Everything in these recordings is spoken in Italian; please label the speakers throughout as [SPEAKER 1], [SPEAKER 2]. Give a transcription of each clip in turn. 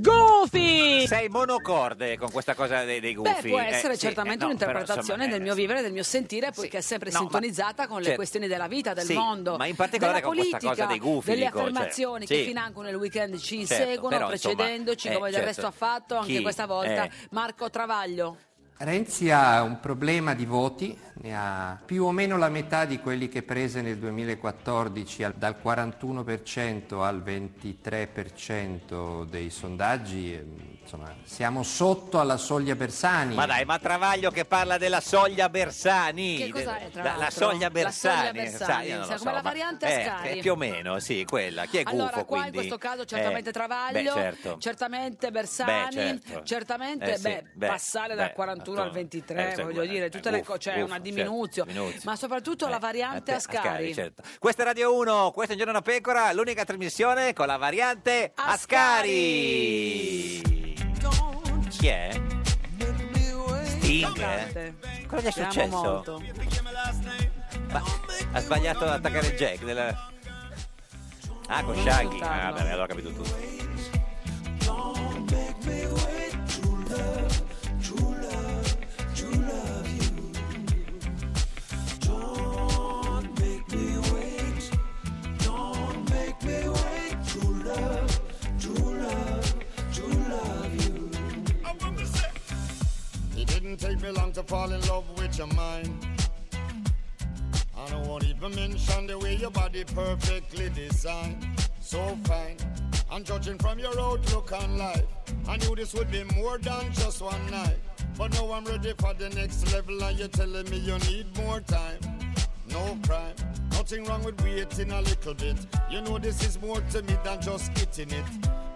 [SPEAKER 1] Goofy!
[SPEAKER 2] Sei monocorde con questa cosa dei, dei
[SPEAKER 1] Beh,
[SPEAKER 2] gufi.
[SPEAKER 1] può essere
[SPEAKER 2] Eh, sì,
[SPEAKER 1] certamente
[SPEAKER 2] eh, no,
[SPEAKER 1] un'interpretazione
[SPEAKER 2] però, insomma, eh,
[SPEAKER 1] del mio vivere, del mio sentire, poiché è sempre sintonizzata con le
[SPEAKER 2] certo.
[SPEAKER 1] questioni della vita, del
[SPEAKER 2] Sì,
[SPEAKER 1] mondo,
[SPEAKER 2] ma in particolare
[SPEAKER 1] della
[SPEAKER 2] con questa
[SPEAKER 1] politica,
[SPEAKER 2] cosa dei gufi,
[SPEAKER 1] delle
[SPEAKER 2] dico, cioè,
[SPEAKER 1] affermazioni
[SPEAKER 2] sì.
[SPEAKER 1] che financo nel weekend ci
[SPEAKER 2] Certo,
[SPEAKER 1] inseguono,
[SPEAKER 2] però, insomma,
[SPEAKER 1] precedendoci,
[SPEAKER 2] eh,
[SPEAKER 1] come del
[SPEAKER 2] certo.
[SPEAKER 1] resto ha fatto anche
[SPEAKER 3] Chi?
[SPEAKER 1] questa volta
[SPEAKER 3] Eh.
[SPEAKER 1] Marco Travaglio.
[SPEAKER 3] Renzi ha un problema di voti, ne ha più o meno la metà di quelli che prese nel 2014, al- dal 41% al 23% dei sondaggi, ehm, insomma siamo sotto alla soglia Bersani.
[SPEAKER 2] Ma dai, ma Travaglio che parla della soglia Bersani.
[SPEAKER 1] Che cos'è,
[SPEAKER 2] De-
[SPEAKER 1] tra
[SPEAKER 2] la, la
[SPEAKER 1] l'altro?
[SPEAKER 2] soglia
[SPEAKER 1] La
[SPEAKER 2] Bersani.
[SPEAKER 1] soglia Bersani,
[SPEAKER 2] sai, io non
[SPEAKER 1] sai,
[SPEAKER 2] lo
[SPEAKER 1] come
[SPEAKER 2] so,
[SPEAKER 1] la
[SPEAKER 2] ma-
[SPEAKER 1] variante
[SPEAKER 2] eh,
[SPEAKER 1] Ascari.
[SPEAKER 2] eh, più o meno, sì, quella. Chi è
[SPEAKER 1] Allora,
[SPEAKER 2] gufo,
[SPEAKER 1] qua in
[SPEAKER 2] quindi?
[SPEAKER 1] questo caso
[SPEAKER 2] Eh,
[SPEAKER 1] certamente Travaglio,
[SPEAKER 2] Beh, certo.
[SPEAKER 1] certamente Bersani,
[SPEAKER 2] Beh, certo.
[SPEAKER 1] certamente
[SPEAKER 2] Eh, sì,
[SPEAKER 1] beh,
[SPEAKER 2] beh,
[SPEAKER 1] passare dal
[SPEAKER 2] beh,
[SPEAKER 1] 41 al
[SPEAKER 2] attorno.
[SPEAKER 1] 23,
[SPEAKER 2] Eh, sì,
[SPEAKER 1] voglio
[SPEAKER 2] eh,
[SPEAKER 1] dire,
[SPEAKER 2] eh,
[SPEAKER 1] tutte le
[SPEAKER 2] gufo,
[SPEAKER 1] cose, c'è
[SPEAKER 2] gufo,
[SPEAKER 1] una
[SPEAKER 2] certo,
[SPEAKER 1] diminuzione,
[SPEAKER 2] minuzio.
[SPEAKER 1] ma soprattutto la variante
[SPEAKER 2] Eh,
[SPEAKER 1] Ascari.
[SPEAKER 2] certo. Questa è Radio 1, questo è Un Giorno da Pecora, l'unica trasmissione con la variante Ascari. Chi è? Sting? eh? Cosa gli è
[SPEAKER 1] Ti amo
[SPEAKER 2] successo?
[SPEAKER 1] molto.
[SPEAKER 2] Ma ha sbagliato ad attaccare il jack della... Ah, con
[SPEAKER 4] Non
[SPEAKER 2] Shaggy.
[SPEAKER 4] insultarlo.
[SPEAKER 2] Ah, vabbè, allora ho capito tutto.
[SPEAKER 5] It didn't take me long to fall in love with your mind. And I won't even mention the way your body perfectly designed. So fine. And judging from your outlook on life, I knew this would be more than just one night. But now I'm ready for the next level, and you're telling me you need more time. No crime, nothing wrong with waiting a little bit. You know this is more to me than just getting it.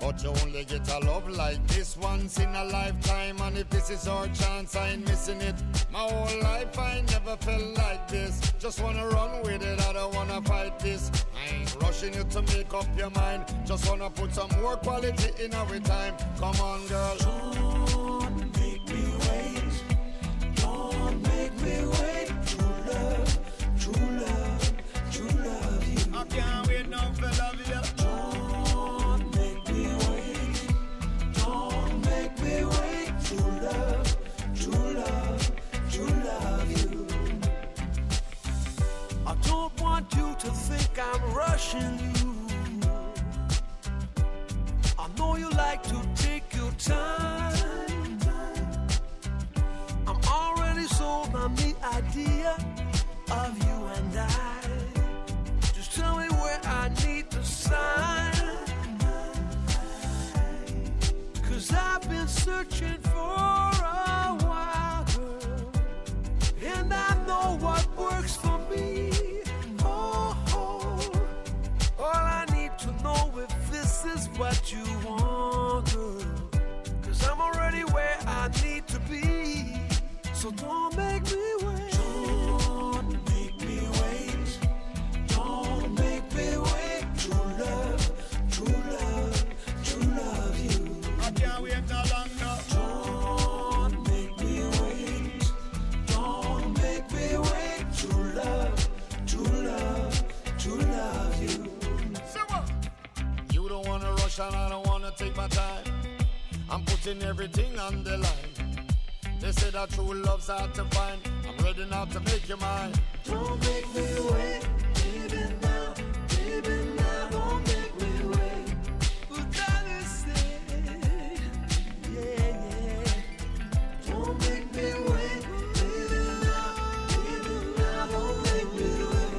[SPEAKER 5] But you only get a love like this once in a lifetime, and if this is our chance, I ain't missing it. My whole life I never felt like this. Just wanna run with it, I don't wanna fight this. I ain't rushing you to make up your mind. Just wanna put some more quality in our time. Come on, girl. Don't make me wait. Don't make me wait. True love, true love, true love you. I can't wait no for love you. Don't make me wait. Don't make me wait. True love, true love, true love you.
[SPEAKER 4] I don't want you to think I'm rushing you. I know you like to take your time. I'm already sold on the idea of you and I. Just tell me where I need to sign. Cause I've been searching for a while, girl. And I know what works for me. Oh, oh. all I need to know if this is what you want, girl. Cause I'm already where I need to be. So don't make me wait. Don't make me wait. Don't make me wait. True love, true love, true love you. I can't wait no longer. Don't make me wait. Don't make me wait. True love, true love,
[SPEAKER 5] true love you. You don't wanna rush and I don't wanna take my time. I'm putting everything on the line. They say that true love's hard to find. I'm ready now to make you mine. Don't make me wait, baby now, baby now. Don't make me wait.
[SPEAKER 4] Well, that is it. Yeah, yeah. Don't make me wait. Baby, now, baby, now, don't make me wait.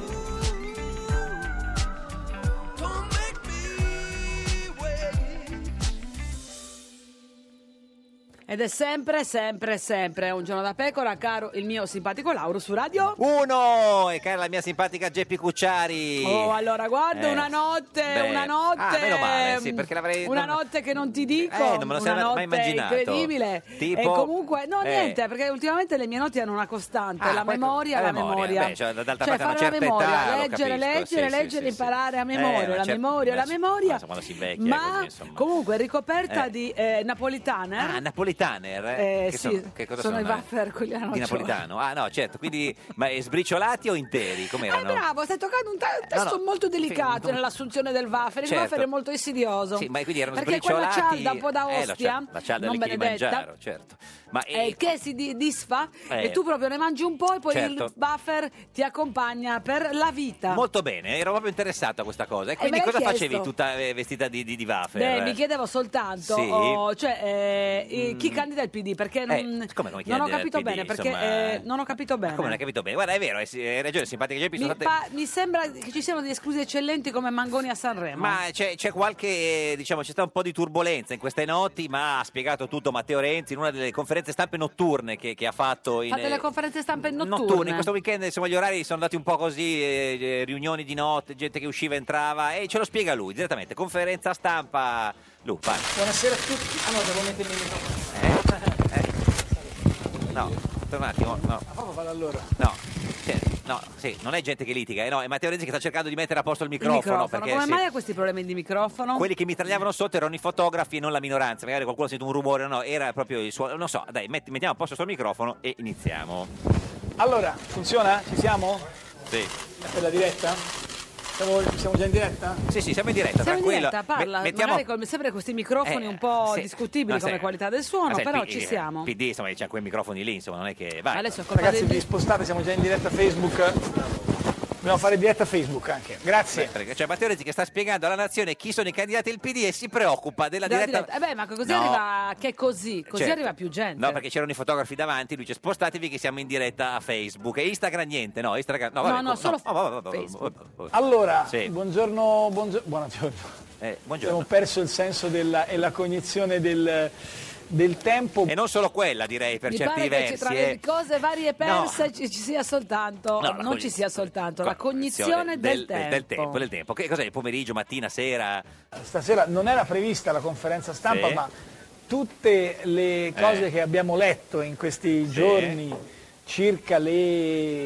[SPEAKER 4] Don't make me wait.
[SPEAKER 1] Ed è sempre, sempre, sempre un giorno da pecora, caro il mio simpatico Lauro su radio.
[SPEAKER 2] Uno! Oh, E cara la mia simpatica Geppi Cucciari.
[SPEAKER 1] Oh, allora guarda,
[SPEAKER 2] Eh,
[SPEAKER 1] una notte,
[SPEAKER 2] beh.
[SPEAKER 1] una notte. mm,
[SPEAKER 2] Ah, meno male, sì, perché l'avrei-
[SPEAKER 1] Una
[SPEAKER 2] non-
[SPEAKER 1] notte che non ti dico.
[SPEAKER 2] Eh, non me lo
[SPEAKER 1] una
[SPEAKER 2] sarei
[SPEAKER 1] notte
[SPEAKER 2] mai immaginato.
[SPEAKER 1] incredibile.
[SPEAKER 2] Tipo-
[SPEAKER 1] E comunque, no,
[SPEAKER 2] eh.
[SPEAKER 1] niente, perché ultimamente le mie note hanno una costante,
[SPEAKER 2] Ah,
[SPEAKER 1] la
[SPEAKER 2] poi-
[SPEAKER 1] memoria,
[SPEAKER 2] la
[SPEAKER 1] la
[SPEAKER 2] memoria.
[SPEAKER 1] memoria.
[SPEAKER 2] Beh, cioè, d'altra
[SPEAKER 1] Cioè,
[SPEAKER 2] parte a una
[SPEAKER 1] fare la
[SPEAKER 2] certa
[SPEAKER 1] memoria,
[SPEAKER 2] età, lo
[SPEAKER 1] leggere,
[SPEAKER 2] capisco,
[SPEAKER 1] leggere,
[SPEAKER 2] sì, sì,
[SPEAKER 1] leggere,
[SPEAKER 2] sì,
[SPEAKER 1] imparare a
[SPEAKER 2] sì. Eh,
[SPEAKER 1] memoria,
[SPEAKER 2] una
[SPEAKER 1] la
[SPEAKER 2] certa-
[SPEAKER 1] memoria, la
[SPEAKER 2] adesso-
[SPEAKER 1] memoria.
[SPEAKER 2] adesso quando si invecchia, così,
[SPEAKER 1] Ma
[SPEAKER 2] insomma.
[SPEAKER 1] comunque ricoperta
[SPEAKER 2] Eh.
[SPEAKER 1] di eh, napolitana.
[SPEAKER 2] Ah, Napolitaner?
[SPEAKER 1] Eh,
[SPEAKER 2] che
[SPEAKER 1] sì,
[SPEAKER 2] sono, che cosa
[SPEAKER 1] sono
[SPEAKER 2] sono eh?
[SPEAKER 1] i wafer, quelli alla
[SPEAKER 2] Di
[SPEAKER 1] nocciola.
[SPEAKER 2] Napolitano? Ah, no, certo. Quindi, ma eh, sbriciolati o interi?
[SPEAKER 1] Eh,
[SPEAKER 2] Com'erano?
[SPEAKER 1] bravo, stai toccando un, ta- un testo
[SPEAKER 2] no,
[SPEAKER 1] molto delicato
[SPEAKER 2] sì,
[SPEAKER 1] nell'assunzione del waffle. Il
[SPEAKER 2] Certo.
[SPEAKER 1] waffle è molto insidioso.
[SPEAKER 2] Sì, ma quindi erano
[SPEAKER 1] Perché quella
[SPEAKER 2] sbriciolati.
[SPEAKER 1] cialda un po' da
[SPEAKER 2] Eh, la
[SPEAKER 1] ostia,
[SPEAKER 2] cialda- la cialda
[SPEAKER 1] non
[SPEAKER 2] del
[SPEAKER 1] benedetta,
[SPEAKER 2] Kilimangiaro, certo. Ma
[SPEAKER 1] è
[SPEAKER 2] eh,
[SPEAKER 1] il che si di- disfa
[SPEAKER 2] Eh.
[SPEAKER 1] e tu proprio ne mangi un po' e poi
[SPEAKER 2] Certo.
[SPEAKER 1] il buffer ti accompagna per la vita.
[SPEAKER 2] Molto bene, ero proprio interessato a questa cosa. E quindi
[SPEAKER 1] Eh, me l'hai
[SPEAKER 2] cosa facevi
[SPEAKER 1] chiesto.
[SPEAKER 2] tutta eh, vestita di, di, di wafer? eh.
[SPEAKER 1] Beh, mi chiedevo soltanto
[SPEAKER 2] Sì. Mm.
[SPEAKER 1] oh, cioè, eh, eh, chi candida il PD perché non,
[SPEAKER 2] Eh, come non
[SPEAKER 1] non
[SPEAKER 2] candida
[SPEAKER 1] ho
[SPEAKER 2] il
[SPEAKER 1] capito
[SPEAKER 2] PD,
[SPEAKER 1] bene perché
[SPEAKER 2] insomma?
[SPEAKER 1] eh, non ho capito bene.
[SPEAKER 2] Come non hai capito bene? Guarda, è vero, hai hai ragione, simpatiche Geppi sono
[SPEAKER 1] mi,
[SPEAKER 2] state...
[SPEAKER 1] pa- mi sembra che ci siano degli esclusi eccellenti come Mangoni a Sanremo.
[SPEAKER 2] Ma c'è, c'è qualche, eh, diciamo, c'è stata un po' di turbolenza in queste notti, ma ha spiegato tutto Matteo Renzi in una delle conferenze stampe notturne che, che ha fatto in,
[SPEAKER 1] Fate le conferenze stampe notturne.
[SPEAKER 2] notturne. In questo weekend insomma, gli orari sono andati un po' così, eh, eh, riunioni di notte, gente che usciva e entrava e ce lo spiega lui direttamente, conferenza stampa. Lu, vai.
[SPEAKER 6] Buonasera a tutti. Ah no, devo mettermi il microfono.
[SPEAKER 2] No, aspetta un attimo, no.
[SPEAKER 6] Oh, vado allora.
[SPEAKER 2] No, cioè, no, sì, non è gente che litiga, eh, no, è Matteo Renzi che sta cercando di mettere a posto il microfono. perché
[SPEAKER 1] Come
[SPEAKER 2] sì,
[SPEAKER 1] mai ha questi problemi di microfono?
[SPEAKER 2] quelli che mitragliavano sotto erano i fotografi e non la minoranza. Magari qualcuno ha sentito un rumore, no, era proprio il suono. Non so, dai, metti- mettiamo a posto il suo microfono e iniziamo.
[SPEAKER 6] Allora, funziona? Ci siamo?
[SPEAKER 2] Sì.
[SPEAKER 6] Per la diretta? Siamo, siamo già in diretta?
[SPEAKER 2] Sì, sì, siamo in diretta,
[SPEAKER 1] Siamo in
[SPEAKER 2] tranquillo.
[SPEAKER 1] diretta, parla.
[SPEAKER 2] Me- mettiamo-
[SPEAKER 1] Magari con, mi sembra questi microfoni
[SPEAKER 2] Eh,
[SPEAKER 1] un po'
[SPEAKER 2] sì.
[SPEAKER 1] discutibili
[SPEAKER 2] No,
[SPEAKER 1] come
[SPEAKER 2] sai-
[SPEAKER 1] qualità del
[SPEAKER 2] ma
[SPEAKER 1] suono,
[SPEAKER 2] sai, il
[SPEAKER 1] però
[SPEAKER 2] P-
[SPEAKER 1] ci
[SPEAKER 2] il
[SPEAKER 1] siamo.
[SPEAKER 2] PD, insomma, c'ha quei microfoni lì, insomma, non è che... Vai.
[SPEAKER 1] Adesso è colpa
[SPEAKER 6] Ragazzi,
[SPEAKER 1] del-
[SPEAKER 6] vi spostate, siamo già in diretta Facebook. Dobbiamo fare diretta Facebook anche. Grazie.
[SPEAKER 2] Perché C'è Matteo Renzi che sta spiegando alla nazione chi sono i candidati del PD e si preoccupa della
[SPEAKER 1] Della
[SPEAKER 2] diretta.
[SPEAKER 1] diretta. Eh beh, ma così
[SPEAKER 2] No.
[SPEAKER 1] arriva che è così, così
[SPEAKER 2] Certo.
[SPEAKER 1] arriva più gente.
[SPEAKER 2] No, perché c'erano i fotografi davanti, lui dice spostatevi che siamo in diretta a Facebook e Instagram niente, no, Instagram no,
[SPEAKER 1] No,
[SPEAKER 2] vabbè,
[SPEAKER 1] no, solo
[SPEAKER 2] oh, vabbè, vabbè,
[SPEAKER 1] Facebook.
[SPEAKER 2] vabbè, vabbè.
[SPEAKER 6] Allora,
[SPEAKER 2] Sì.
[SPEAKER 6] buongiorno, buongiorno. Buongiorno.
[SPEAKER 2] Eh,
[SPEAKER 6] Abbiamo
[SPEAKER 2] buongiorno.
[SPEAKER 6] perso il senso della- e la cognizione del, del tempo.
[SPEAKER 2] E non solo quella, direi, per
[SPEAKER 1] Mi
[SPEAKER 2] certi
[SPEAKER 1] pare
[SPEAKER 2] versi.
[SPEAKER 1] che ci- tra
[SPEAKER 2] eh.
[SPEAKER 1] le cose varie e perse ci, ci sia soltanto,
[SPEAKER 2] No, la
[SPEAKER 1] non
[SPEAKER 2] cognizione-
[SPEAKER 1] ci sia soltanto, la
[SPEAKER 2] cognizione
[SPEAKER 1] cognizione del, tempo.
[SPEAKER 2] Del tempo, del tempo. Che cos'è? Il pomeriggio, mattina, sera?
[SPEAKER 6] Stasera non era prevista la conferenza stampa,
[SPEAKER 2] Sì.
[SPEAKER 6] ma tutte le cose
[SPEAKER 2] Eh.
[SPEAKER 6] che abbiamo letto in questi giorni circa le,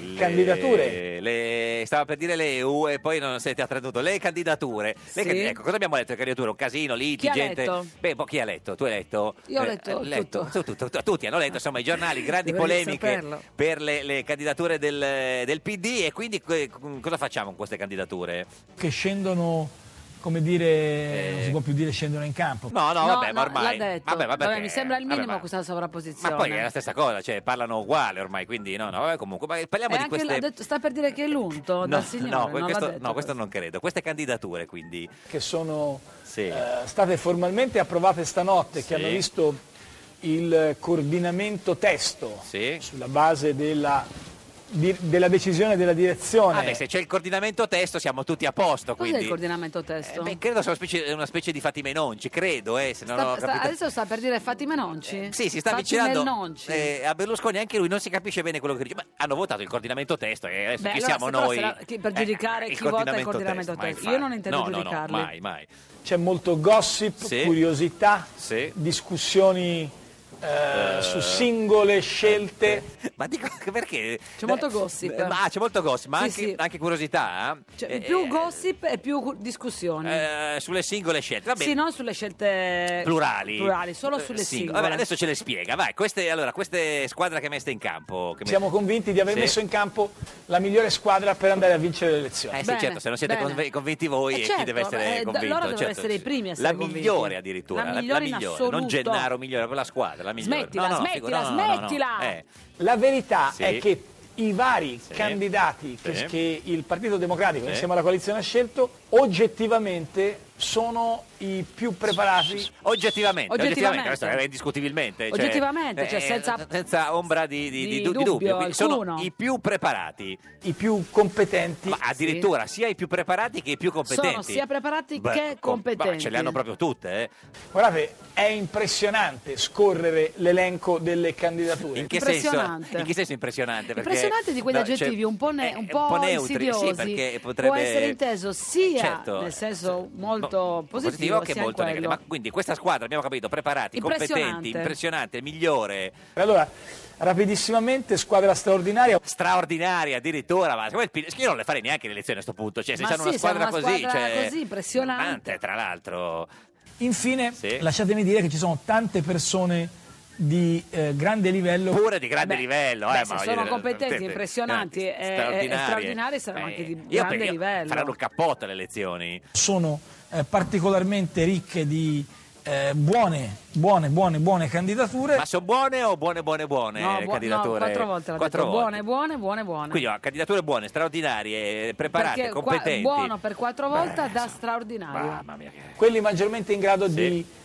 [SPEAKER 2] Le-
[SPEAKER 6] candidature.
[SPEAKER 2] Eh, le- stava per dire le EU e poi non siete attraduto le candidature Le
[SPEAKER 1] Sì.
[SPEAKER 2] candid- ecco cosa abbiamo letto le candidature un casino lì
[SPEAKER 1] Chi
[SPEAKER 2] di
[SPEAKER 1] ha
[SPEAKER 2] gente
[SPEAKER 1] letto?
[SPEAKER 2] beh boh, chi ha letto tu hai letto Eh,
[SPEAKER 1] Io ho letto tutto.
[SPEAKER 2] tu- tu- tu- tu- tutti hanno letto insomma i giornali grandi
[SPEAKER 1] Dovevi
[SPEAKER 2] polemiche
[SPEAKER 1] saperlo.
[SPEAKER 2] per le, le candidature del, del PD e quindi eh, cosa facciamo con queste candidature
[SPEAKER 6] Che scendono, come dire, non si può più dire scendono in campo.
[SPEAKER 2] no no,
[SPEAKER 1] No,
[SPEAKER 2] vabbè ma
[SPEAKER 1] no,
[SPEAKER 2] ormai
[SPEAKER 1] l'ha detto.
[SPEAKER 2] Vabbè, ma
[SPEAKER 1] Vabbè,
[SPEAKER 2] perché?
[SPEAKER 1] mi sembra il
[SPEAKER 2] Vabbè,
[SPEAKER 1] minimo
[SPEAKER 2] ma-
[SPEAKER 1] questa sovrapposizione.
[SPEAKER 2] ma poi eh, è la stessa cosa cioè parlano uguale ormai quindi no no vabbè, comunque ma
[SPEAKER 1] E
[SPEAKER 2] parliamo di
[SPEAKER 1] anche
[SPEAKER 2] queste
[SPEAKER 1] l'ha detto- sta per dire che è l'unto
[SPEAKER 2] No,
[SPEAKER 1] dal signore.
[SPEAKER 2] no,
[SPEAKER 1] non l'ha
[SPEAKER 2] questo,
[SPEAKER 1] detto
[SPEAKER 2] no, questo non credo. Queste candidature, quindi.
[SPEAKER 6] che sono
[SPEAKER 2] Sì.
[SPEAKER 6] eh, state formalmente approvate stanotte,
[SPEAKER 2] Sì.
[SPEAKER 6] che hanno visto il coordinamento testo
[SPEAKER 2] Sì.
[SPEAKER 6] sulla base della, di- della decisione della direzione.
[SPEAKER 2] Ah, beh, se c'è il coordinamento testo siamo tutti a posto.
[SPEAKER 1] Eh. Cos'è
[SPEAKER 2] quindi...
[SPEAKER 1] il coordinamento testo?
[SPEAKER 2] Eh, beh, credo sia una specie, una specie di Fatime Nonci, credo, eh, se non
[SPEAKER 1] Sta-
[SPEAKER 2] ho
[SPEAKER 1] sta-
[SPEAKER 2] capito.
[SPEAKER 1] adesso sta per dire Fatime Nonci?
[SPEAKER 2] Sì, si sta
[SPEAKER 1] Fatime
[SPEAKER 2] avvicinando
[SPEAKER 1] Nonci.
[SPEAKER 2] eh, a Berlusconi, anche lui non si capisce bene quello che dice. Ma hanno votato il coordinamento testo e adesso
[SPEAKER 1] Beh,
[SPEAKER 2] chi
[SPEAKER 1] allora,
[SPEAKER 2] siamo
[SPEAKER 1] se- però
[SPEAKER 2] noi?
[SPEAKER 1] se la- chi- per giudicare chi vota il coordinamento
[SPEAKER 2] ma
[SPEAKER 1] testo. Io
[SPEAKER 2] infatti.
[SPEAKER 1] non intendo
[SPEAKER 2] no,
[SPEAKER 1] giudicarli.
[SPEAKER 2] No, no, mai, mai.
[SPEAKER 6] C'è molto gossip,
[SPEAKER 2] Sì.
[SPEAKER 6] curiosità,
[SPEAKER 2] Sì.
[SPEAKER 6] discussioni eh, su singole scelte.
[SPEAKER 2] Ma dico perché?
[SPEAKER 1] C'è molto gossip.
[SPEAKER 2] Eh, Ma ah, c'è molto gossip, ma
[SPEAKER 1] Sì,
[SPEAKER 2] anche,
[SPEAKER 1] sì.
[SPEAKER 2] anche curiosità. eh?
[SPEAKER 1] Cioè,
[SPEAKER 2] Eh,
[SPEAKER 1] più gossip e più cu- discussioni.
[SPEAKER 2] eh, sulle singole scelte. Vabbè,
[SPEAKER 1] Sì, non sulle scelte
[SPEAKER 2] plurali.
[SPEAKER 1] plurali, solo sulle
[SPEAKER 2] Eh, singole.
[SPEAKER 1] singole.
[SPEAKER 2] Vabbè, adesso ce le spiega. Vai, queste, allora, queste squadre che hai messo in campo. Che
[SPEAKER 6] Siamo convinti di aver
[SPEAKER 2] Sì.
[SPEAKER 6] messo in campo la migliore squadra per andare a vincere le elezioni.
[SPEAKER 2] Eh sì,
[SPEAKER 1] Bene,
[SPEAKER 2] certo, se non siete
[SPEAKER 1] bene.
[SPEAKER 2] conve- convinti voi,
[SPEAKER 1] Eh,
[SPEAKER 2] eh, chi
[SPEAKER 1] certo,
[SPEAKER 2] deve essere
[SPEAKER 1] eh,
[SPEAKER 2] convinto?
[SPEAKER 1] loro devono
[SPEAKER 2] certo,
[SPEAKER 1] essere i
[SPEAKER 2] sì.
[SPEAKER 1] primi a essere
[SPEAKER 2] La
[SPEAKER 1] convinti.
[SPEAKER 2] migliore addirittura,
[SPEAKER 1] La migliore in
[SPEAKER 2] non
[SPEAKER 1] assoluto.
[SPEAKER 2] Gennaro migliore, quella squadra, la migliore.
[SPEAKER 1] Smettila,
[SPEAKER 2] No, no,
[SPEAKER 1] smettila,
[SPEAKER 2] figo, no, no, no, no,
[SPEAKER 1] smettila!
[SPEAKER 2] eh.
[SPEAKER 6] La verità
[SPEAKER 2] Sì.
[SPEAKER 6] è che i vari
[SPEAKER 2] Sì.
[SPEAKER 6] candidati che,
[SPEAKER 2] Sì.
[SPEAKER 6] che il Partito Democratico
[SPEAKER 2] Sì.
[SPEAKER 6] insieme alla coalizione ha scelto oggettivamente sono i più preparati.
[SPEAKER 2] Oggettivamente,
[SPEAKER 1] Oggettivamente.
[SPEAKER 2] questo è indiscutibilmente. eh,
[SPEAKER 1] Oggettivamente, cioè, senza-
[SPEAKER 2] senza ombra di, di- di
[SPEAKER 1] di
[SPEAKER 2] du- di
[SPEAKER 1] dubbio
[SPEAKER 2] dubbio. Quindi sono
[SPEAKER 1] alcuno.
[SPEAKER 2] i più preparati,
[SPEAKER 6] i più competenti.
[SPEAKER 2] ma addirittura sia i più preparati che i più competenti.
[SPEAKER 1] Sono sia preparati
[SPEAKER 2] Beh,
[SPEAKER 1] che
[SPEAKER 2] com- ma
[SPEAKER 1] competenti.
[SPEAKER 2] ce le hanno proprio tutte, eh.
[SPEAKER 6] Guardate, è impressionante scorrere l'elenco delle candidature.
[SPEAKER 2] In che senso?
[SPEAKER 1] Impressionante.
[SPEAKER 2] In che senso impressionante? Perché,
[SPEAKER 1] Impressionante di quegli
[SPEAKER 2] no, cioè,
[SPEAKER 1] aggettivi un po', ne-
[SPEAKER 2] eh,
[SPEAKER 1] un po
[SPEAKER 2] neutri,
[SPEAKER 1] insidiosi.
[SPEAKER 2] Sì, perché potrebbe
[SPEAKER 1] Può essere inteso sia
[SPEAKER 2] Certo.
[SPEAKER 1] nel senso molto
[SPEAKER 2] positivo
[SPEAKER 1] positivo,
[SPEAKER 2] che
[SPEAKER 1] sia in
[SPEAKER 2] molto
[SPEAKER 1] quello.
[SPEAKER 2] negativo. Ma quindi questa squadra, abbiamo capito, preparati, competenti,
[SPEAKER 1] Impressionante.
[SPEAKER 2] impressionante, migliore,
[SPEAKER 6] Allora, rapidissimamente, squadra straordinaria.
[SPEAKER 2] straordinaria addirittura. Ma secondo me il Pil- io non le farei neanche le elezioni a sto punto. Cioè, se
[SPEAKER 1] Ma
[SPEAKER 2] c'hanno
[SPEAKER 1] sì,
[SPEAKER 2] una squadra,
[SPEAKER 1] sono una
[SPEAKER 2] così,
[SPEAKER 1] squadra
[SPEAKER 2] cioè,
[SPEAKER 1] così impressionante.
[SPEAKER 2] Tra l'altro,
[SPEAKER 6] Infine,
[SPEAKER 2] Sì.
[SPEAKER 6] lasciatemi dire che ci sono tante persone di eh, grande livello.
[SPEAKER 2] pure di grande
[SPEAKER 1] Beh,
[SPEAKER 2] livello.
[SPEAKER 1] beh,
[SPEAKER 2] eh,
[SPEAKER 1] se
[SPEAKER 2] ma
[SPEAKER 1] sono
[SPEAKER 2] voglio dire,
[SPEAKER 1] competenti,
[SPEAKER 2] eh,
[SPEAKER 1] impressionanti e- e- e
[SPEAKER 2] straordinarie. Eh,
[SPEAKER 1] straordinarie saranno anche di
[SPEAKER 2] io
[SPEAKER 1] grande
[SPEAKER 2] penso-
[SPEAKER 1] livello.
[SPEAKER 2] Faranno il cappotto alle elezioni.
[SPEAKER 6] sono eh, particolarmente ricche di eh, buone, buone, buone, buone candidature.
[SPEAKER 2] Ma sono buone o buone, buone, buone
[SPEAKER 1] No,
[SPEAKER 2] eh,
[SPEAKER 1] buo-
[SPEAKER 2] candidature?
[SPEAKER 1] no, quattro volte l'ha
[SPEAKER 2] Quattro
[SPEAKER 1] detto.
[SPEAKER 2] volte.
[SPEAKER 1] Buone, buone, buone, buone.
[SPEAKER 2] Quindi ho candidature buone, straordinarie, eh, preparate,
[SPEAKER 1] Perché qua-
[SPEAKER 2] competenti.
[SPEAKER 1] buono per quattro volte
[SPEAKER 2] Beh,
[SPEAKER 1] da straordinario.
[SPEAKER 2] Mamma mia, che...
[SPEAKER 6] quelli maggiormente in grado di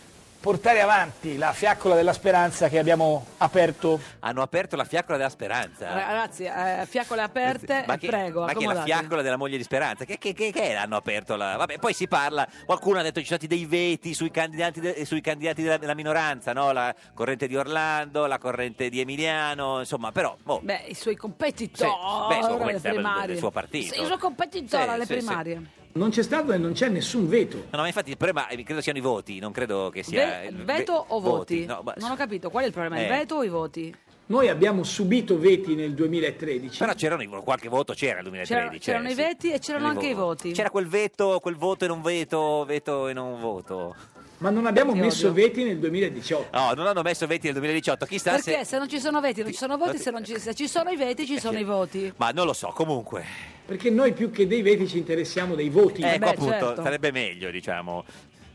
[SPEAKER 6] portare avanti la fiaccola della speranza che abbiamo aperto.
[SPEAKER 2] hanno aperto la fiaccola della speranza.
[SPEAKER 1] Ra- Ragazzi, eh, fiacole aperte,
[SPEAKER 2] ma che,
[SPEAKER 1] prego,
[SPEAKER 2] ma che è la
[SPEAKER 1] accomodati.
[SPEAKER 2] fiaccola della moglie di Speranza? Che, che, che, che era? hanno aperto la. Vabbè, poi si parla. Qualcuno ha detto ci sono stati dei veti sui candidati, de- sui candidati della, della minoranza, no? La corrente di Orlando, la corrente di Emiliano, insomma, però. boh,
[SPEAKER 1] Beh, i suoi
[SPEAKER 2] sì,
[SPEAKER 1] competitor
[SPEAKER 2] beh, sono
[SPEAKER 1] alle
[SPEAKER 2] quelli del-
[SPEAKER 1] primarie.
[SPEAKER 2] del suo partito.
[SPEAKER 1] Sì, i suoi competitor
[SPEAKER 2] Sì,
[SPEAKER 1] alle
[SPEAKER 2] sì, sì.
[SPEAKER 1] primarie.
[SPEAKER 6] Non c'è stato e non c'è nessun veto.
[SPEAKER 2] No, no, ma infatti il problema eh, credo siano i voti, non credo che sia.
[SPEAKER 1] Ve-
[SPEAKER 2] il-
[SPEAKER 1] veto
[SPEAKER 2] ve-
[SPEAKER 1] o voti?
[SPEAKER 2] No, ma-
[SPEAKER 1] Non ho capito, qual è il problema? Il
[SPEAKER 2] Eh.
[SPEAKER 1] veto o i voti?
[SPEAKER 6] Noi abbiamo subito veti nel 2013.
[SPEAKER 2] Però c'erano i- qualche voto c'era nel 2013.
[SPEAKER 1] C'era- c'erano
[SPEAKER 2] eh,
[SPEAKER 1] i veti e c'erano
[SPEAKER 2] I
[SPEAKER 1] anche i voti.
[SPEAKER 2] C'era quel veto, quel voto e non veto, veto e non voto.
[SPEAKER 6] Ma non abbiamo
[SPEAKER 1] Ti
[SPEAKER 6] messo
[SPEAKER 1] odio.
[SPEAKER 6] veti nel 2020.
[SPEAKER 2] No, non hanno messo veti nel 2018, chissà
[SPEAKER 1] Perché se...
[SPEAKER 2] se...
[SPEAKER 1] non ci sono veti, non ci sono voti, se, non ci, se ci sono i veti, ci sono i voti.
[SPEAKER 2] Ma non lo so, comunque.
[SPEAKER 6] Perché noi più che dei veti ci interessiamo dei voti.
[SPEAKER 2] ecco
[SPEAKER 1] beh,
[SPEAKER 2] appunto,
[SPEAKER 1] certo.
[SPEAKER 2] sarebbe meglio, diciamo.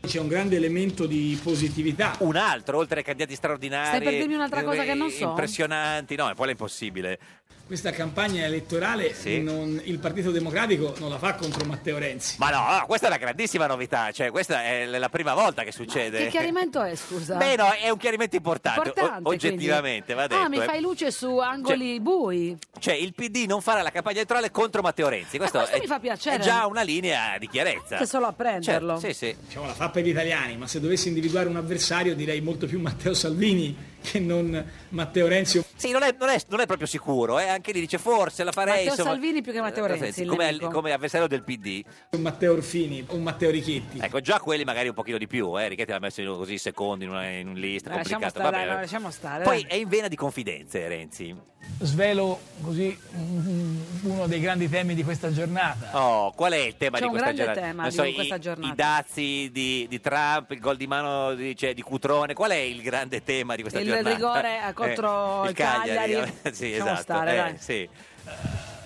[SPEAKER 6] C'è un grande elemento di positività.
[SPEAKER 2] Un altro, oltre ai candidati straordinari...
[SPEAKER 1] Stai per dirmi un'altra cosa che non so?
[SPEAKER 2] Impressionanti, no, e poi è impossibile.
[SPEAKER 6] Questa campagna elettorale
[SPEAKER 2] Sì.
[SPEAKER 6] il Partito Democratico non la fa contro Matteo Renzi.
[SPEAKER 2] Ma no, no, questa è una grandissima novità, cioè questa è l- la prima volta che succede.
[SPEAKER 1] Che chiarimento è, scusa?
[SPEAKER 2] Beh no, è un chiarimento importante, o-
[SPEAKER 1] Importante,
[SPEAKER 2] oggettivamente,
[SPEAKER 1] quindi.
[SPEAKER 2] va detto.
[SPEAKER 1] Ah, mi
[SPEAKER 2] eh.
[SPEAKER 1] fai luce su angoli bui. Eh,
[SPEAKER 2] Cioè, il PD non farà la campagna elettorale contro Matteo Renzi. Questo,
[SPEAKER 1] Ah, questo
[SPEAKER 2] è,
[SPEAKER 1] mi fa piacere.
[SPEAKER 2] È già una linea di chiarezza.
[SPEAKER 1] Anche solo a prenderlo.
[SPEAKER 2] Certo, sì, sì.
[SPEAKER 6] Diciamo la fa per gli italiani, ma se dovessi individuare un avversario direi molto più Matteo Salvini che non Matteo Renzi.
[SPEAKER 2] Sì, non è, non è- non è proprio sicuro. Eh. Anche lì dice forse la farei.
[SPEAKER 1] Matteo
[SPEAKER 2] insomma.
[SPEAKER 1] Salvini più che Matteo
[SPEAKER 2] Eh,
[SPEAKER 1] Renzi,
[SPEAKER 2] senti,
[SPEAKER 1] il
[SPEAKER 2] Come, al-
[SPEAKER 1] nemico.
[SPEAKER 2] come avversario del PD.
[SPEAKER 6] un Matteo Orfini, un Matteo Richetti.
[SPEAKER 2] Ecco, già quelli magari un pochino di più. Eh. Richetti l'ha messo in- così secondo in, una, in un lista.
[SPEAKER 1] Eh, lasciamo
[SPEAKER 2] complicato.
[SPEAKER 1] stare,
[SPEAKER 2] Vabbè.
[SPEAKER 1] no, lasciamo stare,
[SPEAKER 2] Poi
[SPEAKER 1] dai.
[SPEAKER 2] è in vena di confidenze, Renzi.
[SPEAKER 6] Svelo così un- uno dei grandi temi di questa giornata.
[SPEAKER 2] Oh, qual è il tema
[SPEAKER 1] C'è
[SPEAKER 2] di
[SPEAKER 1] un
[SPEAKER 2] questa
[SPEAKER 1] grande
[SPEAKER 2] giornata?
[SPEAKER 1] tema
[SPEAKER 2] Non
[SPEAKER 1] di
[SPEAKER 2] so, i-
[SPEAKER 1] questa giornata.
[SPEAKER 2] I dazi di, di Trump, il gol di mano di, cioè, di Cutrone. Qual è il grande tema di questa
[SPEAKER 1] Il
[SPEAKER 2] giornata? Eh,
[SPEAKER 1] rigore a- contro il Cagliari.
[SPEAKER 2] sì,
[SPEAKER 1] Lasciamo
[SPEAKER 2] esatto.
[SPEAKER 1] stare,
[SPEAKER 2] eh,
[SPEAKER 1] dai.
[SPEAKER 2] sì. Ah.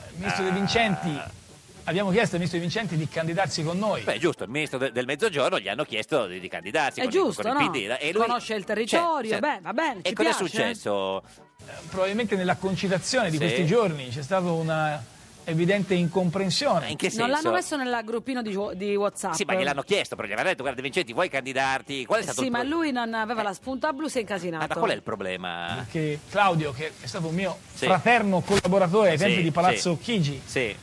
[SPEAKER 6] Il ministro De Vincenti, abbiamo chiesto al ministro De Vincenti di candidarsi con noi.
[SPEAKER 2] Beh, giusto, il ministro de- del Mezzogiorno gli hanno chiesto di, di candidarsi.
[SPEAKER 1] È
[SPEAKER 2] con
[SPEAKER 1] giusto,
[SPEAKER 2] il, con il
[SPEAKER 1] no?
[SPEAKER 2] PD, e Cioè,
[SPEAKER 1] Conosce il territorio, beh, va bene,
[SPEAKER 2] E
[SPEAKER 1] ci
[SPEAKER 2] cosa
[SPEAKER 1] piace.
[SPEAKER 2] è successo?
[SPEAKER 6] Probabilmente nella concitazione di
[SPEAKER 2] Sì.
[SPEAKER 6] questi giorni c'è stata una evidente incomprensione.
[SPEAKER 2] Eh, In che senso?
[SPEAKER 1] Non l'hanno messo nel gruppino di, di WhatsApp. Eh,
[SPEAKER 2] Sì, ma gliel'hanno chiesto, però gli avevano detto, guarda De Vincenti, vuoi candidarti? Qual è stato
[SPEAKER 1] Sì,
[SPEAKER 2] il
[SPEAKER 1] ma
[SPEAKER 2] pro- Eh.
[SPEAKER 1] lui non aveva la spunta blu, si è
[SPEAKER 2] Ma
[SPEAKER 1] incasinato.
[SPEAKER 2] qual è il problema?
[SPEAKER 6] Che Claudio, che è stato un mio
[SPEAKER 2] Sì.
[SPEAKER 6] fraterno collaboratore ai tempi
[SPEAKER 2] Sì,
[SPEAKER 6] di Palazzo Chigi,
[SPEAKER 2] Sì.
[SPEAKER 6] eh,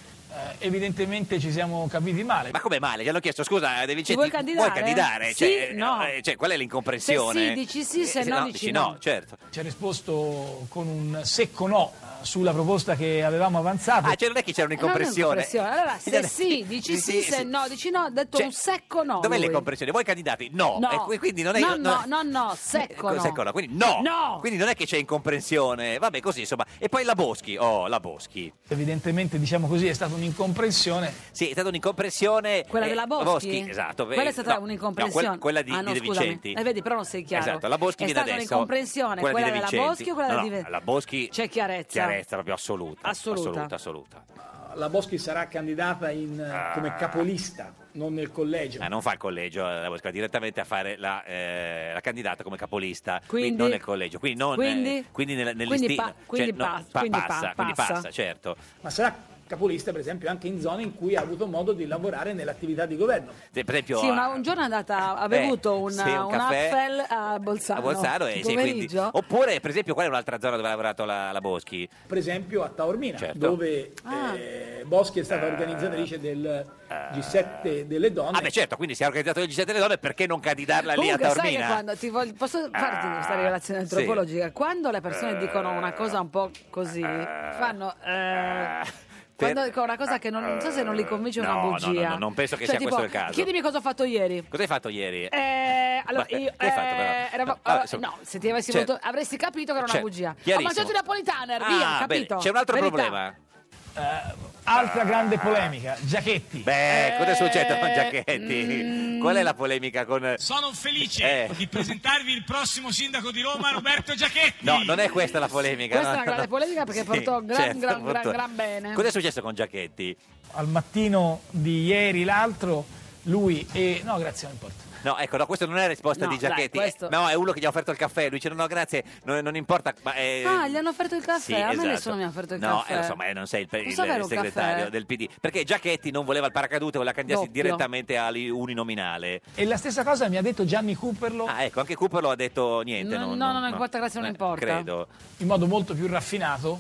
[SPEAKER 6] evidentemente ci siamo capiti male.
[SPEAKER 2] Ma come male? Gli hanno chiesto, scusa, De Vincenti,
[SPEAKER 1] vuoi candidare?
[SPEAKER 2] candidare?
[SPEAKER 1] Sì,
[SPEAKER 2] Cioè,
[SPEAKER 1] no.
[SPEAKER 2] eh, cioè, qual è l'incomprensione?
[SPEAKER 1] Se sì, dici sì,
[SPEAKER 2] Eh,
[SPEAKER 1] se no, dici no.
[SPEAKER 2] certo.
[SPEAKER 6] Ci ha risposto con un secco no eh, sulla proposta che avevamo avanzato.
[SPEAKER 2] Ah, cioè non è che c'era
[SPEAKER 1] Eh, non è
[SPEAKER 2] un'incomprensione.
[SPEAKER 1] un'incomprensione. Allora, se sì, dici sì, se no, dici no, ha detto
[SPEAKER 2] Cioè,
[SPEAKER 1] un secco no.
[SPEAKER 2] Dov'è
[SPEAKER 1] lui.
[SPEAKER 2] l'incomprensione? Voi candidati? No.
[SPEAKER 1] No.
[SPEAKER 2] E eh, qui- quindi non è
[SPEAKER 1] No,
[SPEAKER 2] non
[SPEAKER 1] no,
[SPEAKER 2] è-
[SPEAKER 1] no, no, secco
[SPEAKER 2] Eh,
[SPEAKER 1] no.
[SPEAKER 2] secco Quindi no.
[SPEAKER 1] No.
[SPEAKER 2] Quindi non è che c'è incomprensione. Vabbè, così insomma. E poi la Boschi. Oh, la Boschi.
[SPEAKER 6] Evidentemente, diciamo così, è stata un'incomprensione.
[SPEAKER 2] Sì, è stata un'incomprensione.
[SPEAKER 1] Quella della Boschi?
[SPEAKER 2] Eh, esatto.
[SPEAKER 1] Quella è stata
[SPEAKER 2] No,
[SPEAKER 1] un'incomprensione.
[SPEAKER 2] no, quel- quella di,
[SPEAKER 1] Ah, no,
[SPEAKER 2] di De
[SPEAKER 1] scusami.
[SPEAKER 2] Vicenti.
[SPEAKER 1] Eh, vedi, però non sei chiaro.
[SPEAKER 2] Esatto, la Boschi
[SPEAKER 1] È
[SPEAKER 2] viene
[SPEAKER 1] stata
[SPEAKER 2] adesso.
[SPEAKER 1] un'incomprensione,
[SPEAKER 2] di
[SPEAKER 1] quella
[SPEAKER 2] De
[SPEAKER 1] della
[SPEAKER 2] Vicenti.
[SPEAKER 1] Boschi o quella
[SPEAKER 2] No,
[SPEAKER 1] di
[SPEAKER 2] no,
[SPEAKER 1] Ve-
[SPEAKER 2] La Boschi.
[SPEAKER 1] C'è chiarezza.
[SPEAKER 2] Chiarezza proprio assoluta.
[SPEAKER 1] Assoluta.
[SPEAKER 2] Assoluta, assoluta.
[SPEAKER 6] La Boschi sarà candidata in, eh, come capolista, non nel collegio.
[SPEAKER 2] Ah, non fa il collegio, eh, la Boschi va direttamente a fare la, eh, la candidata come capolista,
[SPEAKER 1] Quindi?
[SPEAKER 2] non nel collegio, quindi, non, eh,
[SPEAKER 1] Quindi?
[SPEAKER 2] quindi nel, nel
[SPEAKER 1] Quindi
[SPEAKER 2] listino.
[SPEAKER 1] pa- quindi
[SPEAKER 2] Cioè, no,
[SPEAKER 1] pa- quindi pa-
[SPEAKER 2] passa, quindi
[SPEAKER 1] passa.
[SPEAKER 2] passa, certo.
[SPEAKER 6] Ma sarà capolista, per esempio, anche in zone in cui ha avuto modo di lavorare nell'attività di governo.
[SPEAKER 2] Per esempio,
[SPEAKER 1] Sì, ma
[SPEAKER 2] a-
[SPEAKER 1] un giorno è andata, ha
[SPEAKER 2] Beh,
[SPEAKER 1] bevuto un,
[SPEAKER 2] sì, un
[SPEAKER 1] un
[SPEAKER 2] caffè
[SPEAKER 1] Apfel a Bolzano.
[SPEAKER 2] a Bolzano e
[SPEAKER 1] Il
[SPEAKER 2] sì, quindi-
[SPEAKER 1] pomeriggio.
[SPEAKER 2] oppure per esempio qual è un'altra zona dove ha lavorato la, la Boschi
[SPEAKER 6] Per esempio a Taormina,
[SPEAKER 2] Certo.
[SPEAKER 6] dove
[SPEAKER 1] Ah.
[SPEAKER 6] eh, Boschi è stata organizzatrice del G7 delle donne.
[SPEAKER 2] ah beh certo quindi si è organizzato il G7 delle donne perché non candidarla lì a
[SPEAKER 1] Comunque, sai
[SPEAKER 2] Taormina
[SPEAKER 1] che quando ti voglio, posso farti
[SPEAKER 2] Ah,
[SPEAKER 1] questa rivelazione
[SPEAKER 2] sì. Eh.
[SPEAKER 1] antropologica? Quando le persone dicono una cosa un po' così, fanno. eh,
[SPEAKER 2] Per-
[SPEAKER 1] Quando dicono una cosa che non, non so se non li convince
[SPEAKER 2] No,
[SPEAKER 1] una
[SPEAKER 2] no, no,
[SPEAKER 1] bugia.
[SPEAKER 2] no, non penso che
[SPEAKER 1] Cioè,
[SPEAKER 2] sia
[SPEAKER 1] tipo,
[SPEAKER 2] questo il caso.
[SPEAKER 1] Chiedimi cosa ho fatto ieri.
[SPEAKER 2] cosa hai fatto ieri
[SPEAKER 1] Eh, allora,
[SPEAKER 2] Vabbè,
[SPEAKER 1] io,
[SPEAKER 2] che hai
[SPEAKER 1] eh,
[SPEAKER 2] fatto, però?
[SPEAKER 1] eravamo-
[SPEAKER 2] No, allora,
[SPEAKER 1] allora,
[SPEAKER 2] insomma,
[SPEAKER 1] no, se ti avessi
[SPEAKER 2] cioè-
[SPEAKER 1] voluto, avresti capito che era una
[SPEAKER 2] cioè,
[SPEAKER 1] bugia. Ho
[SPEAKER 2] chiarissimo.
[SPEAKER 1] mangiato i napolitaner, via,
[SPEAKER 2] ah bene
[SPEAKER 1] capito?
[SPEAKER 2] c'è un altro
[SPEAKER 1] Verità.
[SPEAKER 2] problema
[SPEAKER 7] Altra grande polemica, Giachetti.
[SPEAKER 2] beh cosa è successo con
[SPEAKER 1] Eh, mm.
[SPEAKER 2] Giacchetti qual è la polemica con
[SPEAKER 7] Sono felice
[SPEAKER 2] Eh.
[SPEAKER 7] di presentarvi il prossimo sindaco di Roma, Roberto Giachetti.
[SPEAKER 2] No, non è questa la polemica.
[SPEAKER 1] Questa
[SPEAKER 2] no, certo,
[SPEAKER 1] è una grande
[SPEAKER 2] no.
[SPEAKER 1] polemica perché portò gran, gran, gran, gran bene.
[SPEAKER 2] Cos'è successo con Giacchetti?
[SPEAKER 6] Al mattino di ieri, l'altro, lui e... No, grazie, non importa.
[SPEAKER 2] No, ecco, no, questa non è la risposta
[SPEAKER 1] No,
[SPEAKER 2] di
[SPEAKER 1] dai,
[SPEAKER 2] Giacchetti.
[SPEAKER 1] questo-
[SPEAKER 2] Eh, No, è uno che gli ha offerto il caffè. Lui dice: No, no, grazie, no, non importa. Ma, eh,
[SPEAKER 1] Ah, gli hanno offerto il caffè?
[SPEAKER 2] Sì,
[SPEAKER 1] a me
[SPEAKER 2] esatto.
[SPEAKER 1] nessuno mi ha offerto il
[SPEAKER 2] no,
[SPEAKER 1] caffè.
[SPEAKER 2] eh, lo so, ma eh, non sei il, il-
[SPEAKER 1] Posso avere
[SPEAKER 2] il
[SPEAKER 1] un
[SPEAKER 2] segretario
[SPEAKER 1] caffè?
[SPEAKER 2] del PD. Perché Giacchetti non voleva il paracadute, voleva candidarsi
[SPEAKER 1] Doppio.
[SPEAKER 2] direttamente all'uninominale.
[SPEAKER 6] E la stessa cosa mi ha detto Gianni Cooperlo
[SPEAKER 2] Ah, ecco, anche Cooper lo ha detto niente.
[SPEAKER 1] No,
[SPEAKER 2] non-
[SPEAKER 1] no,
[SPEAKER 2] non-
[SPEAKER 1] no, importa, grazie, non
[SPEAKER 2] Eh,
[SPEAKER 1] importa.
[SPEAKER 2] Credo.
[SPEAKER 6] in modo molto più raffinato,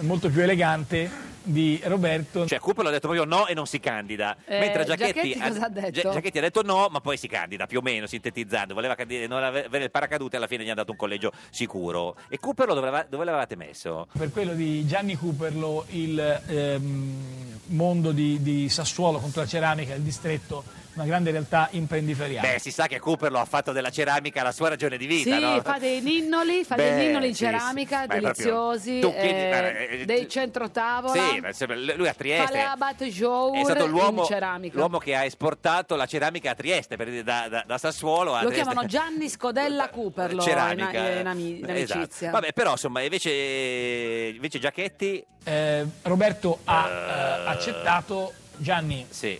[SPEAKER 6] molto più elegante di Roberto.
[SPEAKER 2] Cioè, Cooper l'ha detto proprio no e non si candida.
[SPEAKER 1] Eh,
[SPEAKER 2] Mentre Giacchetti,
[SPEAKER 1] Giacchetti cosa ha detto?
[SPEAKER 2] Gia- Giacchetti ha detto no, ma poi si candida, più o meno, sintetizzando. Voleva candid- non ave- avere il paracadute, alla fine gli hanno dato un collegio sicuro. E Cooper lo dove, l'ava- dove l'avevate messo?
[SPEAKER 6] Per quello di Gianni Cooperlo, il ehm, mondo di, di Sassuolo contro la ceramica, il distretto, una grande realtà imprenditoriale.
[SPEAKER 2] Beh, si sa che Cooper lo ha fatto della ceramica la sua ragione di
[SPEAKER 1] Sì,
[SPEAKER 2] vita, no?
[SPEAKER 1] fa dei ninnoli, fa
[SPEAKER 2] Beh,
[SPEAKER 1] dei ninnoli in
[SPEAKER 2] sì, sì.
[SPEAKER 1] ceramica,
[SPEAKER 2] Ma è proprio-
[SPEAKER 1] deliziosi,
[SPEAKER 2] tu chiedi-
[SPEAKER 1] eh,
[SPEAKER 2] guarda, eh,
[SPEAKER 1] dei
[SPEAKER 2] tu-
[SPEAKER 1] centrotavola.
[SPEAKER 2] Sì, ma sempre- lui a Trieste
[SPEAKER 1] Fa la Batjour
[SPEAKER 2] è stato l'uomo,
[SPEAKER 1] in ceramica.
[SPEAKER 2] l'uomo che ha esportato la ceramica a Trieste per dire, da, da- da Sassuolo a
[SPEAKER 1] Lo
[SPEAKER 2] Trieste.
[SPEAKER 1] chiamano Gianni Scodella Cooperlo
[SPEAKER 2] ceramica
[SPEAKER 1] in, in ami- in
[SPEAKER 2] Esatto.
[SPEAKER 1] amicizia.
[SPEAKER 2] vabbè però insomma invece, invece Giacchetti
[SPEAKER 6] Eh, Roberto ha eh, accettato, Gianni,
[SPEAKER 2] sì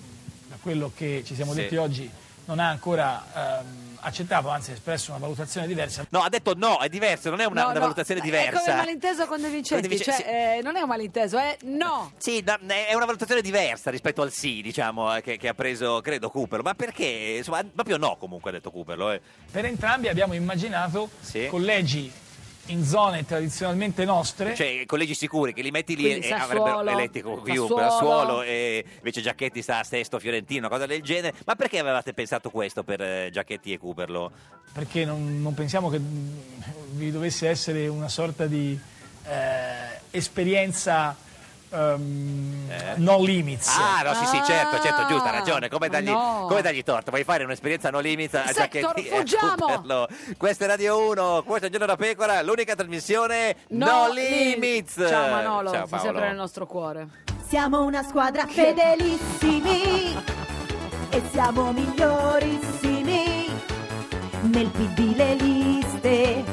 [SPEAKER 6] da quello che ci siamo
[SPEAKER 2] Sì.
[SPEAKER 6] detti oggi, non ha ancora ehm, accettato, anzi ha espresso una valutazione diversa.
[SPEAKER 2] no ha detto no è diverso non è una,
[SPEAKER 1] No,
[SPEAKER 2] una
[SPEAKER 1] no,
[SPEAKER 2] valutazione
[SPEAKER 1] È come
[SPEAKER 2] diversa
[SPEAKER 1] il malinteso con De Vincenti,
[SPEAKER 2] Con De Vincenti,
[SPEAKER 1] cioè, eh, non è un malinteso, è no.
[SPEAKER 2] sì, no, è una valutazione diversa rispetto al sì, diciamo, eh, che, che ha preso, credo, Cooperlo. Ma perché? Insomma, proprio no, comunque, ha detto Cooperlo. eh.
[SPEAKER 6] Per entrambi abbiamo immaginato
[SPEAKER 2] Sì.
[SPEAKER 6] collegi in zone tradizionalmente nostre.
[SPEAKER 2] Cioè, i collegi sicuri che li metti lì
[SPEAKER 1] Quindi
[SPEAKER 2] e
[SPEAKER 1] Sassuolo,
[SPEAKER 2] avrebbero eh, eletti con chiunque.
[SPEAKER 1] Sassuolo.
[SPEAKER 2] Sassuolo, e invece Giacchetti sta a Sesto Fiorentino, una cosa del genere. Ma perché avevate pensato questo per eh, Giacchetti e Cooperlo?
[SPEAKER 6] perché non, non pensiamo che mm, vi dovesse essere una sorta di eh, esperienza ehm, no limits.
[SPEAKER 2] Eh. Ah, no, sì, sì, certo, certo,
[SPEAKER 1] Ah,
[SPEAKER 2] giusto, ha ragione. Come
[SPEAKER 1] ma
[SPEAKER 2] dagli,
[SPEAKER 1] no.
[SPEAKER 2] come dagli torto? Vuoi fare un'esperienza no limit a
[SPEAKER 1] Sector,
[SPEAKER 2] Giacchetti? eh,
[SPEAKER 1] fuggiamo!
[SPEAKER 2] Cooperlo. Questa è Radio 1, questo è Giorno da Pecora, l'unica trasmissione no, limits.
[SPEAKER 1] Ciao Manolo,
[SPEAKER 2] Ciao
[SPEAKER 1] sei sempre nel
[SPEAKER 2] Paolo.
[SPEAKER 1] nostro cuore.
[SPEAKER 8] Siamo una squadra fedelissimi e siamo migliorissimi nel PD le liste.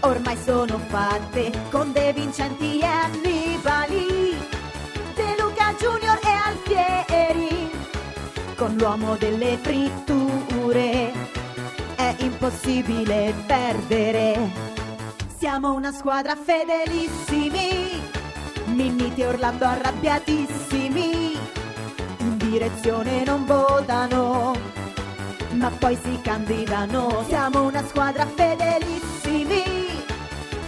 [SPEAKER 8] Ormai sono fatte con De Vincenti e Annibali, De Luca Junior e Alfieri, con l'uomo delle fritture. È impossibile perdere. Siamo una squadra fedelissimi, Minniti e Orlando arrabbiatissimi, in direzione non votano, ma poi si candidano. Siamo una squadra fedelissimi,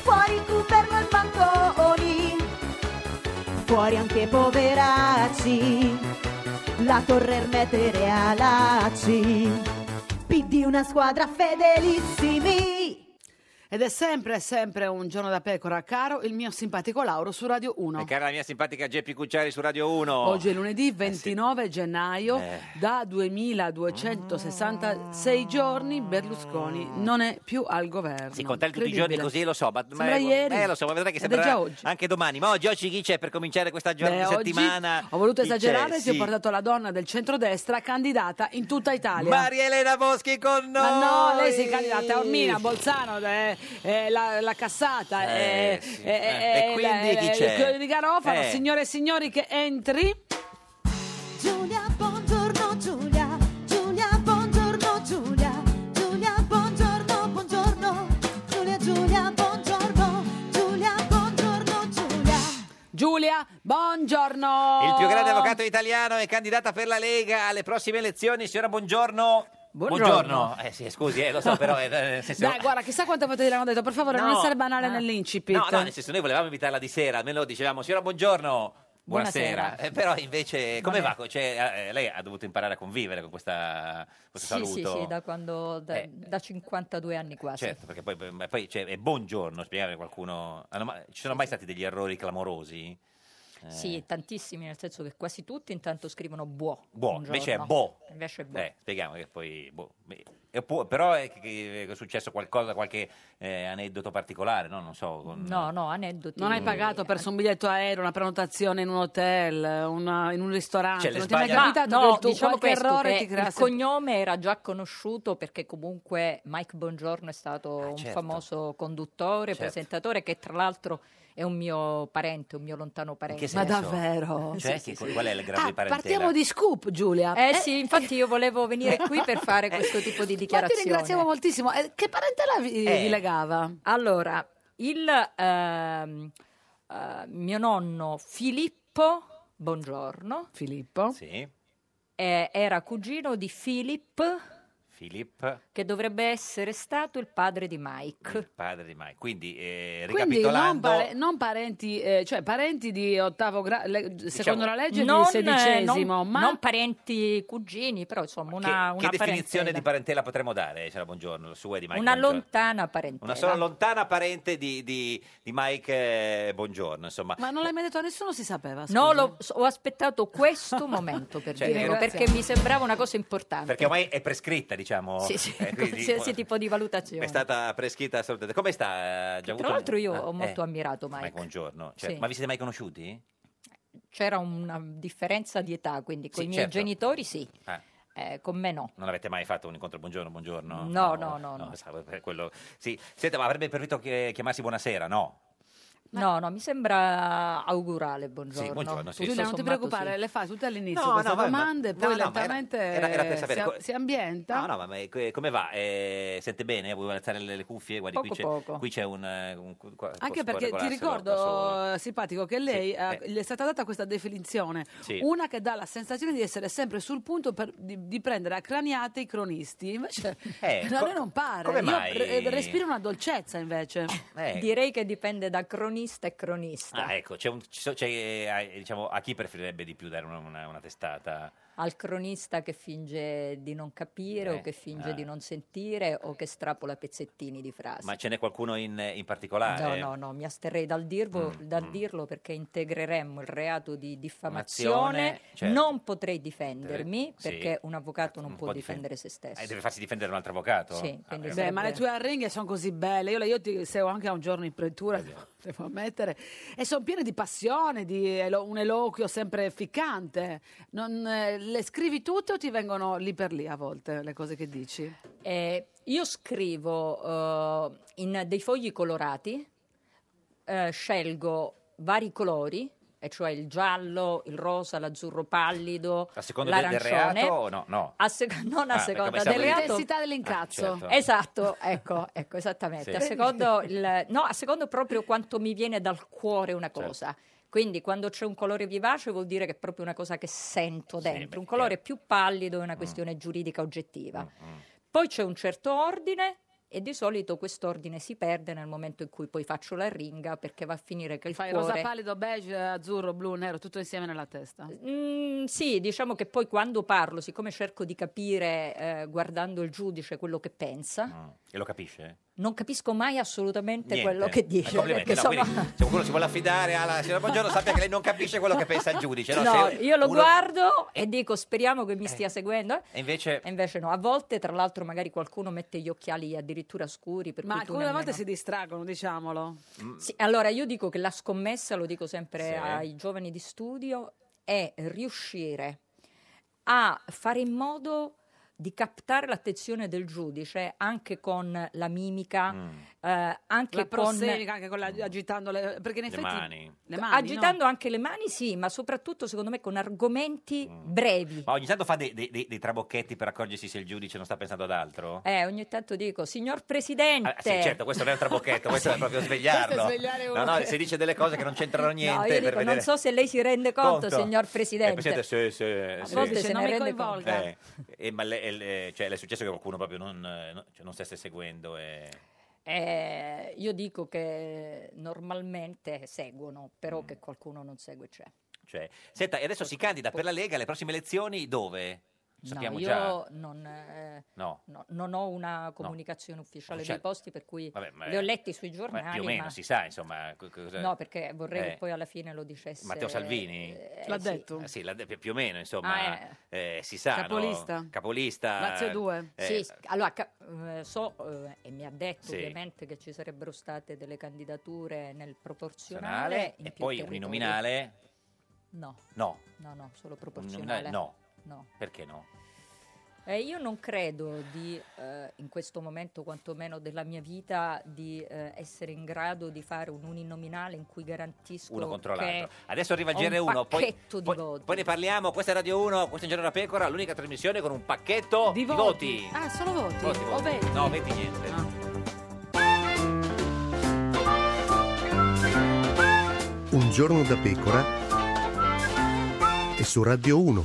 [SPEAKER 8] fuori Cooperlo e Banconi, fuori anche Poveracci, la Torre Ermete e Realaci, PD una squadra fedelissimi.
[SPEAKER 1] Ed è sempre, sempre un giorno da pecora, caro il mio simpatico Lauro su Radio 1.
[SPEAKER 2] E cara la mia simpatica Geppi Cucciari su Radio 1.
[SPEAKER 1] Oggi è lunedì 29 gennaio,
[SPEAKER 2] Eh.
[SPEAKER 1] da 2266 giorni Berlusconi non è più al governo.
[SPEAKER 2] Sì, contare tutti i giorni così,
[SPEAKER 1] Incredibile.
[SPEAKER 2] lo so, ma, ma
[SPEAKER 1] Sembra ieri.
[SPEAKER 2] eh, lo so, ma vedrai che
[SPEAKER 1] Ed è già
[SPEAKER 2] sembrerà
[SPEAKER 1] oggi.
[SPEAKER 2] anche domani. Ma oggi, oggi chi c'è per cominciare questa giornata
[SPEAKER 1] Beh,
[SPEAKER 2] di
[SPEAKER 1] oggi
[SPEAKER 2] settimana?
[SPEAKER 1] ho voluto
[SPEAKER 2] Chi c'è?
[SPEAKER 1] esagerare, ti ho
[SPEAKER 2] Sì.
[SPEAKER 1] portato la donna del centrodestra candidata in tutta Italia.
[SPEAKER 2] Maria Elena Boschi con noi.
[SPEAKER 1] Ma no, lei si è candidata a Ormina, Bolzano, eh, eh, la, la Cassata.
[SPEAKER 2] Eh,
[SPEAKER 1] eh,
[SPEAKER 2] sì.
[SPEAKER 1] eh,
[SPEAKER 2] Eh, e
[SPEAKER 1] eh,
[SPEAKER 2] quindi
[SPEAKER 1] la-
[SPEAKER 2] chi
[SPEAKER 1] eh,
[SPEAKER 2] c'è?
[SPEAKER 1] il Clone di Garofano,
[SPEAKER 2] Eh.
[SPEAKER 1] signore e signori, che entri.
[SPEAKER 8] Giulia, buongiorno Giulia, Giulia, buongiorno Giulia, Giulia, buongiorno, buongiorno, Giulia, Giulia, buongiorno, Giulia, buongiorno Giulia.
[SPEAKER 1] Giulia, buongiorno. Oh!
[SPEAKER 2] sindacato italiano e candidata per la Lega alle prossime elezioni. Signora, buongiorno.
[SPEAKER 1] Buongiorno.
[SPEAKER 2] Eh, sì, scusi, eh, lo so, però... eh, nel senso-
[SPEAKER 1] Dai, guarda, chissà quante volte gliel'hanno detto, per favore, non
[SPEAKER 2] No,
[SPEAKER 1] essere banale nell'incipit.
[SPEAKER 2] No, no, nel senso, noi volevamo invitarla di sera, almeno dicevamo, signora, buongiorno. Buonasera.
[SPEAKER 1] Buonasera.
[SPEAKER 2] Eh, però invece, come
[SPEAKER 9] Buonasera.
[SPEAKER 2] va? Cioè, eh, lei ha dovuto imparare a convivere con questa, questo
[SPEAKER 9] Sì, sì,
[SPEAKER 2] saluto.
[SPEAKER 9] sì, da quando da,
[SPEAKER 2] Eh.
[SPEAKER 9] da 52 anni quasi.
[SPEAKER 2] Certo, perché poi, ma poi cioè, è buongiorno spiegare a qualcuno. hanno ma- Ci sono mai stati degli errori clamorosi? Eh,
[SPEAKER 9] Sì, tantissimi, nel senso che quasi tutti intanto scrivono buo.
[SPEAKER 2] Buo,
[SPEAKER 9] un
[SPEAKER 2] boh, invece è
[SPEAKER 9] giorno.
[SPEAKER 2] bo.
[SPEAKER 9] Invece è boh. bo.
[SPEAKER 2] eh, spieghiamo che poi. boh, beh, e pu- però è, che- che è successo qualcosa, qualche eh, aneddoto particolare, no? Non so. con-
[SPEAKER 9] No, no, aneddoti.
[SPEAKER 1] Non hai pagato per un biglietto aereo, una prenotazione in un hotel, una- in un ristorante.
[SPEAKER 2] Cioè, le
[SPEAKER 1] non ti è mai
[SPEAKER 2] sbaglia-
[SPEAKER 1] capitato
[SPEAKER 9] Ma Ah, no,
[SPEAKER 1] che il tuo
[SPEAKER 9] diciamo
[SPEAKER 1] qualche
[SPEAKER 9] questo,
[SPEAKER 1] errore
[SPEAKER 9] che
[SPEAKER 1] ti crea
[SPEAKER 9] il
[SPEAKER 1] sempre-
[SPEAKER 9] cognome era già conosciuto perché comunque Mike Bongiorno è stato un
[SPEAKER 2] certo.
[SPEAKER 9] famoso conduttore,
[SPEAKER 2] Certo.
[SPEAKER 9] presentatore che tra l'altro è un mio parente, un mio lontano
[SPEAKER 2] In che
[SPEAKER 9] parente.
[SPEAKER 1] Ma
[SPEAKER 2] senso?
[SPEAKER 1] davvero?
[SPEAKER 2] Cioè,
[SPEAKER 9] Sì,
[SPEAKER 2] che-
[SPEAKER 9] sì, sì.
[SPEAKER 2] qual è il grado
[SPEAKER 1] Ah,
[SPEAKER 2] di parentela?
[SPEAKER 1] partiamo di scoop, Giulia.
[SPEAKER 9] Eh sì, infatti io volevo venire qui per fare questo tipo di
[SPEAKER 1] ma ti
[SPEAKER 9] dichiarazione.
[SPEAKER 1] ringraziamo moltissimo. Eh, che parentela vi,
[SPEAKER 2] Eh.
[SPEAKER 1] vi legava?
[SPEAKER 9] Allora, il ehm, eh, mio nonno Filippo Bongiorno
[SPEAKER 1] Filippo?
[SPEAKER 2] Sì,
[SPEAKER 9] eh, era cugino di Philip,
[SPEAKER 2] Philip,
[SPEAKER 9] che dovrebbe essere stato il padre di Mike.
[SPEAKER 2] il padre di Mike. Quindi, eh,
[SPEAKER 1] Quindi non,
[SPEAKER 2] ricapitolando.
[SPEAKER 1] pare- non parenti, eh, cioè parenti di ottavo grado,
[SPEAKER 2] Diciamo,
[SPEAKER 1] secondo la legge
[SPEAKER 9] non,
[SPEAKER 1] di
[SPEAKER 9] eh,
[SPEAKER 1] sedicesimo,
[SPEAKER 9] non-
[SPEAKER 1] ma
[SPEAKER 9] non parenti cugini, però insomma
[SPEAKER 2] Che,
[SPEAKER 9] una,
[SPEAKER 2] che
[SPEAKER 9] una
[SPEAKER 2] definizione di
[SPEAKER 9] parentela.
[SPEAKER 2] parentela potremmo dare? C'era buongiorno, la sua e di Mike.
[SPEAKER 9] Una
[SPEAKER 2] Buongiorno.
[SPEAKER 9] lontana parentela.
[SPEAKER 2] Una sola lontana parente di, di- di Mike eh, Buongiorno, insomma.
[SPEAKER 1] Ma non l'hai mai detto a nessuno, si sapeva. scusa.
[SPEAKER 9] No, l'ho- ho aspettato questo momento per
[SPEAKER 2] Cioè,
[SPEAKER 9] dirlo,
[SPEAKER 1] grazie.
[SPEAKER 9] perché mi sembrava una cosa importante.
[SPEAKER 2] Perché ormai è prescritta, diciamo.
[SPEAKER 9] Sì, sì,
[SPEAKER 2] eh, quindi-
[SPEAKER 9] qualsiasi tipo di valutazione.
[SPEAKER 2] È stata prescritta assolutamente. Come sta? eh, Già avuto
[SPEAKER 9] Tra l'altro
[SPEAKER 2] un-
[SPEAKER 9] io
[SPEAKER 2] ah,
[SPEAKER 9] ho molto
[SPEAKER 2] eh,
[SPEAKER 9] ammirato Mike.
[SPEAKER 2] Mike Buongiorno. Cioè,
[SPEAKER 9] Sì.
[SPEAKER 2] Ma vi siete mai conosciuti?
[SPEAKER 9] C'era una differenza di età, quindi con
[SPEAKER 2] Sì,
[SPEAKER 9] i miei
[SPEAKER 2] certo.
[SPEAKER 9] genitori sì,
[SPEAKER 2] Ah,
[SPEAKER 9] eh, con me no.
[SPEAKER 2] non avete mai fatto un incontro buongiorno, buongiorno?
[SPEAKER 9] No, no, no, no.
[SPEAKER 2] stavo per quello- Sì, senta, ma avrebbe preferito che- chiamarsi buonasera, no?
[SPEAKER 9] No, no, mi sembra augurale, buongiorno.
[SPEAKER 2] Sì, buongiorno, sì.
[SPEAKER 9] Tutto
[SPEAKER 1] Giulia, non ti
[SPEAKER 9] sommato,
[SPEAKER 1] preoccupare,
[SPEAKER 9] sì.
[SPEAKER 1] le fai tutte all'inizio
[SPEAKER 2] No,
[SPEAKER 1] queste
[SPEAKER 2] no, vabbè, ma-
[SPEAKER 1] domande,
[SPEAKER 2] no,
[SPEAKER 1] poi
[SPEAKER 2] no, ma era-
[SPEAKER 1] lentamente
[SPEAKER 2] era- era per sapere
[SPEAKER 1] si,
[SPEAKER 2] co-
[SPEAKER 1] si ambienta.
[SPEAKER 2] No, no, ma- ma que- come va? Eh, sente bene? Vuoi alzare le, le cuffie? Guardi, qui c'è,
[SPEAKER 9] Poco, poco.
[SPEAKER 2] qui c'è un... eh, un- qua-
[SPEAKER 1] Anche
[SPEAKER 2] può- può
[SPEAKER 1] perché ti
[SPEAKER 2] regolarselo da solo.
[SPEAKER 1] ricordo, eh, simpatico, che lei
[SPEAKER 2] Sì,
[SPEAKER 1] eh,
[SPEAKER 2] eh.
[SPEAKER 1] gli è stata data questa definizione,
[SPEAKER 2] Sì.
[SPEAKER 1] una che dà la sensazione di essere sempre sul punto per- di, di prendere a craniate i cronisti. Invece,
[SPEAKER 2] Eh,
[SPEAKER 1] no, a
[SPEAKER 2] co-
[SPEAKER 1] noi non pare.
[SPEAKER 2] come
[SPEAKER 1] Io
[SPEAKER 2] mai?
[SPEAKER 1] re- respiro una dolcezza invece.
[SPEAKER 2] Eh,
[SPEAKER 9] Direi che dipende da cronista e cronista.
[SPEAKER 2] Ah, ecco, c'è un, ci so- c'è, eh, diciamo, a chi preferirebbe di più dare una, una- una testata?
[SPEAKER 9] Al cronista che finge di non capire
[SPEAKER 2] Eh,
[SPEAKER 9] o che finge
[SPEAKER 2] ah.
[SPEAKER 9] di non sentire o che strapola pezzettini di frasi.
[SPEAKER 2] Ma ce n'è qualcuno in, in
[SPEAKER 9] Ah, No,
[SPEAKER 2] particolare?
[SPEAKER 9] no, no, mi asterrei dal, dirvo-
[SPEAKER 2] Eh, Mm,
[SPEAKER 9] dal
[SPEAKER 2] mm.
[SPEAKER 9] dirlo perché integreremmo il reato di
[SPEAKER 2] Diffamazione,
[SPEAKER 9] diffamazione.
[SPEAKER 2] certo.
[SPEAKER 9] Non potrei difendermi
[SPEAKER 2] Sì.
[SPEAKER 9] perché un avvocato non,
[SPEAKER 2] Non
[SPEAKER 9] può
[SPEAKER 2] può
[SPEAKER 9] difendere se
[SPEAKER 2] Eh,
[SPEAKER 9] stesso.
[SPEAKER 2] deve farsi difendere un altro avvocato?
[SPEAKER 9] Sì, quindi
[SPEAKER 2] beh,
[SPEAKER 1] Beh,
[SPEAKER 9] sarebbe-
[SPEAKER 1] ma le tue arenghe sono così belle. Io, io ti seguo anche a un giorno in
[SPEAKER 2] Eh,
[SPEAKER 1] pretura, devo ammettere. E sono piene di passione, di elo- un eloquio sempre ficcante. Non, eh, le scrivi tutte o ti vengono lì per lì a volte le cose che dici?
[SPEAKER 9] Eh, io scrivo eh, in dei fogli colorati, eh, scelgo vari colori, e cioè il giallo, il rosa, l'azzurro pallido,
[SPEAKER 2] A seconda del- del
[SPEAKER 9] l'arancione.
[SPEAKER 2] reato o no? No.
[SPEAKER 9] A sec- non a
[SPEAKER 2] Ah, come
[SPEAKER 9] seconda
[SPEAKER 2] siamo
[SPEAKER 9] del
[SPEAKER 2] in-
[SPEAKER 9] reato.
[SPEAKER 1] L'intensità dell'incazzo.
[SPEAKER 2] Ah, certo.
[SPEAKER 9] Esatto, ecco, ecco esattamente.
[SPEAKER 2] Sì.
[SPEAKER 9] A, secondo il- no, a secondo proprio quanto mi viene dal cuore una
[SPEAKER 2] Certo.
[SPEAKER 9] cosa. Quindi quando c'è un colore vivace vuol dire che è proprio una cosa che sento
[SPEAKER 2] Sì,
[SPEAKER 9] dentro.
[SPEAKER 2] beh,
[SPEAKER 9] un colore
[SPEAKER 2] chiaro.
[SPEAKER 9] più pallido è una questione giuridica oggettiva.
[SPEAKER 2] Mm, mm.
[SPEAKER 9] Poi c'è un certo ordine e di solito quest'ordine si perde nel momento in cui poi faccio la ringa perché va a finire che il
[SPEAKER 1] Fai
[SPEAKER 9] cuore...
[SPEAKER 1] rosa pallido, beige, azzurro, blu, nero, tutto insieme nella testa.
[SPEAKER 9] Mm, sì, diciamo che poi quando parlo, siccome cerco di capire eh, guardando il giudice quello che pensa,
[SPEAKER 2] Mm. E lo capisce?
[SPEAKER 9] non capisco mai assolutamente
[SPEAKER 2] Niente.
[SPEAKER 9] quello che
[SPEAKER 2] Eh,
[SPEAKER 9] dice.
[SPEAKER 2] complimenti,
[SPEAKER 9] Perché
[SPEAKER 2] no,
[SPEAKER 9] sono...
[SPEAKER 2] quindi, se qualcuno si vuole affidare alla signora Buongiorno sappia che lei non capisce quello che pensa il giudice. cioè, No,
[SPEAKER 9] No,
[SPEAKER 2] Se
[SPEAKER 9] io lo
[SPEAKER 2] uno-
[SPEAKER 9] guardo e dico speriamo che mi stia seguendo. eh.
[SPEAKER 2] E invece...
[SPEAKER 9] E invece no, a volte tra l'altro magari qualcuno mette gli occhiali addirittura scuri. Per
[SPEAKER 1] Ma
[SPEAKER 9] cui tu
[SPEAKER 1] alcune volte
[SPEAKER 9] nemmeno-
[SPEAKER 1] si distraggono, diciamolo.
[SPEAKER 9] Sì, allora io dico che la scommessa, lo dico sempre
[SPEAKER 2] Sì.
[SPEAKER 9] ai giovani di studio, è riuscire a fare in modo di captare l'attenzione del giudice anche con la mimica,
[SPEAKER 2] Mm.
[SPEAKER 9] eh, anche
[SPEAKER 1] La
[SPEAKER 9] con...
[SPEAKER 1] prossemica, anche con la- agitando le, perché in
[SPEAKER 9] Le
[SPEAKER 1] effetti
[SPEAKER 2] mani.
[SPEAKER 1] le mani,
[SPEAKER 9] agitando anche le mani, sì, ma soprattutto secondo me con argomenti
[SPEAKER 2] Mm.
[SPEAKER 9] brevi.
[SPEAKER 2] Ma ogni tanto fa dei, dei- dei- dei trabocchetti per accorgersi se il giudice non sta pensando ad altro?
[SPEAKER 9] Eh, ogni tanto dico, signor Presidente,
[SPEAKER 2] Ah, sì, certo, questo non è un trabocchetto, questo è proprio svegliarlo.
[SPEAKER 9] Questo è svegliare
[SPEAKER 2] no,
[SPEAKER 9] uno
[SPEAKER 2] no,
[SPEAKER 9] che-
[SPEAKER 2] si dice delle cose che non c'entrano niente
[SPEAKER 9] No, io
[SPEAKER 2] per
[SPEAKER 9] dico,
[SPEAKER 2] vedere.
[SPEAKER 9] non so se lei si rende conto, signor
[SPEAKER 2] Eh,
[SPEAKER 9] Presidente.
[SPEAKER 2] Presidente, sì, sì,
[SPEAKER 9] A
[SPEAKER 2] sì.
[SPEAKER 9] volte se
[SPEAKER 1] non
[SPEAKER 9] ne
[SPEAKER 1] mi
[SPEAKER 9] rende conto.
[SPEAKER 1] coinvolga.
[SPEAKER 2] Eh, eh, ma le, eh, le- cioè, le è successo che qualcuno proprio non, eh, no- cioè, non stesse seguendo? e-
[SPEAKER 9] Eh, io dico che normalmente seguono,
[SPEAKER 2] Mm.
[SPEAKER 9] però che qualcuno non segue c'è.
[SPEAKER 2] cioè. Senta, e adesso si candida per la Lega alle prossime elezioni dove? Lo Sappiamo
[SPEAKER 9] no, io
[SPEAKER 2] già.
[SPEAKER 9] non, eh,
[SPEAKER 2] No.
[SPEAKER 9] no, non ho una comunicazione ufficiale
[SPEAKER 2] Ufficiale.
[SPEAKER 9] dei posti, per cui
[SPEAKER 2] Cioè, Vabbè, ma-
[SPEAKER 9] li ho letti sui
[SPEAKER 2] Beh,
[SPEAKER 9] giornali.
[SPEAKER 2] più o meno,
[SPEAKER 9] ma-
[SPEAKER 2] si sa, insomma. co- cosa-
[SPEAKER 9] No, perché vorrei
[SPEAKER 2] Eh.
[SPEAKER 9] che poi alla fine lo dicesse.
[SPEAKER 2] Matteo Salvini?
[SPEAKER 9] L'ha sì. detto?
[SPEAKER 2] Eh, Sì, l'ha de- più o meno, insomma,
[SPEAKER 9] Ah,
[SPEAKER 2] eh, si sa. no?
[SPEAKER 9] Capolista?
[SPEAKER 2] Capolista. eh,
[SPEAKER 9] Sì, s- allora, ca- eh, so eh, e mi ha detto
[SPEAKER 2] Sì.
[SPEAKER 9] ovviamente che ci sarebbero state delle candidature nel
[SPEAKER 2] nazionale,
[SPEAKER 9] proporzionale. in
[SPEAKER 2] e
[SPEAKER 9] più
[SPEAKER 2] poi
[SPEAKER 9] territori.
[SPEAKER 2] uninominale?
[SPEAKER 9] No,
[SPEAKER 2] No.
[SPEAKER 9] no, no, solo
[SPEAKER 2] Uninominale?
[SPEAKER 9] proporzionale.
[SPEAKER 2] No.
[SPEAKER 9] No.
[SPEAKER 2] Perché no?
[SPEAKER 9] Eh, io non credo di, eh, in questo momento quantomeno della mia vita, di eh, essere in grado di fare un uninominale in cui garantisco
[SPEAKER 2] Uno contro
[SPEAKER 9] che
[SPEAKER 2] l'altro. Adesso arriva il
[SPEAKER 9] ho un
[SPEAKER 2] GR1, poi,
[SPEAKER 9] pacchetto di
[SPEAKER 2] poi-
[SPEAKER 9] voti.
[SPEAKER 2] poi ne parliamo. Questa è Radio 1, questa è Giorno da Pecora, l'unica trasmissione con un pacchetto di, voti.
[SPEAKER 1] Ah, solo voti.
[SPEAKER 2] Voti,
[SPEAKER 1] Oh,
[SPEAKER 2] voti.
[SPEAKER 1] beh.
[SPEAKER 2] No, vedi niente.
[SPEAKER 10] Un giorno da pecora e su Radio 1.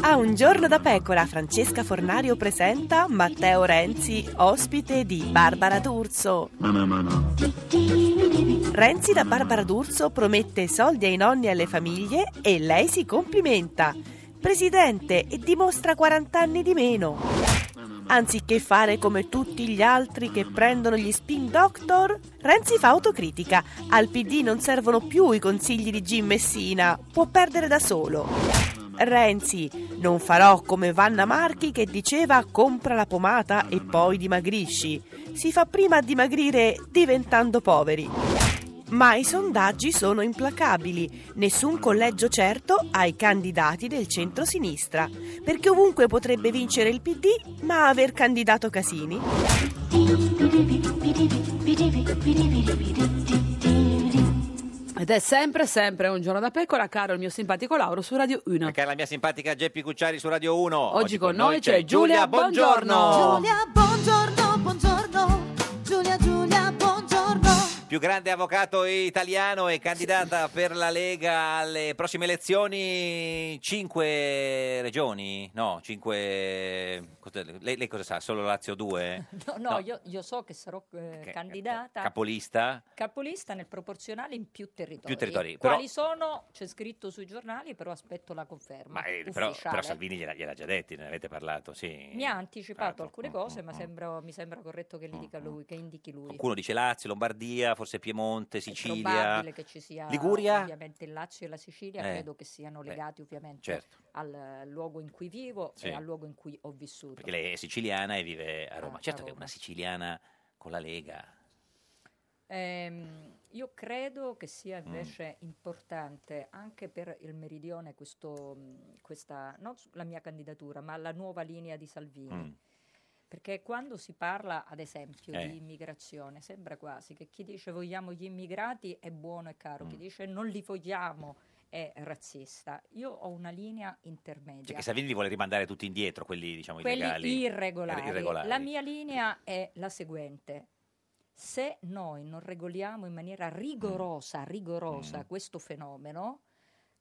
[SPEAKER 11] A un giorno da pecora, Francesca Fornario presenta Matteo Renzi, ospite di Barbara D'Urso. Renzi da Barbara D'Urso promette soldi ai nonni e alle famiglie e lei si complimenta. Presidente, e dimostra 40 anni di meno. Anziché fare come tutti gli altri che prendono gli spin doctor, Renzi fa autocritica. Al PD non servono più i consigli di Jim Messina, può perdere da solo. Renzi, non farò come Vanna Marchi che diceva compra la pomata e poi dimagrisci. Si fa prima a dimagrire diventando poveri. Ma i sondaggi sono implacabili, nessun collegio certo ai candidati del centro-sinistra, perché ovunque potrebbe vincere il PD, ma aver candidato Casini.
[SPEAKER 1] Ed è sempre, sempre un giorno da pecora, caro il mio simpatico Lauro su Radio 1.
[SPEAKER 2] Che è la mia simpatica Geppi Cucciari su Radio 1.
[SPEAKER 1] Oggi con noi c'è Giulia, buongiorno.
[SPEAKER 8] Giulia, buongiorno, buongiorno. Giulia, Giulia, buongiorno.
[SPEAKER 2] Più grande avvocato italiano e candidata per la Lega alle prossime elezioni. Cinque regioni? No, cinque. cosa- Lei, lei cosa sa? Solo Lazio 2?
[SPEAKER 9] No, no,
[SPEAKER 2] No.
[SPEAKER 9] Io, io so che sarò eh, candidata
[SPEAKER 2] Capolista?
[SPEAKER 9] capolista nel proporzionale in più territori.
[SPEAKER 2] Più territori, però-
[SPEAKER 9] Quali sono? C'è scritto sui giornali, però aspetto la conferma.
[SPEAKER 2] Ma, eh, però,
[SPEAKER 9] ufficiale.
[SPEAKER 2] però Salvini certo. gliela, gliel'ha già detti, ne avete parlato, sì.
[SPEAKER 9] Mi ha anticipato alcune
[SPEAKER 2] Mm,
[SPEAKER 9] cose, ma sembra- mi sembra corretto che li dica lui, che indichi lui.
[SPEAKER 2] Qualcuno dice Lazio, Lombardia, forse Piemonte, Sicilia.
[SPEAKER 9] Probabile che ci sia
[SPEAKER 2] Liguria?
[SPEAKER 9] ovviamente il Lazio e la Sicilia,
[SPEAKER 2] Eh.
[SPEAKER 9] credo che siano legati ovviamente
[SPEAKER 2] certo.
[SPEAKER 9] al eh, luogo in cui vivo
[SPEAKER 2] Sì.
[SPEAKER 9] e al luogo in cui ho vissuto.
[SPEAKER 2] Perché lei è siciliana e vive a Roma.
[SPEAKER 9] Ah, a
[SPEAKER 2] certo che
[SPEAKER 9] Roma.
[SPEAKER 2] una siciliana con la Lega. Cioè,
[SPEAKER 9] Ehm, io credo che sia
[SPEAKER 2] Mm.
[SPEAKER 9] invece importante anche per il meridione questo, mh, questa, non s- la mia candidatura, ma la nuova linea di Salvini.
[SPEAKER 12] Mm.
[SPEAKER 9] Perché quando si parla, ad esempio,
[SPEAKER 12] Eh.
[SPEAKER 9] di immigrazione, sembra quasi che chi dice vogliamo gli immigrati è buono e caro, chi dice non li vogliamo è razzista. Io ho una linea intermedia.
[SPEAKER 2] Cioè che Salvini li vuole rimandare tutti indietro, quelli diciamo
[SPEAKER 9] quelli
[SPEAKER 2] illegali.
[SPEAKER 9] irregolari.
[SPEAKER 2] Ir- irregolari.
[SPEAKER 9] La mia linea è la seguente. Se noi non regoliamo in maniera
[SPEAKER 2] Mm.
[SPEAKER 9] rigorosa, rigorosa questo fenomeno,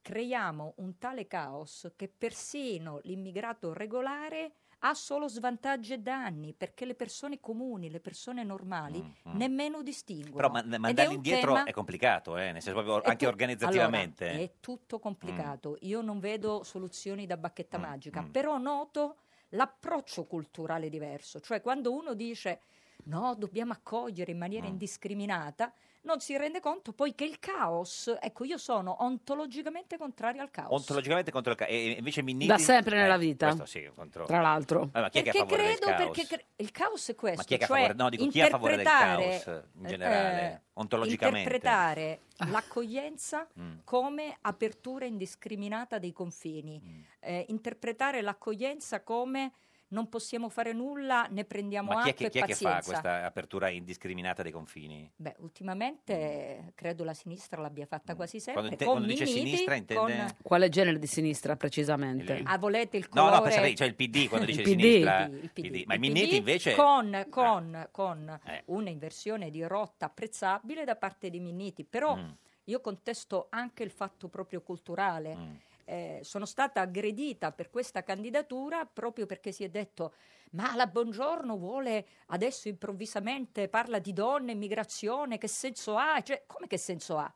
[SPEAKER 9] creiamo un tale caos che persino l'immigrato regolare ha solo svantaggi e danni, perché le persone comuni, le persone normali,
[SPEAKER 2] mm.
[SPEAKER 9] nemmeno distinguono.
[SPEAKER 2] Però man-
[SPEAKER 9] Ed è
[SPEAKER 2] mandarli
[SPEAKER 9] un
[SPEAKER 2] indietro
[SPEAKER 9] tema-
[SPEAKER 2] è complicato, eh, nel senso proprio
[SPEAKER 9] è
[SPEAKER 2] anche
[SPEAKER 9] tu-
[SPEAKER 2] organizzativamente. eh.
[SPEAKER 9] Allora, è tutto complicato. Io non vedo soluzioni da bacchetta magica, però noto l'approccio culturale diverso. Cioè, quando uno dice no, dobbiamo accogliere in maniera indiscriminata, non si rende conto poi che il caos, ecco io sono ontologicamente contrario al caos.
[SPEAKER 2] Ontologicamente contro il caos. E invece Minniti...
[SPEAKER 1] Da sempre nella
[SPEAKER 2] Eh,
[SPEAKER 1] vita.
[SPEAKER 2] questo sì, contro-
[SPEAKER 1] Tra l'altro.
[SPEAKER 2] Allora, chi è che è a
[SPEAKER 9] perché
[SPEAKER 2] favore del
[SPEAKER 9] credo,
[SPEAKER 2] caos?
[SPEAKER 9] perché cre- il caos è questo,
[SPEAKER 2] Ma chi è, che è a
[SPEAKER 9] cioè
[SPEAKER 2] favore? No, dico, chi è a favore del
[SPEAKER 9] interpretare,
[SPEAKER 2] caos in generale,
[SPEAKER 9] eh,
[SPEAKER 2] ontologicamente?
[SPEAKER 9] Interpretare l'accoglienza
[SPEAKER 2] Mm.
[SPEAKER 9] come apertura indiscriminata dei confini,
[SPEAKER 2] Mm.
[SPEAKER 9] eh, interpretare l'accoglienza come non possiamo fare nulla, ne prendiamo
[SPEAKER 2] Ma chi è,
[SPEAKER 9] atto
[SPEAKER 2] che, chi
[SPEAKER 9] e
[SPEAKER 2] è che
[SPEAKER 9] pazienza.
[SPEAKER 2] fa questa apertura indiscriminata dei confini?
[SPEAKER 9] Beh, ultimamente credo la sinistra l'abbia fatta quasi sempre.
[SPEAKER 2] Mm. Quando inte-
[SPEAKER 9] con
[SPEAKER 2] quando dice
[SPEAKER 9] Minniti,
[SPEAKER 2] sinistra intende-
[SPEAKER 9] con-
[SPEAKER 1] Quale genere di sinistra precisamente?
[SPEAKER 9] Ah, volete il
[SPEAKER 2] No,
[SPEAKER 9] colore?
[SPEAKER 2] no, pensate, cioè il PD quando dice
[SPEAKER 1] Il
[SPEAKER 2] di
[SPEAKER 1] PD.
[SPEAKER 2] sinistra,
[SPEAKER 9] Il PD,
[SPEAKER 2] PD. ma
[SPEAKER 9] il
[SPEAKER 2] il Minniti
[SPEAKER 9] PD
[SPEAKER 2] invece cioè,
[SPEAKER 9] con, con, con
[SPEAKER 2] Eh.
[SPEAKER 9] un'inversione di rotta apprezzabile da parte di Minniti però
[SPEAKER 2] Mm.
[SPEAKER 9] io contesto anche il fatto proprio culturale
[SPEAKER 2] Mm.
[SPEAKER 9] Eh, sono stata aggredita per questa candidatura proprio perché si è detto ma la Buongiorno vuole adesso improvvisamente parla di donne, migrazione, che senso ha? Cioè, come che senso ha?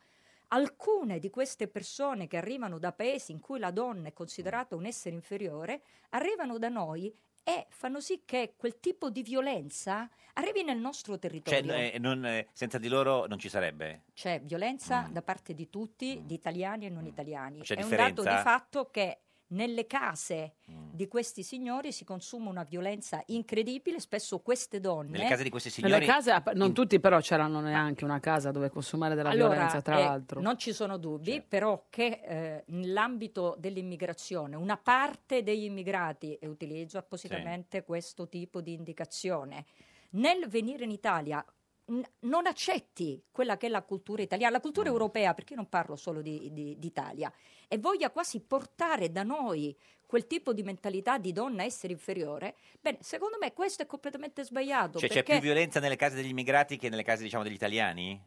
[SPEAKER 9] Alcune di queste persone che arrivano da paesi in cui la donna è considerata un essere inferiore arrivano da noi e fanno sì che quel tipo di violenza arrivi nel nostro
[SPEAKER 2] cioè,
[SPEAKER 9] territorio.
[SPEAKER 2] eh, non, eh, senza di loro non ci sarebbe.
[SPEAKER 9] C'è violenza da parte di tutti, di italiani e non italiani.
[SPEAKER 2] Mm. C'è
[SPEAKER 9] È un dato
[SPEAKER 2] differenza? Mm.
[SPEAKER 9] di fatto che nelle case di questi signori si consuma una violenza incredibile, spesso queste donne...
[SPEAKER 2] Nelle case di questi
[SPEAKER 1] Nelle case, ah, non tutti però c'erano neanche una casa dove consumare della
[SPEAKER 9] Allora,
[SPEAKER 1] violenza,
[SPEAKER 9] eh,
[SPEAKER 1] tra l'altro. Certo.
[SPEAKER 9] Non ci sono dubbi, però che eh, nell'ambito dell'immigrazione una parte degli immigrati, e utilizzo appositamente questo tipo di indicazione, nel venire in Italia n- non accetti quella che è la cultura italiana, la cultura europea, perché io non parlo solo di, di- d'Italia, e voglia quasi portare da noi quel tipo di mentalità di donna essere inferiore, bene, secondo me questo è completamente sbagliato.
[SPEAKER 2] Cioè, c'è
[SPEAKER 9] Certo, perché
[SPEAKER 2] più violenza nelle case degli immigrati che nelle case diciamo degli italiani?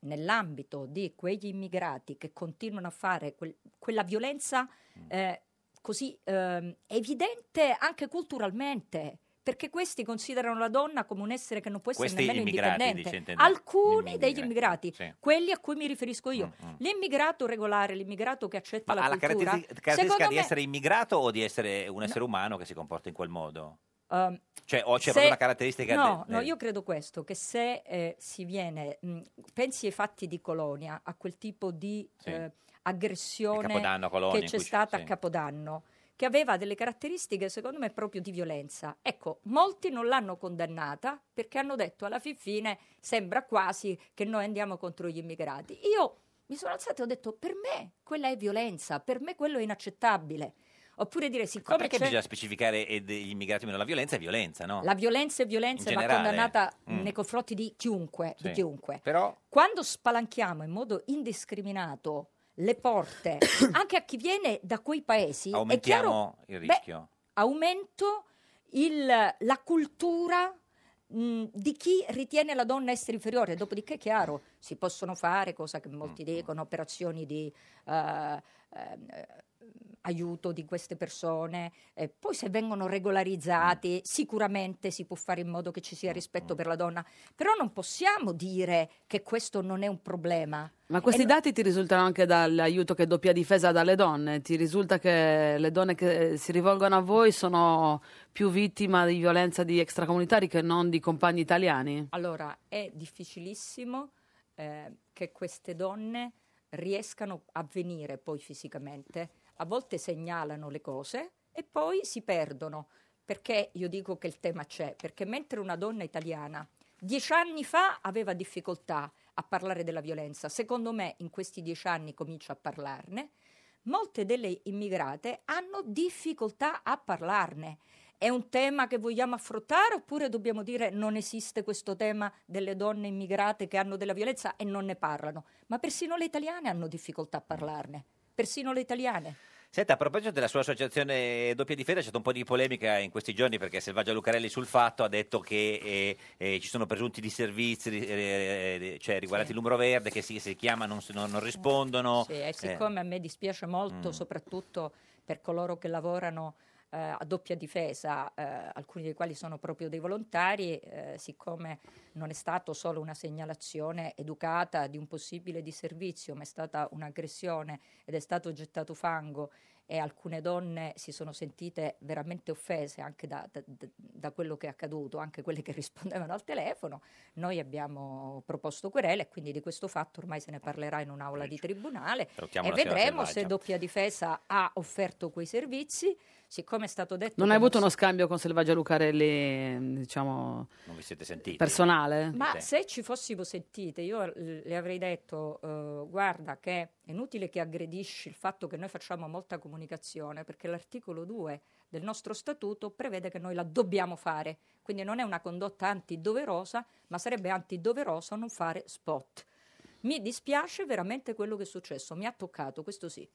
[SPEAKER 9] nell'ambito di quegli immigrati che continuano a fare quel- quella violenza
[SPEAKER 2] Mm.
[SPEAKER 9] eh, così ehm, evidente anche culturalmente. Perché questi considerano la donna come un essere che non può essere
[SPEAKER 2] Questi
[SPEAKER 9] nemmeno
[SPEAKER 2] immigrati,
[SPEAKER 9] indipendente.
[SPEAKER 2] dice, intende.
[SPEAKER 9] Alcuni degli immigrati,
[SPEAKER 2] sì. Mm,
[SPEAKER 9] quelli a cui mi riferisco io. L'immigrato regolare, l'immigrato che accetta
[SPEAKER 2] Ma
[SPEAKER 9] la
[SPEAKER 2] ha la
[SPEAKER 9] cultura.
[SPEAKER 2] caratteri-
[SPEAKER 9] secondo
[SPEAKER 2] caratteristica di
[SPEAKER 9] me,
[SPEAKER 2] essere immigrato o di essere un essere umano che si comporta in quel modo?
[SPEAKER 9] ehm,
[SPEAKER 2] Cioè, o c'è
[SPEAKER 9] Se-
[SPEAKER 2] proprio una caratteristica...
[SPEAKER 9] No,
[SPEAKER 2] de-
[SPEAKER 9] no,
[SPEAKER 2] de-
[SPEAKER 9] io credo questo, che se eh, si viene, mh, pensi ai fatti di Colonia, a quel tipo di
[SPEAKER 2] Sì.
[SPEAKER 9] eh,
[SPEAKER 2] Il
[SPEAKER 9] aggressione
[SPEAKER 2] Capodanno a Colonia,
[SPEAKER 9] che
[SPEAKER 2] in
[SPEAKER 9] c'è
[SPEAKER 2] cui c-
[SPEAKER 9] stata
[SPEAKER 2] sì.
[SPEAKER 9] a Capodanno, che aveva delle caratteristiche secondo me proprio di violenza. Ecco, molti non l'hanno condannata perché hanno detto alla fin fine sembra quasi che noi andiamo contro gli immigrati. Io mi sono alzata e ho detto per me quella è violenza, per me quello è inaccettabile. Oppure dire
[SPEAKER 2] Ma
[SPEAKER 9] siccome
[SPEAKER 2] perché
[SPEAKER 9] c'è...
[SPEAKER 2] bisogna specificare eh, degli immigrati meno? La violenza è violenza, no?
[SPEAKER 9] La violenza è violenza
[SPEAKER 2] In
[SPEAKER 9] e va
[SPEAKER 2] generale.
[SPEAKER 9] condannata
[SPEAKER 2] Mm.
[SPEAKER 9] nei confronti di chiunque, di
[SPEAKER 2] Sì.
[SPEAKER 9] chiunque.
[SPEAKER 2] Però...
[SPEAKER 9] Quando spalanchiamo in modo indiscriminato le porte anche a chi viene da quei paesi, è chiaro,
[SPEAKER 2] Aumentiamo il
[SPEAKER 9] beh,
[SPEAKER 2] rischio.
[SPEAKER 9] aumento il- la cultura mh, di chi ritiene la donna essere inferiore. Dopodiché, è chiaro, si possono fare, cosa che molti dicono, operazioni di eh, ehm, eh, aiuto di queste persone. Eh, poi se vengono regolarizzati, sicuramente si può fare in modo che ci sia rispetto per la donna. Però non possiamo dire che questo non è un problema.
[SPEAKER 1] Ma questi
[SPEAKER 9] E-
[SPEAKER 1] dati ti risultano anche dall'aiuto che doppia difesa dalle donne? Ti risulta che le donne che si rivolgono a voi sono più vittime di violenza di extracomunitari che non di compagni italiani?
[SPEAKER 9] Allora, è difficilissimo eh, che queste donne riescano a venire poi fisicamente. A volte segnalano le cose e poi si perdono. Perché io dico che il tema c'è? Perché mentre una donna italiana dieci anni fa aveva difficoltà a parlare della violenza, secondo me in questi dieci anni comincia a parlarne, molte delle immigrate hanno difficoltà a parlarne. È un tema che vogliamo affrontare oppure dobbiamo dire non esiste questo tema delle donne immigrate che hanno della violenza e non ne parlano? Ma persino le italiane hanno difficoltà a parlarne. Persino le italiane.
[SPEAKER 2] Senta, a proposito della sua associazione Doppia Difesa, c'è stata un po' di polemica in questi giorni perché Selvaggia Lucarelli sul fatto ha detto che eh, eh, ci sono presunti disservizi eh, eh, cioè, riguardanti il numero verde che si, si chiama non, si- non- non rispondono. Eh.
[SPEAKER 9] Sì, e siccome a me dispiace molto, soprattutto per coloro che lavorano eh, a doppia difesa, eh, alcuni dei quali sono proprio dei volontari, eh, siccome non è stato solo una segnalazione educata di un possibile disservizio, ma è stata un'aggressione ed è stato gettato fango e alcune donne si sono sentite veramente offese anche da, da- da- da quello che è accaduto, anche quelle che rispondevano al telefono. Noi abbiamo proposto querela e quindi di questo fatto ormai se ne parlerà in un'aula di tribunale
[SPEAKER 12] Salutiamo
[SPEAKER 9] e
[SPEAKER 12] la signora
[SPEAKER 9] vedremo
[SPEAKER 12] Selvaggia.
[SPEAKER 9] se doppia difesa ha offerto quei servizi. Siccome è stato detto
[SPEAKER 1] Non hai
[SPEAKER 9] che
[SPEAKER 1] avuto uno scambio con Selvaggia Lucarelli, diciamo,
[SPEAKER 2] Non vi siete sentiti?
[SPEAKER 1] personale?
[SPEAKER 9] Ma se ci fossimo sentite, io l- le avrei detto, eh, guarda che è inutile che aggredisci il fatto che noi facciamo molta comunicazione, perché l'articolo 2 del nostro statuto prevede che noi la dobbiamo fare, quindi non è una condotta antidoverosa, ma sarebbe antidoveroso non fare spot. Mi dispiace veramente quello che è successo, mi ha toccato, questo sì.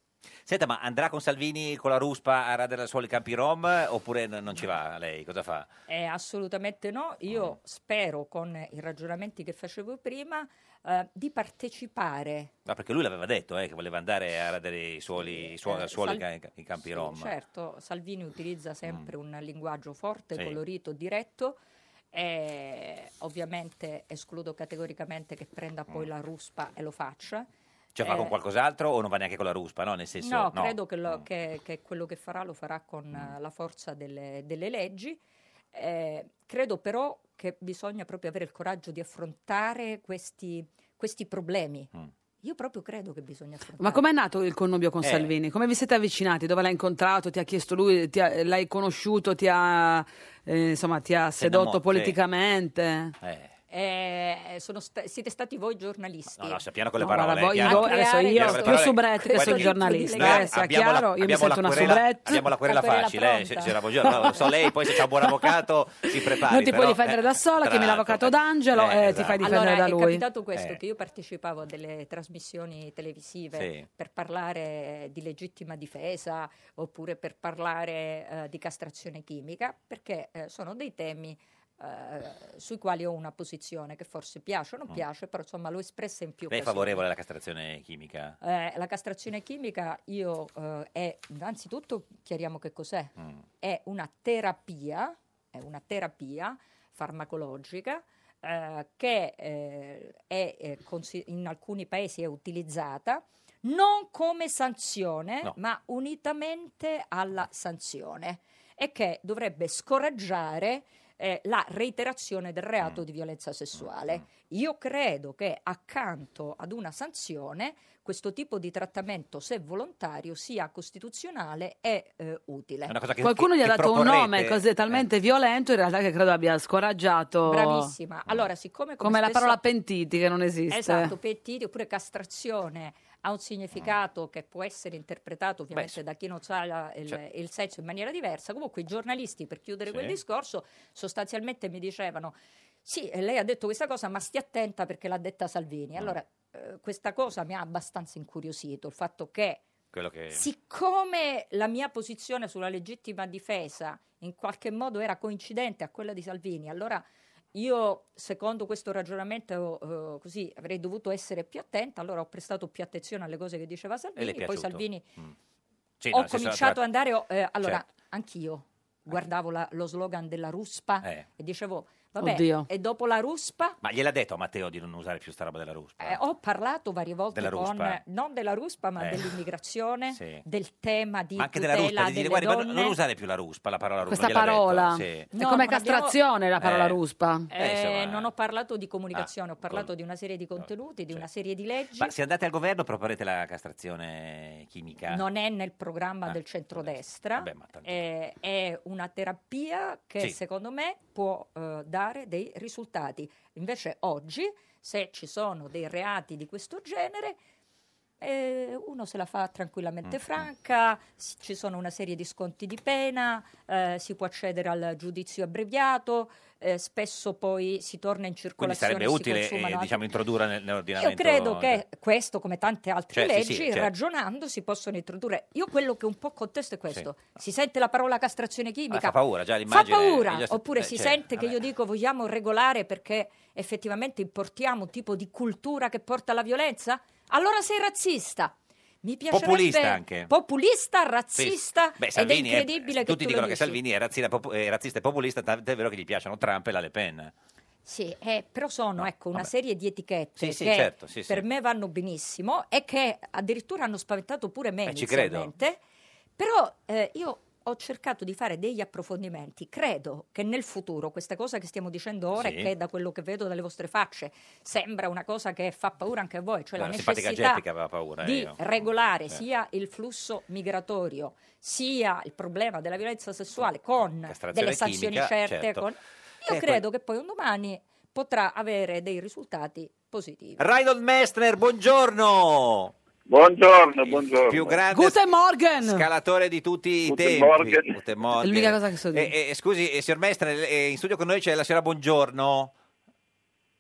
[SPEAKER 2] Senta, ma andrà con Salvini con la ruspa a radere al suolo i campi rom eh, oppure n- non ci va lei? Cosa fa?
[SPEAKER 9] Eh, assolutamente no, io spero con i ragionamenti che facevo prima eh, di partecipare
[SPEAKER 2] Ma perché lui l'aveva detto eh, che voleva andare a radere i suoli, i suo-
[SPEAKER 9] eh,
[SPEAKER 2] al suolo i
[SPEAKER 9] Sal-
[SPEAKER 2] ca- i campi
[SPEAKER 9] Sì,
[SPEAKER 2] rom. Mm.
[SPEAKER 9] Certo, Salvini utilizza sempre un linguaggio forte,
[SPEAKER 2] Sì.
[SPEAKER 9] colorito, diretto. E ovviamente escludo categoricamente che prenda poi
[SPEAKER 2] Mm.
[SPEAKER 9] la ruspa e lo faccia.
[SPEAKER 2] Cioè va
[SPEAKER 9] Eh,
[SPEAKER 2] con qualcos'altro o non va neanche con la ruspa? No, Mm. nel senso,
[SPEAKER 9] No, credo che, lo- che- che quello che farà lo farà con eh, la forza delle, delle leggi. Eh, credo però che bisogna proprio avere il coraggio di affrontare questi, questi problemi.
[SPEAKER 2] Mm.
[SPEAKER 9] Io proprio credo che bisogna affrontare.
[SPEAKER 1] Ma com'è nato il connubio con
[SPEAKER 9] Eh.
[SPEAKER 1] Salvini? Come vi siete avvicinati? Dove l'hai incontrato? Ti ha chiesto lui? Ti ha- l'hai conosciuto? Ti ha, eh, insomma, ti ha
[SPEAKER 2] innamo-
[SPEAKER 1] sedotto
[SPEAKER 2] sì.
[SPEAKER 1] politicamente?
[SPEAKER 2] Eh.
[SPEAKER 9] Eh, sono sta- siete stati voi giornalisti.
[SPEAKER 2] No, no, sia piano con le
[SPEAKER 1] No,
[SPEAKER 2] parole.
[SPEAKER 1] guarda, voi-
[SPEAKER 2] piano.
[SPEAKER 1] voi- adesso io-
[SPEAKER 2] Piano con le
[SPEAKER 1] io
[SPEAKER 2] parole.
[SPEAKER 1] soubrette,
[SPEAKER 2] Guarda,
[SPEAKER 1] sono giornalista,
[SPEAKER 2] noi
[SPEAKER 1] eh, sia
[SPEAKER 2] abbiamo la-
[SPEAKER 1] chiaro, io mi
[SPEAKER 2] abbiamo la
[SPEAKER 1] sento una
[SPEAKER 2] querela-
[SPEAKER 1] soubrette.
[SPEAKER 2] Abbiamo la querela
[SPEAKER 1] La querela
[SPEAKER 2] facile, eh,
[SPEAKER 1] pronta.
[SPEAKER 2] signora Buongiorno. No, Lo so lei, poi se c'è un buon avvocato si prepari.
[SPEAKER 1] non ti
[SPEAKER 2] però,
[SPEAKER 1] puoi difendere
[SPEAKER 2] eh,
[SPEAKER 1] da sola,
[SPEAKER 2] tra
[SPEAKER 1] chiami
[SPEAKER 2] l'altro,
[SPEAKER 1] l'avvocato
[SPEAKER 2] eh,
[SPEAKER 1] d'Angelo
[SPEAKER 2] eh,
[SPEAKER 1] e ti
[SPEAKER 2] esatto.
[SPEAKER 1] fai difendere
[SPEAKER 9] Allora,
[SPEAKER 1] da
[SPEAKER 9] è
[SPEAKER 1] lui.
[SPEAKER 9] capitato questo,
[SPEAKER 2] Eh.
[SPEAKER 9] che io partecipavo a delle trasmissioni televisive
[SPEAKER 2] Sì.
[SPEAKER 9] per parlare di legittima difesa oppure per parlare eh, di castrazione chimica, perché eh, sono dei temi eh, sui quali ho una posizione che forse piace o non
[SPEAKER 2] Mm.
[SPEAKER 9] piace, però insomma l'ho espressa in più
[SPEAKER 2] Lei è
[SPEAKER 9] occasioni.
[SPEAKER 2] favorevole alla castrazione chimica?
[SPEAKER 9] Eh, la castrazione chimica io eh, è innanzitutto chiariamo che cos'è. È una terapia, è una terapia farmacologica eh, che eh, è, eh, consi- in alcuni paesi è utilizzata non come sanzione,
[SPEAKER 12] No.
[SPEAKER 9] ma unitamente alla sanzione e che dovrebbe scoraggiare eh, la reiterazione del
[SPEAKER 2] Mm.
[SPEAKER 9] reato di violenza sessuale. Io credo che accanto ad una sanzione questo tipo di trattamento, se volontario, sia costituzionale e eh, utile.
[SPEAKER 2] È una cosa che-
[SPEAKER 1] Qualcuno gli ha dato
[SPEAKER 2] proporrete? Eh.
[SPEAKER 1] un nome così talmente violento in realtà che credo abbia scoraggiato
[SPEAKER 9] Bravissima. Allora, siccome
[SPEAKER 1] Oh. come la
[SPEAKER 9] spesso-
[SPEAKER 1] parola pentiti che non esiste.
[SPEAKER 9] Esatto, pentiti oppure castrazione ha un significato che può essere interpretato ovviamente da chi non sa la- il,
[SPEAKER 1] Cioè-
[SPEAKER 9] il senso in maniera diversa. Comunque i giornalisti, per chiudere
[SPEAKER 1] Sì.
[SPEAKER 9] quel discorso, sostanzialmente mi dicevano sì, eh, lei ha detto questa cosa, ma stia attenta perché l'ha detta
[SPEAKER 1] Mm.
[SPEAKER 9] Salvini. Allora, eh, questa cosa mi ha abbastanza incuriosito, il fatto che
[SPEAKER 2] Quello che...
[SPEAKER 9] Siccome la mia posizione sulla legittima difesa in qualche modo era coincidente a quella di Salvini, allora io, secondo questo ragionamento, eh, così avrei dovuto essere più attenta, allora ho prestato più attenzione alle cose che diceva
[SPEAKER 2] le
[SPEAKER 9] Salvini.
[SPEAKER 2] è
[SPEAKER 9] Poi
[SPEAKER 2] piaciuto? Mm.
[SPEAKER 9] Salvini
[SPEAKER 2] Sì, no,
[SPEAKER 9] ho
[SPEAKER 2] nel senso,
[SPEAKER 9] cominciato
[SPEAKER 2] tra-
[SPEAKER 9] ad andare. ho- eh, allora,
[SPEAKER 2] Certo.
[SPEAKER 9] anch'io guardavo la- lo slogan della ruspa
[SPEAKER 2] Eh.
[SPEAKER 9] e dicevo: vabbè,
[SPEAKER 2] Oddio.
[SPEAKER 9] e dopo la ruspa
[SPEAKER 2] Ma gliel'ha detto a Matteo di non usare più sta roba della ruspa?
[SPEAKER 9] eh, ho parlato varie volte
[SPEAKER 2] Della
[SPEAKER 9] con
[SPEAKER 2] ruspa.
[SPEAKER 9] non della ruspa, ma
[SPEAKER 2] Eh.
[SPEAKER 9] dell'immigrazione,
[SPEAKER 2] Sì.
[SPEAKER 9] del tema di
[SPEAKER 2] Ma anche della
[SPEAKER 9] tutela
[SPEAKER 2] ruspa, di dire,
[SPEAKER 9] delle
[SPEAKER 2] guarda, ma
[SPEAKER 9] donne.
[SPEAKER 2] non usare più la ruspa, la parola ruspa.
[SPEAKER 1] Questa
[SPEAKER 2] gliel'ha detto,
[SPEAKER 1] parola
[SPEAKER 2] sì.
[SPEAKER 1] è
[SPEAKER 9] No,
[SPEAKER 1] come
[SPEAKER 9] non abbiamo-
[SPEAKER 1] castrazione la parola
[SPEAKER 2] Eh.
[SPEAKER 1] ruspa.
[SPEAKER 9] Eh,
[SPEAKER 2] insomma, Ah,
[SPEAKER 9] non ho parlato di comunicazione, ho parlato
[SPEAKER 2] con-
[SPEAKER 9] di una serie di contenuti, di una serie di leggi.
[SPEAKER 2] Ma se andate al governo proporrete la castrazione chimica?
[SPEAKER 9] Non è nel programma
[SPEAKER 2] Ah,
[SPEAKER 9] del centrodestra,
[SPEAKER 2] vabbè, ma tanto-
[SPEAKER 9] eh, è una terapia che
[SPEAKER 2] Sì.
[SPEAKER 9] secondo me può eh, dare dei risultati. Invece oggi, se ci sono dei reati di questo genere, eh, uno se la fa tranquillamente
[SPEAKER 12] Mm,
[SPEAKER 9] franca, s- ci sono una serie di sconti di pena, eh, si può accedere al giudizio abbreviato, eh, spesso poi si torna in
[SPEAKER 2] Quindi
[SPEAKER 9] circolazione.
[SPEAKER 2] sarebbe
[SPEAKER 9] si
[SPEAKER 2] utile
[SPEAKER 9] consumano
[SPEAKER 2] eh,
[SPEAKER 9] altri
[SPEAKER 2] diciamo, introdurre nel-
[SPEAKER 9] io
[SPEAKER 2] nell'ordinamento.
[SPEAKER 9] credo che questo, come tante altre
[SPEAKER 2] Cioè, sì,
[SPEAKER 9] leggi,
[SPEAKER 2] sì, certo.
[SPEAKER 9] ragionando si possono introdurre. Io quello che un po' contesto è questo: si sente la parola castrazione
[SPEAKER 2] Ma
[SPEAKER 9] chimica.
[SPEAKER 2] Ah, fa paura, già
[SPEAKER 9] Fa
[SPEAKER 2] l'immagine.
[SPEAKER 9] paura,
[SPEAKER 2] io già-
[SPEAKER 9] oppure
[SPEAKER 2] eh,
[SPEAKER 9] si
[SPEAKER 2] cioè,
[SPEAKER 9] sente che
[SPEAKER 2] vabbè.
[SPEAKER 9] io dico vogliamo regolare perché effettivamente importiamo un tipo di cultura che porta alla violenza? Allora sei razzista. Mi piacerebbe
[SPEAKER 2] Populista anche.
[SPEAKER 9] Populista,
[SPEAKER 2] Sì.
[SPEAKER 9] razzista
[SPEAKER 2] Beh,
[SPEAKER 9] ed è
[SPEAKER 2] Salvini è-
[SPEAKER 9] incredibile che
[SPEAKER 2] tutti
[SPEAKER 9] tu lo
[SPEAKER 2] dicono che
[SPEAKER 9] dici.
[SPEAKER 2] Salvini è razzista, popu- è razzista e populista, tant'è vero che gli piacciono Trump e la Le Pen.
[SPEAKER 9] Sì, eh, però sono ecco, una serie di etichette
[SPEAKER 2] Sì, sì,
[SPEAKER 9] che
[SPEAKER 2] certo, sì, sì.
[SPEAKER 9] per me vanno benissimo e che addirittura hanno spaventato pure me
[SPEAKER 2] Eh, ci credo.
[SPEAKER 9] inizialmente, Però eh, io ho cercato di fare degli approfondimenti. Credo che nel futuro questa cosa che stiamo dicendo ora
[SPEAKER 2] Sì.
[SPEAKER 9] e che da quello che vedo dalle vostre facce sembra una cosa che fa paura anche a voi, cioè
[SPEAKER 2] Guarda,
[SPEAKER 9] la
[SPEAKER 2] simpatica
[SPEAKER 9] necessità
[SPEAKER 2] Geppi che aveva paura, eh,
[SPEAKER 9] di
[SPEAKER 2] io.
[SPEAKER 9] regolare
[SPEAKER 2] Eh.
[SPEAKER 9] sia il flusso migratorio, sia il problema della violenza sessuale con
[SPEAKER 2] Castrazione
[SPEAKER 9] delle sanzioni
[SPEAKER 2] chimica,
[SPEAKER 9] certe.
[SPEAKER 2] certo.
[SPEAKER 9] con- Io
[SPEAKER 2] Eh, que-
[SPEAKER 9] credo che poi un domani potrà avere dei risultati positivi.
[SPEAKER 2] Reinhold Messner, buongiorno.
[SPEAKER 12] Buongiorno, buongiorno.
[SPEAKER 2] Più grande
[SPEAKER 1] Guten Morgen!
[SPEAKER 2] scalatore di tutti i
[SPEAKER 1] Guten
[SPEAKER 2] tempi.
[SPEAKER 1] Morgen.
[SPEAKER 2] Guten Morgen.
[SPEAKER 1] È l'unica cosa che so dire.
[SPEAKER 2] Eh, eh, scusi, eh, signor Messner, eh, in studio con noi c'è la signora Buongiorno.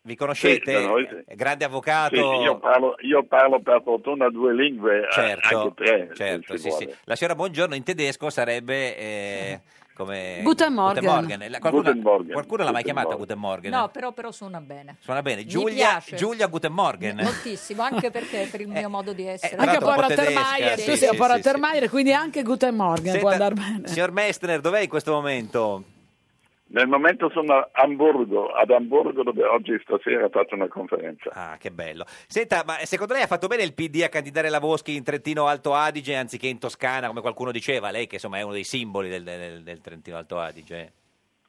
[SPEAKER 2] Vi conoscete?
[SPEAKER 12] da noi, sì.
[SPEAKER 2] Eh, Grande
[SPEAKER 12] Sì,
[SPEAKER 2] avvocato.
[SPEAKER 12] io, parlo, io parlo per fortuna due lingue, eh,
[SPEAKER 2] Certo,
[SPEAKER 12] anche tre. se
[SPEAKER 2] certo,
[SPEAKER 12] si
[SPEAKER 2] sì, sì.
[SPEAKER 12] vuole.
[SPEAKER 2] La signora Buongiorno in tedesco sarebbe eh, come...
[SPEAKER 1] Guten Morgen.
[SPEAKER 2] La- Qualcuno,
[SPEAKER 12] Guten Morgen.
[SPEAKER 2] qualcuno l'ha mai
[SPEAKER 12] Guten
[SPEAKER 2] chiamata
[SPEAKER 12] Morgen.
[SPEAKER 2] Guten Morgen?
[SPEAKER 9] No, però, però suona bene.
[SPEAKER 2] Suona bene.
[SPEAKER 9] Mi
[SPEAKER 2] Giulia,
[SPEAKER 9] piace.
[SPEAKER 2] Giulia Guten Morgen.
[SPEAKER 9] Moltissimo, anche perché per il
[SPEAKER 2] Eh,
[SPEAKER 9] mio modo di essere.
[SPEAKER 2] tra l'altro
[SPEAKER 1] Anche a
[SPEAKER 2] un po'
[SPEAKER 1] Rottermeier,
[SPEAKER 2] tedesca,
[SPEAKER 1] tu
[SPEAKER 2] eh, sì,
[SPEAKER 1] sei
[SPEAKER 2] sì,
[SPEAKER 1] un po'
[SPEAKER 2] sì,
[SPEAKER 1] Rottermeier, quindi anche Guten Morgen può
[SPEAKER 2] Senta,
[SPEAKER 1] andare bene.
[SPEAKER 2] Signor Messner, dov'è in questo momento?
[SPEAKER 12] Nel momento sono a Hamburgo, ad Hamburgo dove oggi stasera faccio una conferenza.
[SPEAKER 2] Ah, che bello. Senta, ma secondo lei ha fatto bene il PD a candidare la Boschi in Trentino Alto Adige anziché in Toscana, come qualcuno diceva? Lei che insomma è uno dei simboli del, del- del Trentino Alto Adige.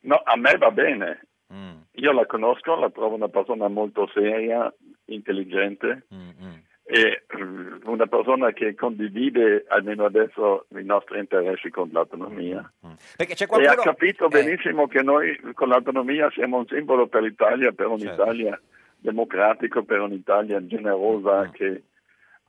[SPEAKER 12] No, a me va bene.
[SPEAKER 2] Mm.
[SPEAKER 12] Io la conosco, la trovo una persona molto seria, intelligente e eh, una persona che condivide almeno adesso i nostri interessi con l'autonomia.
[SPEAKER 2] Mm. Perché c'è
[SPEAKER 12] E ha
[SPEAKER 2] qualcuno... Eh.
[SPEAKER 12] capito benissimo che noi con l'autonomia siamo un simbolo per l'Italia, per
[SPEAKER 2] Certo.
[SPEAKER 12] un'Italia democratica, per un'Italia generosa
[SPEAKER 2] Mm.
[SPEAKER 12] che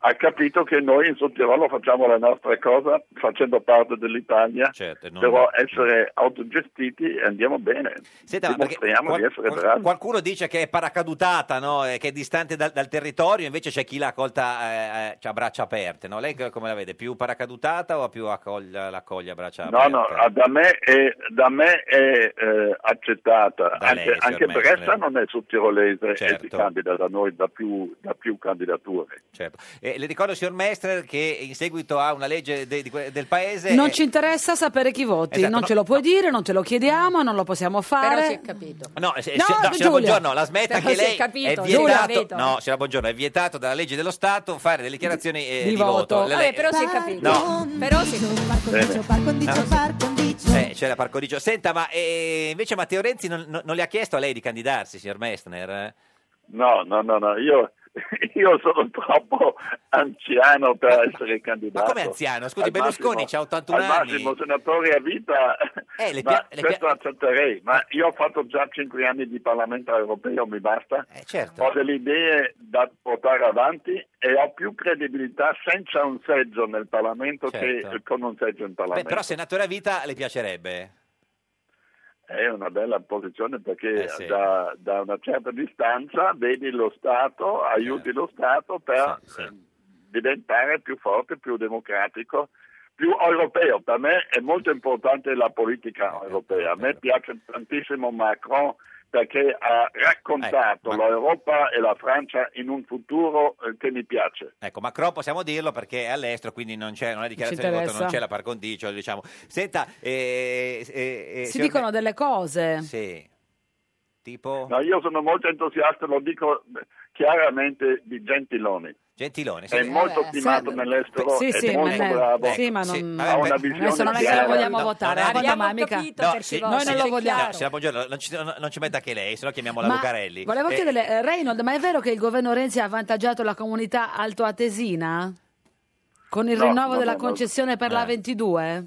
[SPEAKER 12] ha capito che noi in Sudtirolo facciamo la nostra cosa facendo parte dell'Italia,
[SPEAKER 2] Certo, non-
[SPEAKER 12] però essere autogestiti e andiamo bene.
[SPEAKER 2] Senta, ma perché
[SPEAKER 12] Dimostriamo di
[SPEAKER 2] qual-
[SPEAKER 12] essere
[SPEAKER 2] qual-
[SPEAKER 12] bravi.
[SPEAKER 2] qualcuno dice che è paracadutata, no? Eh, che è distante dal, dal territorio, invece c'è chi l'ha accolta eh, eh, cioè a braccia aperte. No? Lei co- come la vede? Più paracadutata o più accoglia, l'accoglie a braccia
[SPEAKER 12] No,
[SPEAKER 2] aperte?
[SPEAKER 12] no, ah, da me è, da me è eh, accettata,
[SPEAKER 2] Da lei,
[SPEAKER 12] anche,
[SPEAKER 2] signor
[SPEAKER 12] anche
[SPEAKER 2] Mestre.
[SPEAKER 12] Bressa non è sudtirolese e
[SPEAKER 2] Certo.
[SPEAKER 12] si candida da noi da più, da più candidature.
[SPEAKER 2] Certo. Eh, le ricordo, signor Mestre, che in seguito a una legge de- di que- del paese...
[SPEAKER 1] Non
[SPEAKER 2] eh,
[SPEAKER 1] ci interessa sapere chi voti,
[SPEAKER 2] Esatto,
[SPEAKER 1] non
[SPEAKER 2] no,
[SPEAKER 1] ce lo puoi dire, non te lo chiediamo, non lo possiamo
[SPEAKER 9] Però
[SPEAKER 1] fare.
[SPEAKER 9] si è capito.
[SPEAKER 2] No, se- se-
[SPEAKER 1] No,
[SPEAKER 2] no, signora
[SPEAKER 1] Giulia.
[SPEAKER 2] Buongiorno, la smetta
[SPEAKER 9] Però
[SPEAKER 2] che
[SPEAKER 9] si è
[SPEAKER 2] lei
[SPEAKER 9] capito,
[SPEAKER 2] è
[SPEAKER 9] Giulia,
[SPEAKER 2] vietato.
[SPEAKER 9] vedo.
[SPEAKER 2] No, signora Buongiorno, è vietato dalla legge dello Stato fare delle dichiarazioni eh,
[SPEAKER 9] Di
[SPEAKER 2] di, voto.
[SPEAKER 9] voto.
[SPEAKER 2] Le-
[SPEAKER 9] Vabbè,
[SPEAKER 2] le-
[SPEAKER 9] però si è capito.
[SPEAKER 2] No.
[SPEAKER 9] Però si
[SPEAKER 2] Bene.
[SPEAKER 8] Parcondicio,
[SPEAKER 2] Ah.
[SPEAKER 8] parcondicio.
[SPEAKER 2] Eh, c'è la Parcodicio. Senta, ma eh, invece Matteo Renzi non, non- non le ha chiesto a lei di candidarsi, signor Messner? eh?
[SPEAKER 12] No, no, no, no, io, io sono troppo anziano per essere candidato.
[SPEAKER 2] come anziano? Scusi,
[SPEAKER 12] Al
[SPEAKER 2] Berlusconi
[SPEAKER 12] massimo-
[SPEAKER 2] c'ha 81
[SPEAKER 12] al
[SPEAKER 2] anni.
[SPEAKER 12] massimo senatore a vita,
[SPEAKER 2] Eh, le
[SPEAKER 12] ma
[SPEAKER 2] pia- eh. le
[SPEAKER 12] questo accetterei, ma io ho fatto già 5 anni di Parlamento europeo, mi basta.
[SPEAKER 2] certo.
[SPEAKER 12] Ho delle idee da portare avanti e ho più credibilità senza un seggio nel Parlamento
[SPEAKER 2] Certo.
[SPEAKER 12] che con un seggio in
[SPEAKER 2] Beh,
[SPEAKER 12] Parlamento.
[SPEAKER 2] però senatore a vita le piacerebbe.
[SPEAKER 12] È una bella posizione perché
[SPEAKER 2] Eh, sì.
[SPEAKER 12] da, da una certa distanza vedi lo Stato,
[SPEAKER 2] Eh.
[SPEAKER 12] aiuti lo Stato per eh, diventare più forte, più democratico, più europeo. Per me è molto importante la
[SPEAKER 2] Eh,
[SPEAKER 12] politica europea. A me piace tantissimo Macron perché ha
[SPEAKER 2] Eh,
[SPEAKER 12] raccontato l'Europa e la Francia in un futuro eh, che mi piace.
[SPEAKER 2] Ecco, Macron possiamo dirlo perché è all'estero, quindi non c'è non è dichiarazione di voto,
[SPEAKER 1] interessa.
[SPEAKER 2] non c'è la par condicio, diciamo. Senta, eh, eh, eh,
[SPEAKER 1] si
[SPEAKER 2] signor
[SPEAKER 1] dicono delle cose.
[SPEAKER 2] Me- Sì. Tipo
[SPEAKER 12] No, io sono molto entusiasta, lo dico chiaramente, di Gentiloni.
[SPEAKER 2] Gentiloni, Eh, sì.
[SPEAKER 12] È molto stimato nell'estero,
[SPEAKER 1] Sì,
[SPEAKER 12] è
[SPEAKER 1] sì,
[SPEAKER 12] molto
[SPEAKER 1] ma ne-
[SPEAKER 12] bravo.
[SPEAKER 1] sì, ma non- Sì,
[SPEAKER 12] ha
[SPEAKER 2] vabbè,
[SPEAKER 12] una
[SPEAKER 2] beh,
[SPEAKER 12] visione
[SPEAKER 1] Adesso non è che
[SPEAKER 12] chiara.
[SPEAKER 1] lo vogliamo
[SPEAKER 2] No,
[SPEAKER 1] votare,
[SPEAKER 2] no, no,
[SPEAKER 1] abbiamo
[SPEAKER 9] abbiamo
[SPEAKER 1] mica.
[SPEAKER 9] capito
[SPEAKER 2] No,
[SPEAKER 9] per
[SPEAKER 2] sì,
[SPEAKER 9] voi,
[SPEAKER 1] Noi non
[SPEAKER 9] sì,
[SPEAKER 1] lo
[SPEAKER 9] sì,
[SPEAKER 1] vogliamo.
[SPEAKER 9] chiaro.
[SPEAKER 2] No, signora Buongiorno, non ci, non- non ci metta che lei, se no chiamiamo la
[SPEAKER 1] Ma
[SPEAKER 2] Lucarelli.
[SPEAKER 1] Volevo
[SPEAKER 2] Eh,
[SPEAKER 1] chiedere, eh, Reynold, ma è vero che il governo Renzi ha avvantaggiato la comunità altoatesina? Con il
[SPEAKER 12] No,
[SPEAKER 1] rinnovo
[SPEAKER 12] no,
[SPEAKER 1] della
[SPEAKER 12] no, no.
[SPEAKER 1] concessione per la
[SPEAKER 12] Eh.
[SPEAKER 1] 22?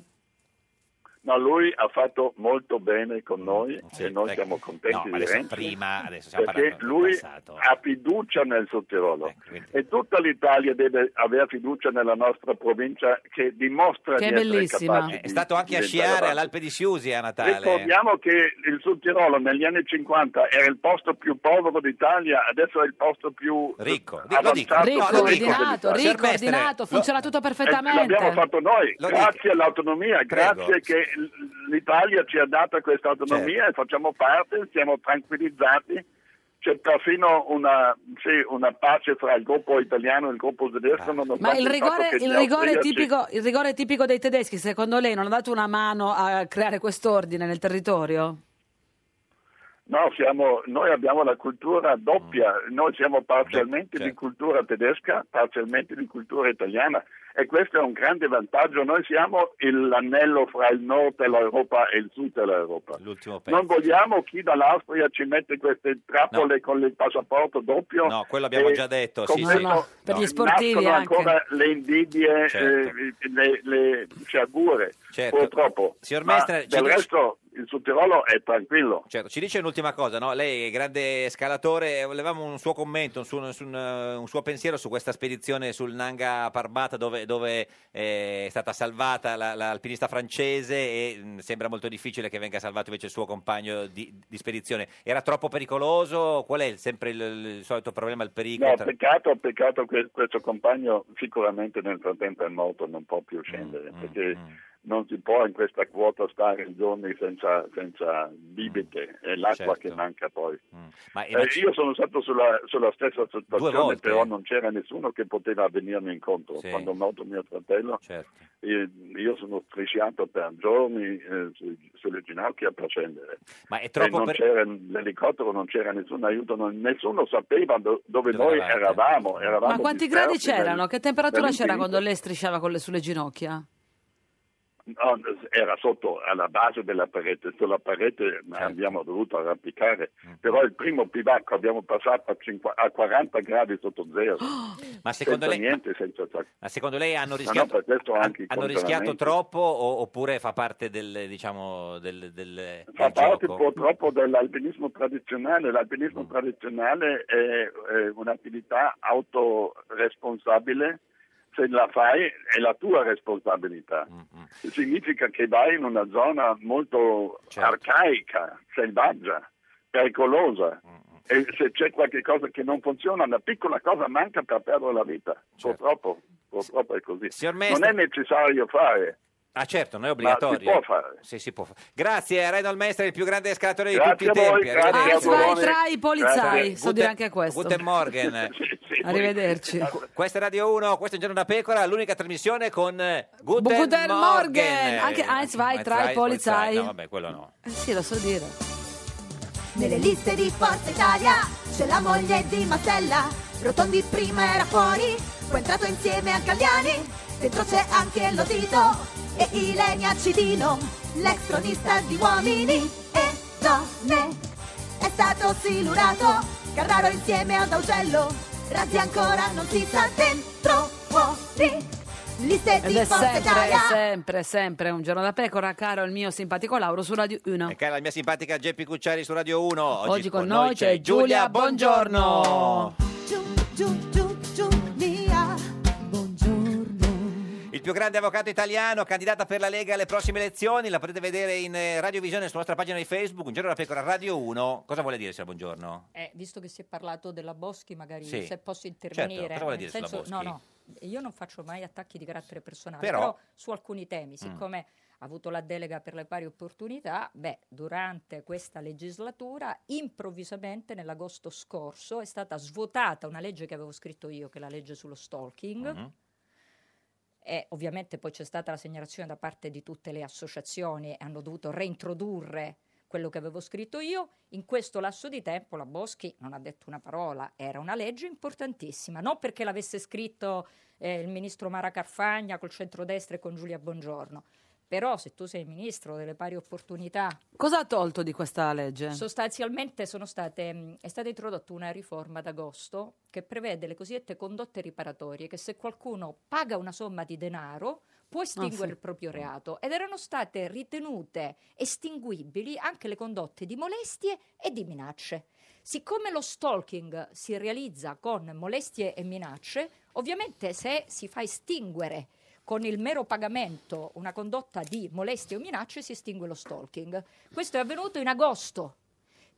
[SPEAKER 12] No, lui ha fatto molto bene con noi e noi siamo contenti
[SPEAKER 2] No, ma
[SPEAKER 12] di
[SPEAKER 2] adesso
[SPEAKER 12] Renzi.
[SPEAKER 2] prima, adesso stiamo
[SPEAKER 12] Perché
[SPEAKER 2] parlando del
[SPEAKER 12] lui
[SPEAKER 2] passato. Ecco.
[SPEAKER 12] ha fiducia nel Sottirolo e tutta l'Italia deve avere fiducia nella nostra provincia che dimostra
[SPEAKER 2] Che
[SPEAKER 12] di
[SPEAKER 2] è
[SPEAKER 12] essere
[SPEAKER 2] bellissima.
[SPEAKER 12] capace.
[SPEAKER 2] È stato anche a sciare all'Alpe di Siusi a Natale.
[SPEAKER 12] Ricordiamo che il Sudtirolo negli anni 50 era il posto più povero d'Italia, adesso è il posto più ricco.
[SPEAKER 2] Di- lo dico, no, lo dico.
[SPEAKER 1] Ordinato,
[SPEAKER 2] Signor
[SPEAKER 1] ricco,
[SPEAKER 2] Mestre,
[SPEAKER 1] ordinato, funziona tutto perfettamente.
[SPEAKER 12] eh, L'abbiamo fatto noi,
[SPEAKER 2] Lo
[SPEAKER 12] grazie all'autonomia,
[SPEAKER 2] Prego.
[SPEAKER 12] grazie che l- l'Italia ci ha dato questa autonomia e facciamo parte, siamo tranquillizzati. C'è perfino una, sì, una pace fra il gruppo italiano e il gruppo tedesco. nonostante
[SPEAKER 1] Ma il
[SPEAKER 12] fatto
[SPEAKER 1] rigore,
[SPEAKER 12] che
[SPEAKER 1] il
[SPEAKER 12] gli
[SPEAKER 1] rigore
[SPEAKER 12] austriaci-
[SPEAKER 1] tipico, il rigore tipico dei tedeschi, secondo lei, non ha dato una mano a creare quest'ordine nel territorio?
[SPEAKER 12] No, siamo, noi abbiamo la cultura doppia, noi siamo parzialmente di cultura tedesca, parzialmente di cultura italiana e questo è un grande vantaggio. Noi siamo il- l'anello fra il nord dell'Europa e il sud dell'Europa.
[SPEAKER 2] L'ultimo pezzo.
[SPEAKER 12] Non vogliamo chi dall'Austria ci mette queste trappole con il passaporto doppio.
[SPEAKER 2] No, quello abbiamo
[SPEAKER 12] e
[SPEAKER 2] già detto,
[SPEAKER 12] con
[SPEAKER 2] sì,
[SPEAKER 12] questo
[SPEAKER 2] sì. No, no, per gli
[SPEAKER 1] sportivi
[SPEAKER 12] nascono
[SPEAKER 1] anche.
[SPEAKER 12] ancora le invidie,
[SPEAKER 2] Certo.
[SPEAKER 12] eh, le, le sciagure,
[SPEAKER 2] Certo.
[SPEAKER 12] purtroppo.
[SPEAKER 2] Signor
[SPEAKER 12] Ma
[SPEAKER 2] Mestre, ci
[SPEAKER 12] del
[SPEAKER 2] dice-
[SPEAKER 12] resto il Sud Tirolo è tranquillo.
[SPEAKER 2] Certo, ci dice un'ultima cosa, no? lei è grande scalatore, eh, volevamo un suo commento, un suo, un suo- eh, un suo pensiero su questa spedizione sul Nanga Parbat dove, dove, eh, è stata salvata la- l'alpinista francese e mh, sembra molto difficile che venga salvato invece il suo compagno di, di spedizione. Era troppo pericoloso? Qual è il- sempre il, il solito problema, il pericolo?
[SPEAKER 12] No,
[SPEAKER 2] tra-
[SPEAKER 12] peccato, peccato che questo compagno sicuramente nel frattempo è morto, non può più scendere,
[SPEAKER 2] Mm,
[SPEAKER 12] perché non si può in questa quota stare giorni senza, senza
[SPEAKER 2] Mm.
[SPEAKER 12] bibite, è l'acqua
[SPEAKER 2] Certo.
[SPEAKER 12] che manca poi.
[SPEAKER 2] Ma
[SPEAKER 12] Eh, io sono stato sulla, sulla stessa situazione,
[SPEAKER 2] Ah, volte,
[SPEAKER 12] però
[SPEAKER 2] eh.
[SPEAKER 12] non c'era nessuno che poteva venirmi incontro.
[SPEAKER 2] Sì. Certo.
[SPEAKER 12] Quando è morto mio fratello, eh, io sono strisciato per giorni eh, su- sulle ginocchia per scendere.
[SPEAKER 2] Ma è
[SPEAKER 12] E
[SPEAKER 2] troppo
[SPEAKER 12] non
[SPEAKER 2] per-
[SPEAKER 12] c'era l'elicottero, non c'era nessun aiuto, non- nessuno sapeva do- dove,
[SPEAKER 2] Dove
[SPEAKER 12] noi
[SPEAKER 2] eravate.
[SPEAKER 12] eravamo, eravamo
[SPEAKER 1] Ma quanti
[SPEAKER 12] dispersi
[SPEAKER 1] gradi c'erano?
[SPEAKER 12] nel-
[SPEAKER 1] Che temperatura c'era
[SPEAKER 12] nell'infinito.
[SPEAKER 1] quando lei strisciava con le- sulle ginocchia?
[SPEAKER 12] No, era sotto alla base della parete, sulla parete ma
[SPEAKER 2] Certo.
[SPEAKER 12] abbiamo dovuto arrampicare,
[SPEAKER 2] Mm.
[SPEAKER 12] però il primo pivacco abbiamo passato a, cinqua- a 40 gradi sotto zero.
[SPEAKER 2] Ma secondo
[SPEAKER 12] senza
[SPEAKER 2] lei-
[SPEAKER 12] niente, senza
[SPEAKER 2] Ma secondo lei hanno
[SPEAKER 12] No, no,
[SPEAKER 2] rischiato,
[SPEAKER 12] per questo
[SPEAKER 2] han-
[SPEAKER 12] anche i
[SPEAKER 2] hanno rischiato
[SPEAKER 12] congelamenti.
[SPEAKER 2] troppo o- oppure fa parte del, diciamo, del, del-
[SPEAKER 12] Fa
[SPEAKER 2] del
[SPEAKER 12] parte
[SPEAKER 2] gioco?
[SPEAKER 12] purtroppo dell'alpinismo tradizionale. L'alpinismo tradizionale è, è un'attività autoresponsabile. Se la fai è la tua responsabilità. Significa che vai in una zona molto arcaica, selvaggia, pericolosa. E se c'è qualche cosa che non funziona, una piccola cosa manca per perdere la vita. Purtroppo, purtroppo è così. Non
[SPEAKER 2] Mestre-
[SPEAKER 12] è necessario fare.
[SPEAKER 2] Ah certo, non
[SPEAKER 12] Ma
[SPEAKER 2] è
[SPEAKER 12] si
[SPEAKER 2] obbligatorio.
[SPEAKER 12] può fare.
[SPEAKER 2] Sì, si può fare. Grazie a Reinhold Mestre, il più grande scalatore di
[SPEAKER 12] Grazie
[SPEAKER 2] tutti i
[SPEAKER 12] a voi,
[SPEAKER 2] tempi.
[SPEAKER 12] grazie a
[SPEAKER 2] Arrivederci.
[SPEAKER 12] voi.
[SPEAKER 1] Vai tra i polizai,
[SPEAKER 2] Grazie.
[SPEAKER 1] so dire anche questo.
[SPEAKER 2] Guten Morgen.
[SPEAKER 1] Arrivederci.
[SPEAKER 2] Qu- Questa è Radio 1, questo è Un Giorno da Pecora, l'unica trasmissione con eh, Guten,
[SPEAKER 1] Guten Morgen.
[SPEAKER 2] Morgen.
[SPEAKER 1] Anche eins, zwei,
[SPEAKER 2] Eh,
[SPEAKER 1] drei,
[SPEAKER 2] drei,
[SPEAKER 1] Polizei.
[SPEAKER 2] No, vabbè, quello no.
[SPEAKER 1] Eh sì, lo so dire.
[SPEAKER 8] Nelle liste di Forza Italia c'è la moglie di Mastella. Rotondi prima era fuori, poi è entrato insieme a Galliani. Dentro c'è anche lo Tito e Ilenia Cidino, l'ex cronista di uomini e donne. È stato silurato Carraro insieme ad Augello. Razzi ancora non si sa dentro fuori. Liste
[SPEAKER 1] Ed
[SPEAKER 8] di
[SPEAKER 1] è
[SPEAKER 8] Forza
[SPEAKER 1] sempre,
[SPEAKER 8] Italia.
[SPEAKER 1] sempre, sempre un giorno da pecora, caro il mio simpatico Lauro su Radio 1.
[SPEAKER 2] E cara la mia simpatica Geppi Cucciari su Radio 1. Oggi,
[SPEAKER 1] Oggi con noi c'è Giulia, buongiorno.
[SPEAKER 8] Giù, giù, giù, giù, via.
[SPEAKER 2] Il più grande avvocato italiano, candidata per la Lega alle prossime elezioni, la potete vedere in eh, radiovisione sulla nostra pagina di Facebook, Un giorno da pecora Radio 1. Cosa vuole dire, signor Buongiorno?
[SPEAKER 9] Eh, visto che si è parlato della Boschi, magari
[SPEAKER 2] Sì.
[SPEAKER 9] se posso
[SPEAKER 2] Certo,
[SPEAKER 9] intervenire.
[SPEAKER 2] cosa vuole
[SPEAKER 9] nel
[SPEAKER 2] dire sulla
[SPEAKER 9] senso-
[SPEAKER 2] Boschi?
[SPEAKER 9] No, no, io non faccio mai attacchi di carattere personale,
[SPEAKER 2] Però- Mm.
[SPEAKER 9] però, su alcuni temi, siccome ha avuto la delega per le pari opportunità, beh, durante questa legislatura, improvvisamente nell'agosto scorso è stata svuotata una legge che avevo scritto io, che è la legge sullo stalking.
[SPEAKER 2] Mm-hmm.
[SPEAKER 9] E ovviamente poi c'è stata la segnalazione da parte di tutte le associazioni e hanno dovuto reintrodurre quello che avevo scritto io. In questo lasso di tempo la Boschi non ha detto una parola, era una legge importantissima, non perché l'avesse scritto eh, il ministro Mara Carfagna col centrodestra e con Giulia Bongiorno, però se tu sei ministro delle pari opportunità
[SPEAKER 1] Cosa ha tolto di questa legge?
[SPEAKER 9] Sostanzialmente sono state, mh, è stata introdotta una riforma ad agosto che prevede le cosiddette condotte riparatorie, che se qualcuno paga una somma di denaro può estinguere
[SPEAKER 1] Ah, sì.
[SPEAKER 9] il proprio reato ed erano state ritenute estinguibili anche le condotte di molestie e di minacce. Siccome lo stalking si realizza con molestie e minacce, ovviamente se si fa estinguere con il mero pagamento una condotta di molestie o minacce si estingue lo stalking. Questo è avvenuto in agosto.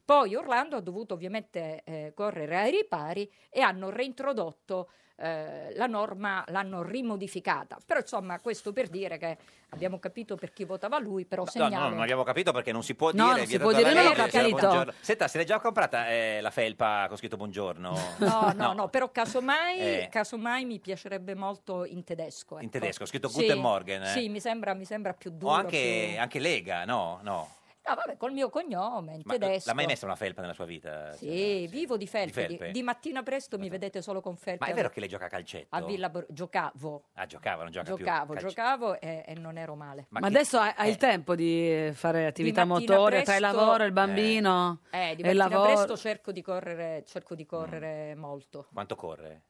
[SPEAKER 9] Poi Orlando ha dovuto ovviamente eh, correre ai ripari e hanno reintrodotto eh, la norma, l'hanno rimodificata. Però insomma questo per dire che abbiamo capito per chi votava lui, però
[SPEAKER 2] No,
[SPEAKER 9] segnalo...
[SPEAKER 2] no, non abbiamo capito perché non si
[SPEAKER 9] No,
[SPEAKER 2] può dire.
[SPEAKER 9] non
[SPEAKER 2] vi
[SPEAKER 9] si
[SPEAKER 2] ha
[SPEAKER 9] può
[SPEAKER 2] detto la
[SPEAKER 9] dire, non l'ho
[SPEAKER 2] legge, signor
[SPEAKER 9] capito.
[SPEAKER 2] Buongiorno. Senta, se l'è già comprata eh, la felpa con scritto buongiorno?
[SPEAKER 9] No, no, no, però casomai,
[SPEAKER 2] Eh.
[SPEAKER 9] casomai mi piacerebbe molto in tedesco.
[SPEAKER 2] In
[SPEAKER 9] ecco.
[SPEAKER 2] tedesco, scritto
[SPEAKER 9] Sì,
[SPEAKER 2] Guten Morgen, eh.
[SPEAKER 9] Sì, mi sembra, mi sembra più duro.
[SPEAKER 2] o anche,
[SPEAKER 9] più-
[SPEAKER 2] anche Lega, no? No.
[SPEAKER 9] No, vabbè, col mio cognome, in
[SPEAKER 2] Ma
[SPEAKER 9] tedesco.
[SPEAKER 2] l'ha mai messa una felpa nella sua vita?
[SPEAKER 9] Sì, vivo di felpe. Di,
[SPEAKER 2] eh, felpe.
[SPEAKER 9] di mattina presto mi vedete solo con felpe.
[SPEAKER 2] Ma è vero che lei gioca a calcetto?
[SPEAKER 9] A Villa Bor- giocavo,
[SPEAKER 2] Ah, giocava, non gioca più.
[SPEAKER 9] giocavo,
[SPEAKER 2] Calce-
[SPEAKER 9] giocavo e, e non ero male.
[SPEAKER 1] Ma, adesso hai,
[SPEAKER 2] Eh.
[SPEAKER 1] hai il tempo di fare attività
[SPEAKER 9] mattina
[SPEAKER 1] motoria tra il
[SPEAKER 9] presto-
[SPEAKER 1] lavoro, il bambino
[SPEAKER 9] Eh, di
[SPEAKER 1] e il
[SPEAKER 9] mattina
[SPEAKER 1] lavoro.
[SPEAKER 9] presto cerco di correre, cerco di
[SPEAKER 2] Mm.
[SPEAKER 9] correre molto,
[SPEAKER 2] Quanto corre?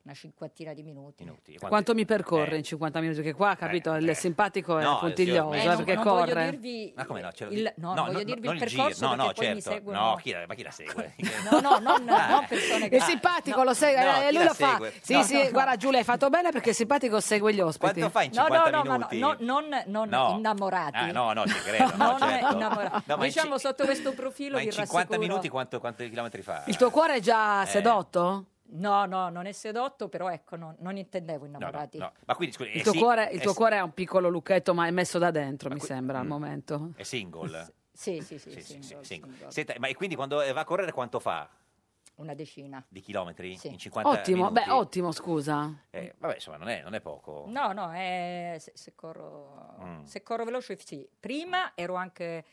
[SPEAKER 9] una cinquantina di minuti.
[SPEAKER 1] Quanto mi percorre in 50 minuti? Perché qua, capito, il simpatico è
[SPEAKER 2] Eh. No,
[SPEAKER 1] puntiglioso,
[SPEAKER 2] signor-
[SPEAKER 1] eh,
[SPEAKER 2] Eh, non-
[SPEAKER 1] perché
[SPEAKER 2] non
[SPEAKER 1] corre.
[SPEAKER 9] voglio dirvi
[SPEAKER 2] Ma come no? Ce lo
[SPEAKER 9] il-
[SPEAKER 2] dico.
[SPEAKER 9] no, voglio dirvi
[SPEAKER 2] non
[SPEAKER 9] il percorso
[SPEAKER 2] giro, no, no,
[SPEAKER 9] perché poi mi
[SPEAKER 2] certo.
[SPEAKER 9] seguono-
[SPEAKER 2] No, chi la, ma chi la segue?
[SPEAKER 9] No, no, non, non persone che...
[SPEAKER 1] Il Eh. simpatico lo segue,
[SPEAKER 2] No,
[SPEAKER 1] eh,
[SPEAKER 2] chi
[SPEAKER 1] lui
[SPEAKER 2] la
[SPEAKER 1] lo fa.
[SPEAKER 2] segue?
[SPEAKER 1] Sì,
[SPEAKER 2] No,
[SPEAKER 1] sì,
[SPEAKER 2] no, no.
[SPEAKER 1] guarda Giulia, hai fatto bene perché il simpatico segue gli ospiti.
[SPEAKER 2] Quanto fa in
[SPEAKER 9] No, no,
[SPEAKER 2] 50
[SPEAKER 9] no, ma no,
[SPEAKER 2] minuti?
[SPEAKER 9] no, non, non
[SPEAKER 2] No.
[SPEAKER 9] innamorati.
[SPEAKER 2] Ah, no, no, ci credo. No,
[SPEAKER 9] Non
[SPEAKER 2] certo.
[SPEAKER 9] innamorati.
[SPEAKER 2] No, ma in
[SPEAKER 9] diciamo
[SPEAKER 2] ci-
[SPEAKER 9] sotto questo profilo
[SPEAKER 2] Ma
[SPEAKER 9] vi
[SPEAKER 2] in 50
[SPEAKER 9] rassicuro.
[SPEAKER 2] minuti quanto, quanti chilometri fa?
[SPEAKER 1] Il tuo cuore è già
[SPEAKER 2] Eh.
[SPEAKER 1] sedotto?
[SPEAKER 9] No, no, non è sedotto, però ecco, non, non intendevo
[SPEAKER 2] No, no,
[SPEAKER 9] innamorati.
[SPEAKER 2] no. Ma quindi, scusi,
[SPEAKER 1] Il
[SPEAKER 2] è
[SPEAKER 1] tuo,
[SPEAKER 2] si-
[SPEAKER 1] cuore, il
[SPEAKER 2] è
[SPEAKER 1] tuo
[SPEAKER 2] si-
[SPEAKER 1] cuore è un piccolo lucchetto, ma è messo da dentro, mi sembra, al momento.
[SPEAKER 2] Mm. È single?
[SPEAKER 9] Sì, sì, sì,
[SPEAKER 2] Sì, sì,
[SPEAKER 9] sì,
[SPEAKER 2] sì, single. Senta, ma e quindi quando eh, va a correre quanto fa?
[SPEAKER 9] una decina.
[SPEAKER 2] Di chilometri? In 50
[SPEAKER 1] Ottimo,
[SPEAKER 2] minuti?
[SPEAKER 1] beh, ottimo, scusa.
[SPEAKER 2] Eh, vabbè, insomma, non è, non è poco.
[SPEAKER 9] No, no, eh, se, se corro,
[SPEAKER 2] Mm.
[SPEAKER 9] se corro veloce sì. Prima ero anche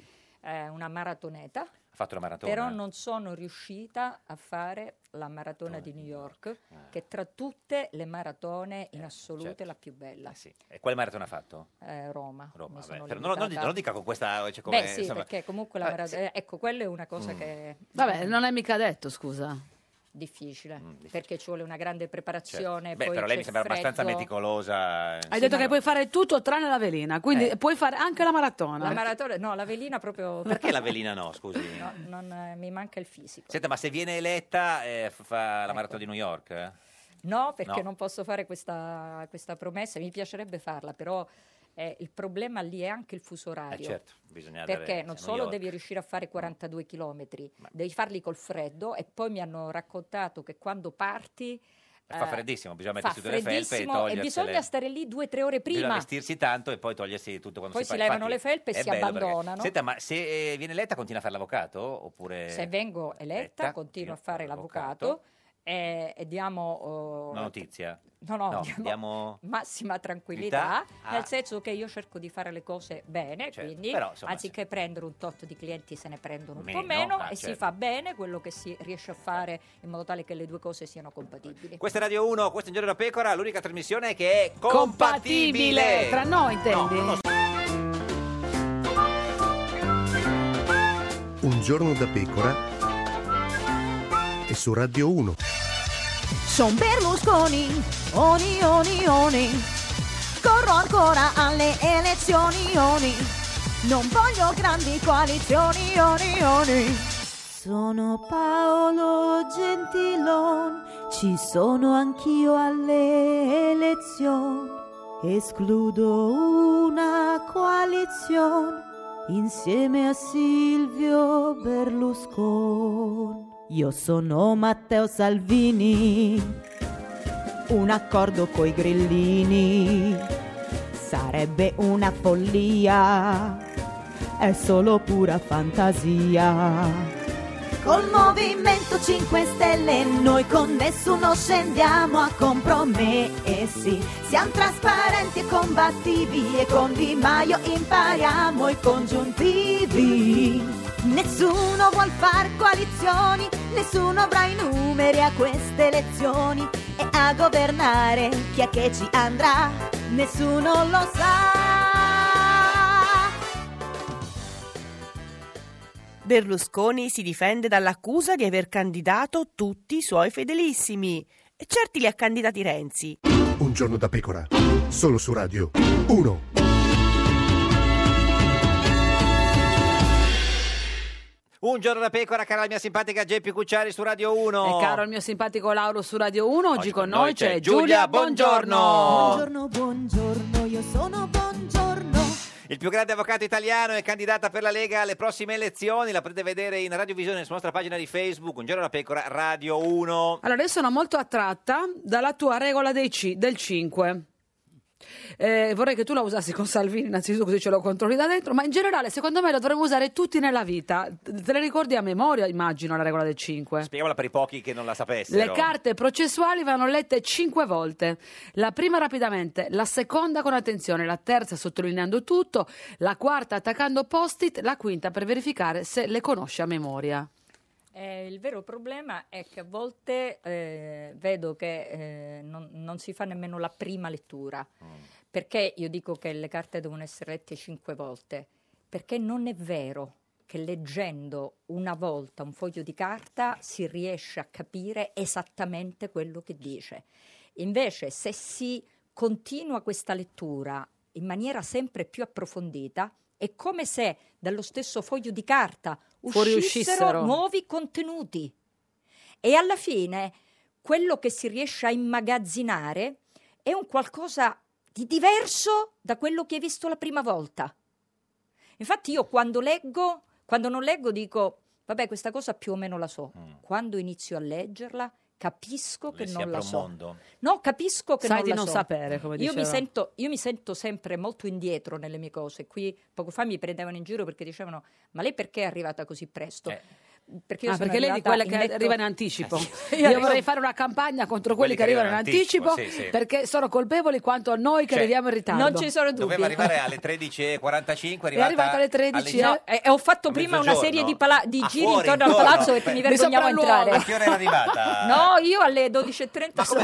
[SPEAKER 9] eh, una maratoneta,
[SPEAKER 2] Ha fatto la maratona?
[SPEAKER 9] però non sono riuscita a fare la maratona di New York, che tra tutte le maratone
[SPEAKER 2] Eh,
[SPEAKER 9] in assoluto è la più bella.
[SPEAKER 2] E quale maratona ha fatto?
[SPEAKER 9] Eh, Roma.
[SPEAKER 2] certo. Eh, Roma,
[SPEAKER 9] mi
[SPEAKER 2] vabbè.
[SPEAKER 9] sono
[SPEAKER 2] Però non, non,
[SPEAKER 9] limitata.
[SPEAKER 2] non lo dica con questa... Cioè, come,
[SPEAKER 9] Beh sì,
[SPEAKER 2] insomma,
[SPEAKER 9] perché comunque la maratona... eh, Ecco, quella è una cosa
[SPEAKER 2] Mm.
[SPEAKER 9] che...
[SPEAKER 1] Vabbè, non è mica detto, scusa.
[SPEAKER 9] difficile,
[SPEAKER 2] Mm.
[SPEAKER 9] perché ci vuole una grande
[SPEAKER 2] certo.
[SPEAKER 9] preparazione.
[SPEAKER 2] Beh,
[SPEAKER 9] poi
[SPEAKER 2] però lei mi
[SPEAKER 9] c'è
[SPEAKER 2] sembra abbastanza
[SPEAKER 9] freddo.
[SPEAKER 2] meticolosa.
[SPEAKER 1] Hai detto che puoi fare tutto tranne la velina, quindi
[SPEAKER 2] Eh.
[SPEAKER 1] puoi fare anche la maratona.
[SPEAKER 9] La maratona, no, la velina proprio...
[SPEAKER 2] Perché la velina no, scusi?
[SPEAKER 9] No, non, eh, mi manca il fisico.
[SPEAKER 2] Senta, ma se viene eletta eh, f- fa
[SPEAKER 9] Ecco.
[SPEAKER 2] la maratona di New York? eh?
[SPEAKER 9] No, perché
[SPEAKER 2] No.
[SPEAKER 9] non posso fare questa, questa promessa, mi piacerebbe farla, però eh, il problema lì è anche il fuso
[SPEAKER 2] Eh,
[SPEAKER 9] orario.
[SPEAKER 2] certo, bisogna
[SPEAKER 9] Perché
[SPEAKER 2] andare
[SPEAKER 9] non
[SPEAKER 2] a New
[SPEAKER 9] solo
[SPEAKER 2] York.
[SPEAKER 9] devi riuscire a
[SPEAKER 2] Mm.
[SPEAKER 9] fare 42 chilometri, devi farli col freddo e poi mi hanno raccontato che quando parti...
[SPEAKER 2] Fa
[SPEAKER 9] eh,
[SPEAKER 2] freddissimo, bisogna
[SPEAKER 9] fa
[SPEAKER 2] mettersi tutte le felpe e
[SPEAKER 9] freddissimo
[SPEAKER 2] togliersele.
[SPEAKER 9] bisogna stare lì due o tre ore
[SPEAKER 2] Bisogna
[SPEAKER 9] prima.
[SPEAKER 2] vestirsi tanto e poi togliersi tutto quando
[SPEAKER 9] Poi
[SPEAKER 2] si
[SPEAKER 9] si
[SPEAKER 2] fa-
[SPEAKER 9] levano
[SPEAKER 2] infatti
[SPEAKER 9] le felpe e
[SPEAKER 2] è
[SPEAKER 9] si
[SPEAKER 2] bello
[SPEAKER 9] abbandonano.
[SPEAKER 2] Senta, ma se eh, viene eletta continua a fare l'avvocato? Oppure...
[SPEAKER 9] Se vengo eletta,
[SPEAKER 2] eletta,
[SPEAKER 9] continuo a
[SPEAKER 2] continuo
[SPEAKER 9] fare
[SPEAKER 2] l'avvocato.
[SPEAKER 9] l'avvocato e, e diamo oh,
[SPEAKER 2] No, notizia?
[SPEAKER 9] No, no, diamo-
[SPEAKER 2] diamo-
[SPEAKER 9] massima tranquillità,
[SPEAKER 2] Tranquillità a-
[SPEAKER 9] nel senso che io cerco di fare le cose bene,
[SPEAKER 2] Certo,
[SPEAKER 9] quindi
[SPEAKER 2] però, insomma,
[SPEAKER 9] anziché prendere un tot di clienti se ne prendono un po'
[SPEAKER 2] Meno,
[SPEAKER 9] meno
[SPEAKER 2] ah,
[SPEAKER 9] e si
[SPEAKER 2] certo.
[SPEAKER 9] fa bene quello che si riesce a fare in modo tale che le due cose siano compatibili.
[SPEAKER 2] Questa è Radio 1, questo è Un Giorno da Pecora, l'unica trasmissione che è compatibile.
[SPEAKER 1] Compatibile, tra noi intendi?
[SPEAKER 10] Un giorno da pecora e su Radio 1.
[SPEAKER 8] Son Berlusconi, oni, oni, oni. Corro ancora alle elezioni, oni. Non voglio grandi coalizioni, oni, oni.
[SPEAKER 13] Sono Paolo Gentilon, ci sono anch'io alle elezioni. Escludo una coalizione insieme a Silvio Berlusconi. Io sono Matteo Salvini, un accordo coi grillini sarebbe una follia, è solo pura fantasia.
[SPEAKER 8] Col Movimento 5 Stelle noi con nessuno scendiamo a compromessi. Siamo trasparenti e combattivi e con Di Maio impariamo i congiuntivi. Nessuno vuol far coalizioni, nessuno avrà i numeri a queste elezioni e a governare chi è che ci andrà, nessuno lo sa.
[SPEAKER 11] Berlusconi si difende dall'accusa di aver candidato tutti i suoi fedelissimi. E certi li ha candidati Renzi.
[SPEAKER 10] Un giorno da pecora, solo su Radio 1.
[SPEAKER 2] Un Giorno da Pecora, cara la mia simpatica Geppi Cucciari su Radio 1.
[SPEAKER 1] E Eh, caro il mio simpatico Lauro su Radio 1, oggi, con noi c'è Giulia,
[SPEAKER 2] Giulia,
[SPEAKER 1] buongiorno.
[SPEAKER 2] buongiorno.
[SPEAKER 13] Buongiorno, io sono buongiorno.
[SPEAKER 2] Il più grande avvocato italiano è candidata per la Lega alle prossime elezioni. La potete vedere in radiovisione sulla nostra pagina di Facebook. Un giorno da pecora, Radio 1.
[SPEAKER 1] Allora, io sono molto attratta dalla tua regola dei ci- del 5. Eh, vorrei che tu la usassi con Salvini, innanzitutto, così ce lo controlli da dentro. Ma in generale, secondo me, la dovremmo usare tutti nella vita. Te le ricordi a memoria, immagino, la regola del 5.
[SPEAKER 2] Spieghiamola per i pochi che non la sapessero.
[SPEAKER 1] Le carte processuali vanno lette cinque volte. La prima rapidamente, la seconda con attenzione, la terza sottolineando tutto, la quarta attaccando post-it, la quinta per verificare se le conosce a memoria.
[SPEAKER 9] Eh, il vero problema è che a volte eh, vedo che eh, non, non si fa nemmeno la prima lettura.
[SPEAKER 2] Mm.
[SPEAKER 9] Perché io dico che le carte devono essere lette cinque volte? Perché non è vero che leggendo una volta un foglio di carta si riesce a capire esattamente quello che dice. Invece, se si continua questa lettura in maniera sempre più approfondita, è come se dallo stesso foglio di carta
[SPEAKER 1] Fuoriuscissero.
[SPEAKER 9] uscissero nuovi contenuti. E alla fine quello che si riesce a immagazzinare è un qualcosa di diverso da quello che hai visto la prima volta. Infatti io quando leggo, quando non leggo dico, vabbè questa cosa più o meno la so. Quando inizio a leggerla capisco che
[SPEAKER 2] Mm. si
[SPEAKER 9] non
[SPEAKER 2] apre
[SPEAKER 9] la
[SPEAKER 2] un
[SPEAKER 9] so.
[SPEAKER 2] mondo.
[SPEAKER 9] No, capisco che
[SPEAKER 1] Sai
[SPEAKER 9] non
[SPEAKER 1] di
[SPEAKER 9] la
[SPEAKER 1] non
[SPEAKER 9] so.
[SPEAKER 1] sapere, come
[SPEAKER 9] io mi,
[SPEAKER 1] diceva.
[SPEAKER 9] sento, io mi sento sempre molto indietro nelle mie cose. Qui poco fa mi prendevano in giro perché dicevano ma lei perché è arrivata così presto?
[SPEAKER 2] Eh.
[SPEAKER 9] Perché io
[SPEAKER 1] Ah,
[SPEAKER 9] sono
[SPEAKER 1] perché lei è di
[SPEAKER 9] arrivata
[SPEAKER 1] quella
[SPEAKER 9] in
[SPEAKER 1] che
[SPEAKER 9] netto-
[SPEAKER 1] arriva in anticipo.
[SPEAKER 2] Certo.
[SPEAKER 9] Eh, sì.
[SPEAKER 1] Io vorrei fare una campagna contro quelli, che arrivano in anticipo,
[SPEAKER 2] sì, sì.
[SPEAKER 1] perché sono colpevoli quanto noi che
[SPEAKER 2] Cioè,
[SPEAKER 1] arriviamo in ritardo.
[SPEAKER 2] Doveva arrivare alle 13.45, è
[SPEAKER 1] È arrivato alle 13
[SPEAKER 2] alle-
[SPEAKER 1] eh?
[SPEAKER 9] e, e ho fatto prima una
[SPEAKER 2] mezzogiorno.
[SPEAKER 9] serie di, pala- di
[SPEAKER 2] Ah,
[SPEAKER 9] giri
[SPEAKER 2] fuori,
[SPEAKER 9] intorno al
[SPEAKER 2] intorno,
[SPEAKER 9] palazzo perché
[SPEAKER 2] beh.
[SPEAKER 9] mi
[SPEAKER 2] Di
[SPEAKER 9] vergognavo a
[SPEAKER 2] sopralluogo.
[SPEAKER 9] entrare.
[SPEAKER 2] A che ora era arrivata?
[SPEAKER 9] No, io alle 12.30 sono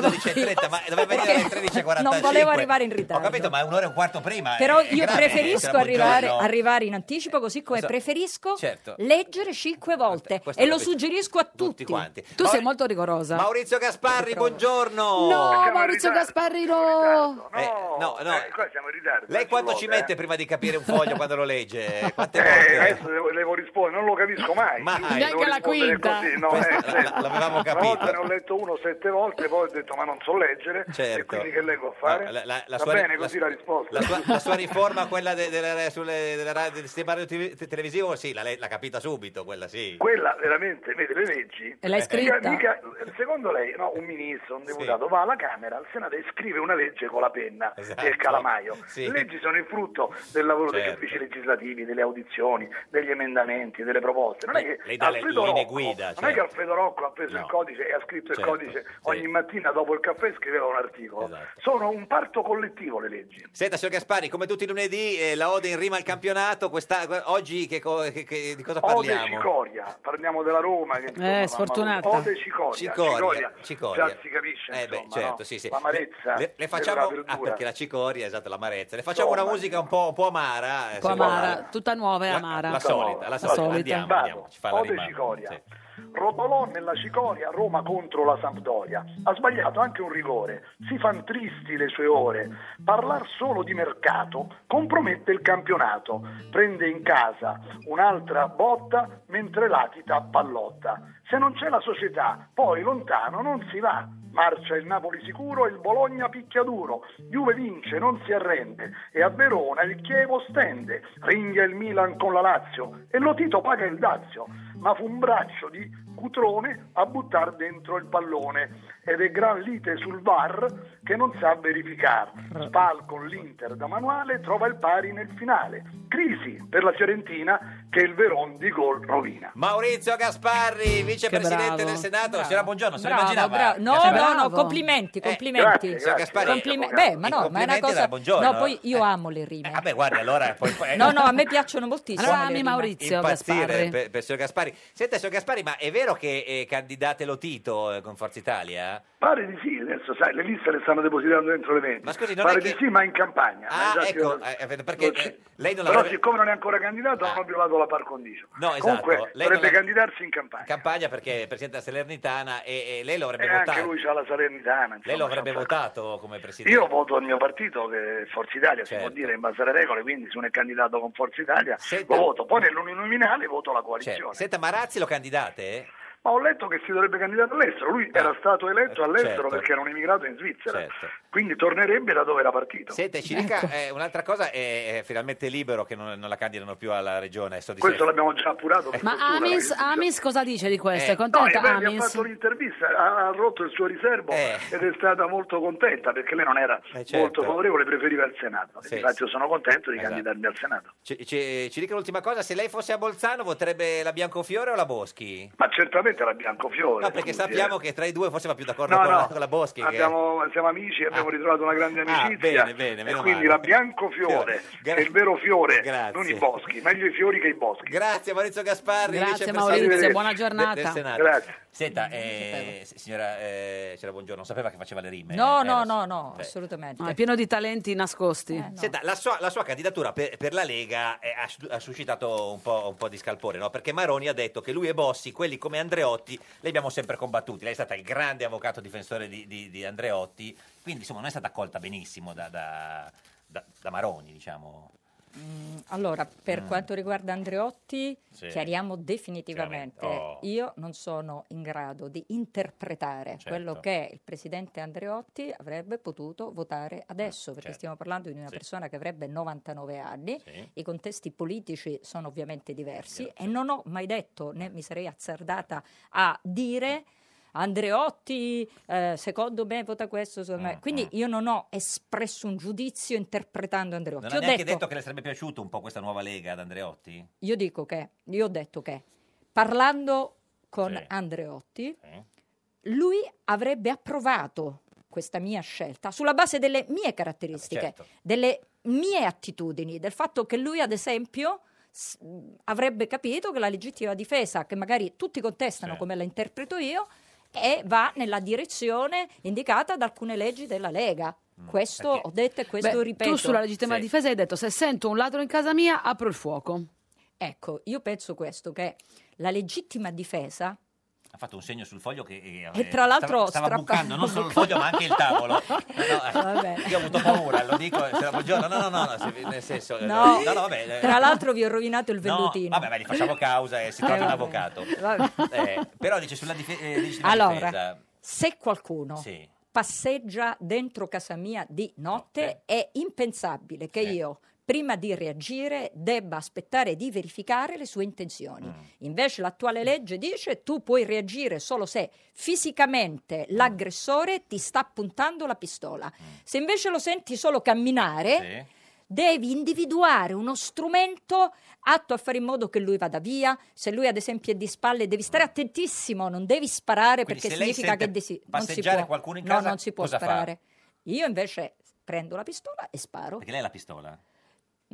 [SPEAKER 2] Doveva venire alle 13.45.
[SPEAKER 9] eh. Non volevo arrivare in ritardo.
[SPEAKER 2] Ho capito, ma è un'ora e un quarto prima. eh.
[SPEAKER 9] Però
[SPEAKER 2] è- è
[SPEAKER 9] io
[SPEAKER 2] grave,
[SPEAKER 9] preferisco
[SPEAKER 2] siamo
[SPEAKER 9] arrivare,
[SPEAKER 2] giorno.
[SPEAKER 9] arrivare in anticipo, così come
[SPEAKER 2] Cosa-
[SPEAKER 9] preferisco
[SPEAKER 2] Certo.
[SPEAKER 9] leggere cinque volte.
[SPEAKER 2] questo
[SPEAKER 9] E
[SPEAKER 2] lo
[SPEAKER 9] lo
[SPEAKER 2] capisco.
[SPEAKER 9] suggerisco a tutti.
[SPEAKER 2] quanti.
[SPEAKER 1] Tu sei molto rigorosa.
[SPEAKER 2] Maurizio Gasparri, buongiorno.
[SPEAKER 1] No, Maurizio Gasparri, no.
[SPEAKER 2] Eh, no, no.
[SPEAKER 14] siamo in ritardo. eh,
[SPEAKER 2] Lei quanto ci
[SPEAKER 14] volte,
[SPEAKER 2] mette prima di capire un foglio quando lo legge? Quante
[SPEAKER 14] Eh,
[SPEAKER 2] volte?
[SPEAKER 14] adesso devo, devo rispondere, non lo capisco mai.
[SPEAKER 2] Mai.
[SPEAKER 14] Devo
[SPEAKER 2] Neanche alla
[SPEAKER 14] rispondere
[SPEAKER 2] quinta.
[SPEAKER 14] Così, no,
[SPEAKER 2] Questa-
[SPEAKER 14] eh, sì.
[SPEAKER 2] l'avevamo
[SPEAKER 14] Una
[SPEAKER 2] capito.
[SPEAKER 14] volta ne ho letto uno sette volte, poi ho detto ma non so leggere, e
[SPEAKER 2] Certo.
[SPEAKER 14] quindi che leggo a fare?
[SPEAKER 2] La- la- la
[SPEAKER 14] Va
[SPEAKER 2] sua-
[SPEAKER 14] bene
[SPEAKER 2] la-
[SPEAKER 14] così la, risposta.
[SPEAKER 2] La sua, la sua riforma, quella de- della- sulle- della radio- del sistema radio TV te- televisivo, sì, l'ha, le- l'ha capita subito, quella sì.
[SPEAKER 14] Quella veramente, vedi, le leggi. Eh,
[SPEAKER 2] E l'hai scritta?
[SPEAKER 14] Mica- mica- secondo lei, no, un ministro, un deputato va alla Camera, al Senato e scrive una legge con la penna
[SPEAKER 2] Esatto.
[SPEAKER 14] e il calamaio.
[SPEAKER 2] Sì. Certo.
[SPEAKER 14] Le leggi sono il frutto del lavoro degli uffici legislativi, delle audizioni, degli emendamenti, delle proposte. Non è che
[SPEAKER 2] Lei dà le
[SPEAKER 14] Alfredo
[SPEAKER 2] linee
[SPEAKER 14] Rocco-
[SPEAKER 2] guida,
[SPEAKER 14] Non è che
[SPEAKER 2] certo.
[SPEAKER 14] Alfredo Rocco ha preso il codice e ha scritto
[SPEAKER 2] Certo,
[SPEAKER 14] il codice ogni mattina dopo il caffè scriveva un articolo.
[SPEAKER 2] Esatto.
[SPEAKER 14] Sono un parto collettivo le leggi.
[SPEAKER 2] Senta, signor Gasparri, come tutti i lunedì, eh, la Ode in rima al campionato. Questa, oggi che co- che- che- di cosa
[SPEAKER 14] Ode
[SPEAKER 2] parliamo?
[SPEAKER 14] Cicoria, parliamo della Roma.
[SPEAKER 2] Eh,
[SPEAKER 14] Che, insomma, mamma-
[SPEAKER 1] sfortunata.
[SPEAKER 14] Ode Cicoria.
[SPEAKER 2] Cicoria,
[SPEAKER 14] Cicoria.
[SPEAKER 2] Cicoria.
[SPEAKER 14] Già si capisce,
[SPEAKER 2] Eh, beh,
[SPEAKER 14] insomma,
[SPEAKER 2] certo,
[SPEAKER 14] no?
[SPEAKER 2] sì, sì.
[SPEAKER 14] L'amarezza
[SPEAKER 2] Le, le
[SPEAKER 14] della
[SPEAKER 2] facciamo
[SPEAKER 14] verdura.
[SPEAKER 2] ah, perché la cicoria, esatto, l'amarezza. Le facciamo
[SPEAKER 1] Insomma,
[SPEAKER 2] una musica un po', un po' amara. eh,
[SPEAKER 1] Un po'
[SPEAKER 2] se
[SPEAKER 1] amara,
[SPEAKER 2] vuole.
[SPEAKER 1] tutta nuova e
[SPEAKER 2] La-
[SPEAKER 1] amara.
[SPEAKER 2] La, solita, la solita. Andiamo, andiamo. Ci fa la
[SPEAKER 14] Ode
[SPEAKER 2] rima.
[SPEAKER 14] Cicoria.
[SPEAKER 2] Sì.
[SPEAKER 14] Rotolò nella Cicoria, Roma contro la Sampdoria. Ha sbagliato anche un rigore. Si fan tristi le sue ore. Parlar solo di mercato compromette il campionato. Prende in casa un'altra botta mentre latita a pallotta. Se non c'è la società, poi lontano non si va. Marcia il Napoli sicuro e il Bologna picchia duro. Juve vince, non si arrende. E a Verona il Chievo stende. Ringhia il Milan con la Lazio. E lo Tito paga il dazio. Ma fu un braccio di Cutrone a buttar dentro il pallone. Ed è gran lite sul VAR che non sa verificare. Spal con l'Inter da manuale trova il pari nel finale. Crisi per la Fiorentina che il Veron di gol rovina.
[SPEAKER 2] Maurizio Gasparri, vicepresidente
[SPEAKER 14] bravo.
[SPEAKER 2] del Senato. Signora Buongiorno, se eh?
[SPEAKER 9] Bravo,
[SPEAKER 2] l'immaginava?
[SPEAKER 9] bravo.
[SPEAKER 2] Mi
[SPEAKER 9] No,
[SPEAKER 2] sembra-
[SPEAKER 9] no, no, complimenti,
[SPEAKER 1] Eh,
[SPEAKER 9] complimenti.
[SPEAKER 2] grazie, grazie. Gasparri,
[SPEAKER 9] Complime-
[SPEAKER 2] grazie.
[SPEAKER 9] Beh, ma no, ma
[SPEAKER 2] I
[SPEAKER 9] è una
[SPEAKER 2] complimenti
[SPEAKER 9] cosa...
[SPEAKER 2] della Buongiorno. Eh. Ah,
[SPEAKER 9] No, poi io amo le rime.
[SPEAKER 2] Vabbè, guardi, allora poi... poi-
[SPEAKER 9] No, no, a me piacciono moltissimo.
[SPEAKER 1] Allora
[SPEAKER 9] le
[SPEAKER 1] ami
[SPEAKER 9] rime.
[SPEAKER 1] Maurizio
[SPEAKER 2] Impazzire
[SPEAKER 1] Gasparri.
[SPEAKER 2] per, per signor Gasparri. Senta, signor Gasparri, ma è vero che eh, candidate lo Tito eh, con Forza Italia?
[SPEAKER 14] Pare di sì, adesso sai, le liste le stanno depositando dentro le venti.
[SPEAKER 2] Ma scusi, non
[SPEAKER 14] Pare
[SPEAKER 2] è che-
[SPEAKER 14] di sì, ma in campagna.
[SPEAKER 2] Ah,
[SPEAKER 14] Esatto,
[SPEAKER 2] ecco,
[SPEAKER 14] io-
[SPEAKER 2] eh, perché
[SPEAKER 14] non ci-
[SPEAKER 2] eh, lei non
[SPEAKER 14] Però
[SPEAKER 2] l'avrebbe...
[SPEAKER 14] siccome non è ancora candidato, non ho violato la par condicio.
[SPEAKER 2] No, esatto.
[SPEAKER 14] Comunque,
[SPEAKER 2] Lei non
[SPEAKER 14] dovrebbe
[SPEAKER 2] l'ha-
[SPEAKER 14] candidarsi in campagna.
[SPEAKER 2] in campagna perché è presidente della Salernitana e, e lei lo avrebbe
[SPEAKER 14] E
[SPEAKER 2] votato.
[SPEAKER 14] Eh, anche lui ha la Salernitana. insomma,
[SPEAKER 2] lei lo avrebbe
[SPEAKER 14] c'ha un
[SPEAKER 2] votato come
[SPEAKER 14] sacco.
[SPEAKER 2] presidente.
[SPEAKER 14] Io voto il mio partito, che è Forza Italia, si
[SPEAKER 2] Certo.
[SPEAKER 14] può dire in base alle regole, quindi se uno è candidato
[SPEAKER 2] Certo.
[SPEAKER 14] con Forza Italia lo voto. Poi nell'uninominale voto la coalizione.
[SPEAKER 2] Senta, ma Razzi lo candidate?
[SPEAKER 14] ma ho letto che si dovrebbe candidare all'estero. Lui era stato eletto all'estero
[SPEAKER 2] Ah. certo.
[SPEAKER 14] perché era un emigrato in Svizzera,
[SPEAKER 2] Certo.
[SPEAKER 14] quindi tornerebbe da dove era partito.
[SPEAKER 2] Senta, ci dica
[SPEAKER 1] Ecco.
[SPEAKER 14] Ecco.
[SPEAKER 2] eh, un'altra cosa, è, è finalmente libero che non, non la candidano più alla regione. Sto
[SPEAKER 14] Questo l'abbiamo già appurato. per
[SPEAKER 1] Ma
[SPEAKER 14] fortuna,
[SPEAKER 1] Amis, Amis cosa dice di
[SPEAKER 2] Eh,
[SPEAKER 1] questo? È
[SPEAKER 14] No, e
[SPEAKER 1] contenta
[SPEAKER 14] beh, mi ha
[SPEAKER 1] Amis?
[SPEAKER 14] fatto un'intervista, ha, ha rotto il suo riservo ed è stata molto contenta perché lei non era
[SPEAKER 2] Eh. certo.
[SPEAKER 14] molto favorevole, preferiva il Senato.
[SPEAKER 2] Sì,
[SPEAKER 14] Infatti io sono contento di
[SPEAKER 2] Esatto.
[SPEAKER 14] candidarmi al Senato.
[SPEAKER 2] Ci, ci- ci dica l'ultima cosa, se lei fosse a Bolzano voterebbe la Biancofiore o la Boschi?
[SPEAKER 14] Ma certamente la Biancofiore.
[SPEAKER 2] No, perché
[SPEAKER 14] scusi, eh.
[SPEAKER 2] sappiamo che tra i due forse va più d'accordo
[SPEAKER 14] No,
[SPEAKER 2] con,
[SPEAKER 14] no,
[SPEAKER 2] La, con la Boschi. che-
[SPEAKER 14] abbiamo- siamo amici e abbiamo ritrovato una grande
[SPEAKER 2] Ah,
[SPEAKER 14] amicizia.
[SPEAKER 2] bene, bene,
[SPEAKER 14] e
[SPEAKER 2] meno
[SPEAKER 14] quindi
[SPEAKER 2] male.
[SPEAKER 14] la Biancofiore
[SPEAKER 2] Gra-
[SPEAKER 14] è il vero fiore,
[SPEAKER 2] Grazie.
[SPEAKER 14] non i boschi, meglio i fiori che i boschi.
[SPEAKER 2] Grazie Maurizio Gasparri.
[SPEAKER 1] Grazie,
[SPEAKER 2] vicepresidente
[SPEAKER 1] Maurizio,
[SPEAKER 2] del-
[SPEAKER 1] buona giornata.
[SPEAKER 2] del Senato.
[SPEAKER 1] Grazie.
[SPEAKER 2] Senta, eh, signora eh, c'era buongiorno, non sapeva che faceva le rime.
[SPEAKER 9] No,
[SPEAKER 2] Eh,
[SPEAKER 9] no,
[SPEAKER 2] lo so.
[SPEAKER 9] no, no,
[SPEAKER 2] Beh.
[SPEAKER 9] assolutamente. Eh,
[SPEAKER 1] No, è pieno di talenti nascosti.
[SPEAKER 2] Senta, la sua, la sua candidatura per, per la Lega eh, ha, su- ha suscitato un po', un po' di scalpore, no? perché Maroni ha detto che lui e Bossi, quelli come Andreotti, li abbiamo sempre combattuti. Lei è stata il grande avvocato difensore di, di- di Andreotti, quindi insomma non è stata accolta benissimo da, da- da- da Maroni, diciamo.
[SPEAKER 9] Mm, Allora, per
[SPEAKER 2] Mm.
[SPEAKER 9] quanto riguarda Andreotti,
[SPEAKER 2] Sì.
[SPEAKER 9] chiariamo definitivamente,
[SPEAKER 2] Chiaramente. Oh.
[SPEAKER 9] io non sono in grado di interpretare
[SPEAKER 2] Certo.
[SPEAKER 9] quello che il presidente Andreotti avrebbe potuto
[SPEAKER 2] Ah,
[SPEAKER 9] votare adesso,
[SPEAKER 2] certo.
[SPEAKER 9] perché stiamo parlando di una persona che avrebbe 99 anni, i contesti politici sono ovviamente diversi e
[SPEAKER 2] certo.
[SPEAKER 9] non ho mai detto né mi sarei azzardata a dire... Andreotti, eh, secondo me vota questo, secondo
[SPEAKER 2] Mm,
[SPEAKER 9] me. quindi io non ho espresso un giudizio interpretando Andreotti.
[SPEAKER 2] Non
[SPEAKER 9] Io
[SPEAKER 2] ha
[SPEAKER 9] ho
[SPEAKER 2] neanche
[SPEAKER 9] detto-
[SPEAKER 2] detto che le sarebbe piaciuto un po' questa nuova Lega ad Andreotti?
[SPEAKER 9] io dico che, io ho detto che parlando con
[SPEAKER 2] Sì.
[SPEAKER 9] Andreotti, lui avrebbe approvato questa mia scelta sulla base delle mie caratteristiche,
[SPEAKER 15] certo.
[SPEAKER 9] delle mie attitudini, del fatto che lui, ad esempio, s- mh, avrebbe capito che la legittima difesa, che magari tutti contestano come la interpreto io, e va nella direzione indicata da alcune leggi della Lega. Questo ho detto e questo
[SPEAKER 1] Beh,
[SPEAKER 9] ripeto.
[SPEAKER 1] Tu sulla legittima difesa hai detto se sento un ladro in casa mia apro il fuoco.
[SPEAKER 9] Ecco, io penso questo, che la legittima difesa
[SPEAKER 2] Ha fatto un segno sul foglio che... eh,
[SPEAKER 9] E tra l'altro
[SPEAKER 2] Stava, stava
[SPEAKER 9] strappa-
[SPEAKER 2] bucando non solo il foglio ma anche il tavolo. No, no, eh,
[SPEAKER 9] Vabbè.
[SPEAKER 2] io ho avuto paura, lo dico, se la buongiorno, no, no, no, no, se- nel senso... eh,
[SPEAKER 9] No.
[SPEAKER 2] vabbè, eh,
[SPEAKER 9] Tra l'altro vi ho rovinato il vellutino.
[SPEAKER 2] No, vabbè, ma li facciamo causa e si
[SPEAKER 9] Eh,
[SPEAKER 2] trovi un
[SPEAKER 9] vabbè.
[SPEAKER 2] avvocato.
[SPEAKER 9] Vabbè.
[SPEAKER 2] Eh, però dice sulla dife- eh, legittima
[SPEAKER 9] Allora,
[SPEAKER 2] difesa...
[SPEAKER 9] se qualcuno
[SPEAKER 2] Sì.
[SPEAKER 9] passeggia dentro casa mia di notte, è impensabile che io prima di reagire debba aspettare di verificare le sue intenzioni. Invece l'attuale legge dice tu puoi reagire solo se fisicamente l'aggressore ti sta puntando la pistola. Se invece lo senti solo camminare, Devi individuare uno strumento atto a fare in modo che lui vada via. Se lui, ad esempio, è di spalle, devi stare attentissimo, non devi sparare
[SPEAKER 2] Quindi
[SPEAKER 9] perché
[SPEAKER 2] se lei
[SPEAKER 9] significa
[SPEAKER 2] sente
[SPEAKER 9] che desi- non si
[SPEAKER 2] passeggiare
[SPEAKER 9] può.
[SPEAKER 2] qualcuno in
[SPEAKER 9] No,
[SPEAKER 2] casa,
[SPEAKER 9] non si può
[SPEAKER 2] cosa fa?
[SPEAKER 9] sparare. Io invece prendo la pistola e sparo.
[SPEAKER 2] Perché lei ha la pistola?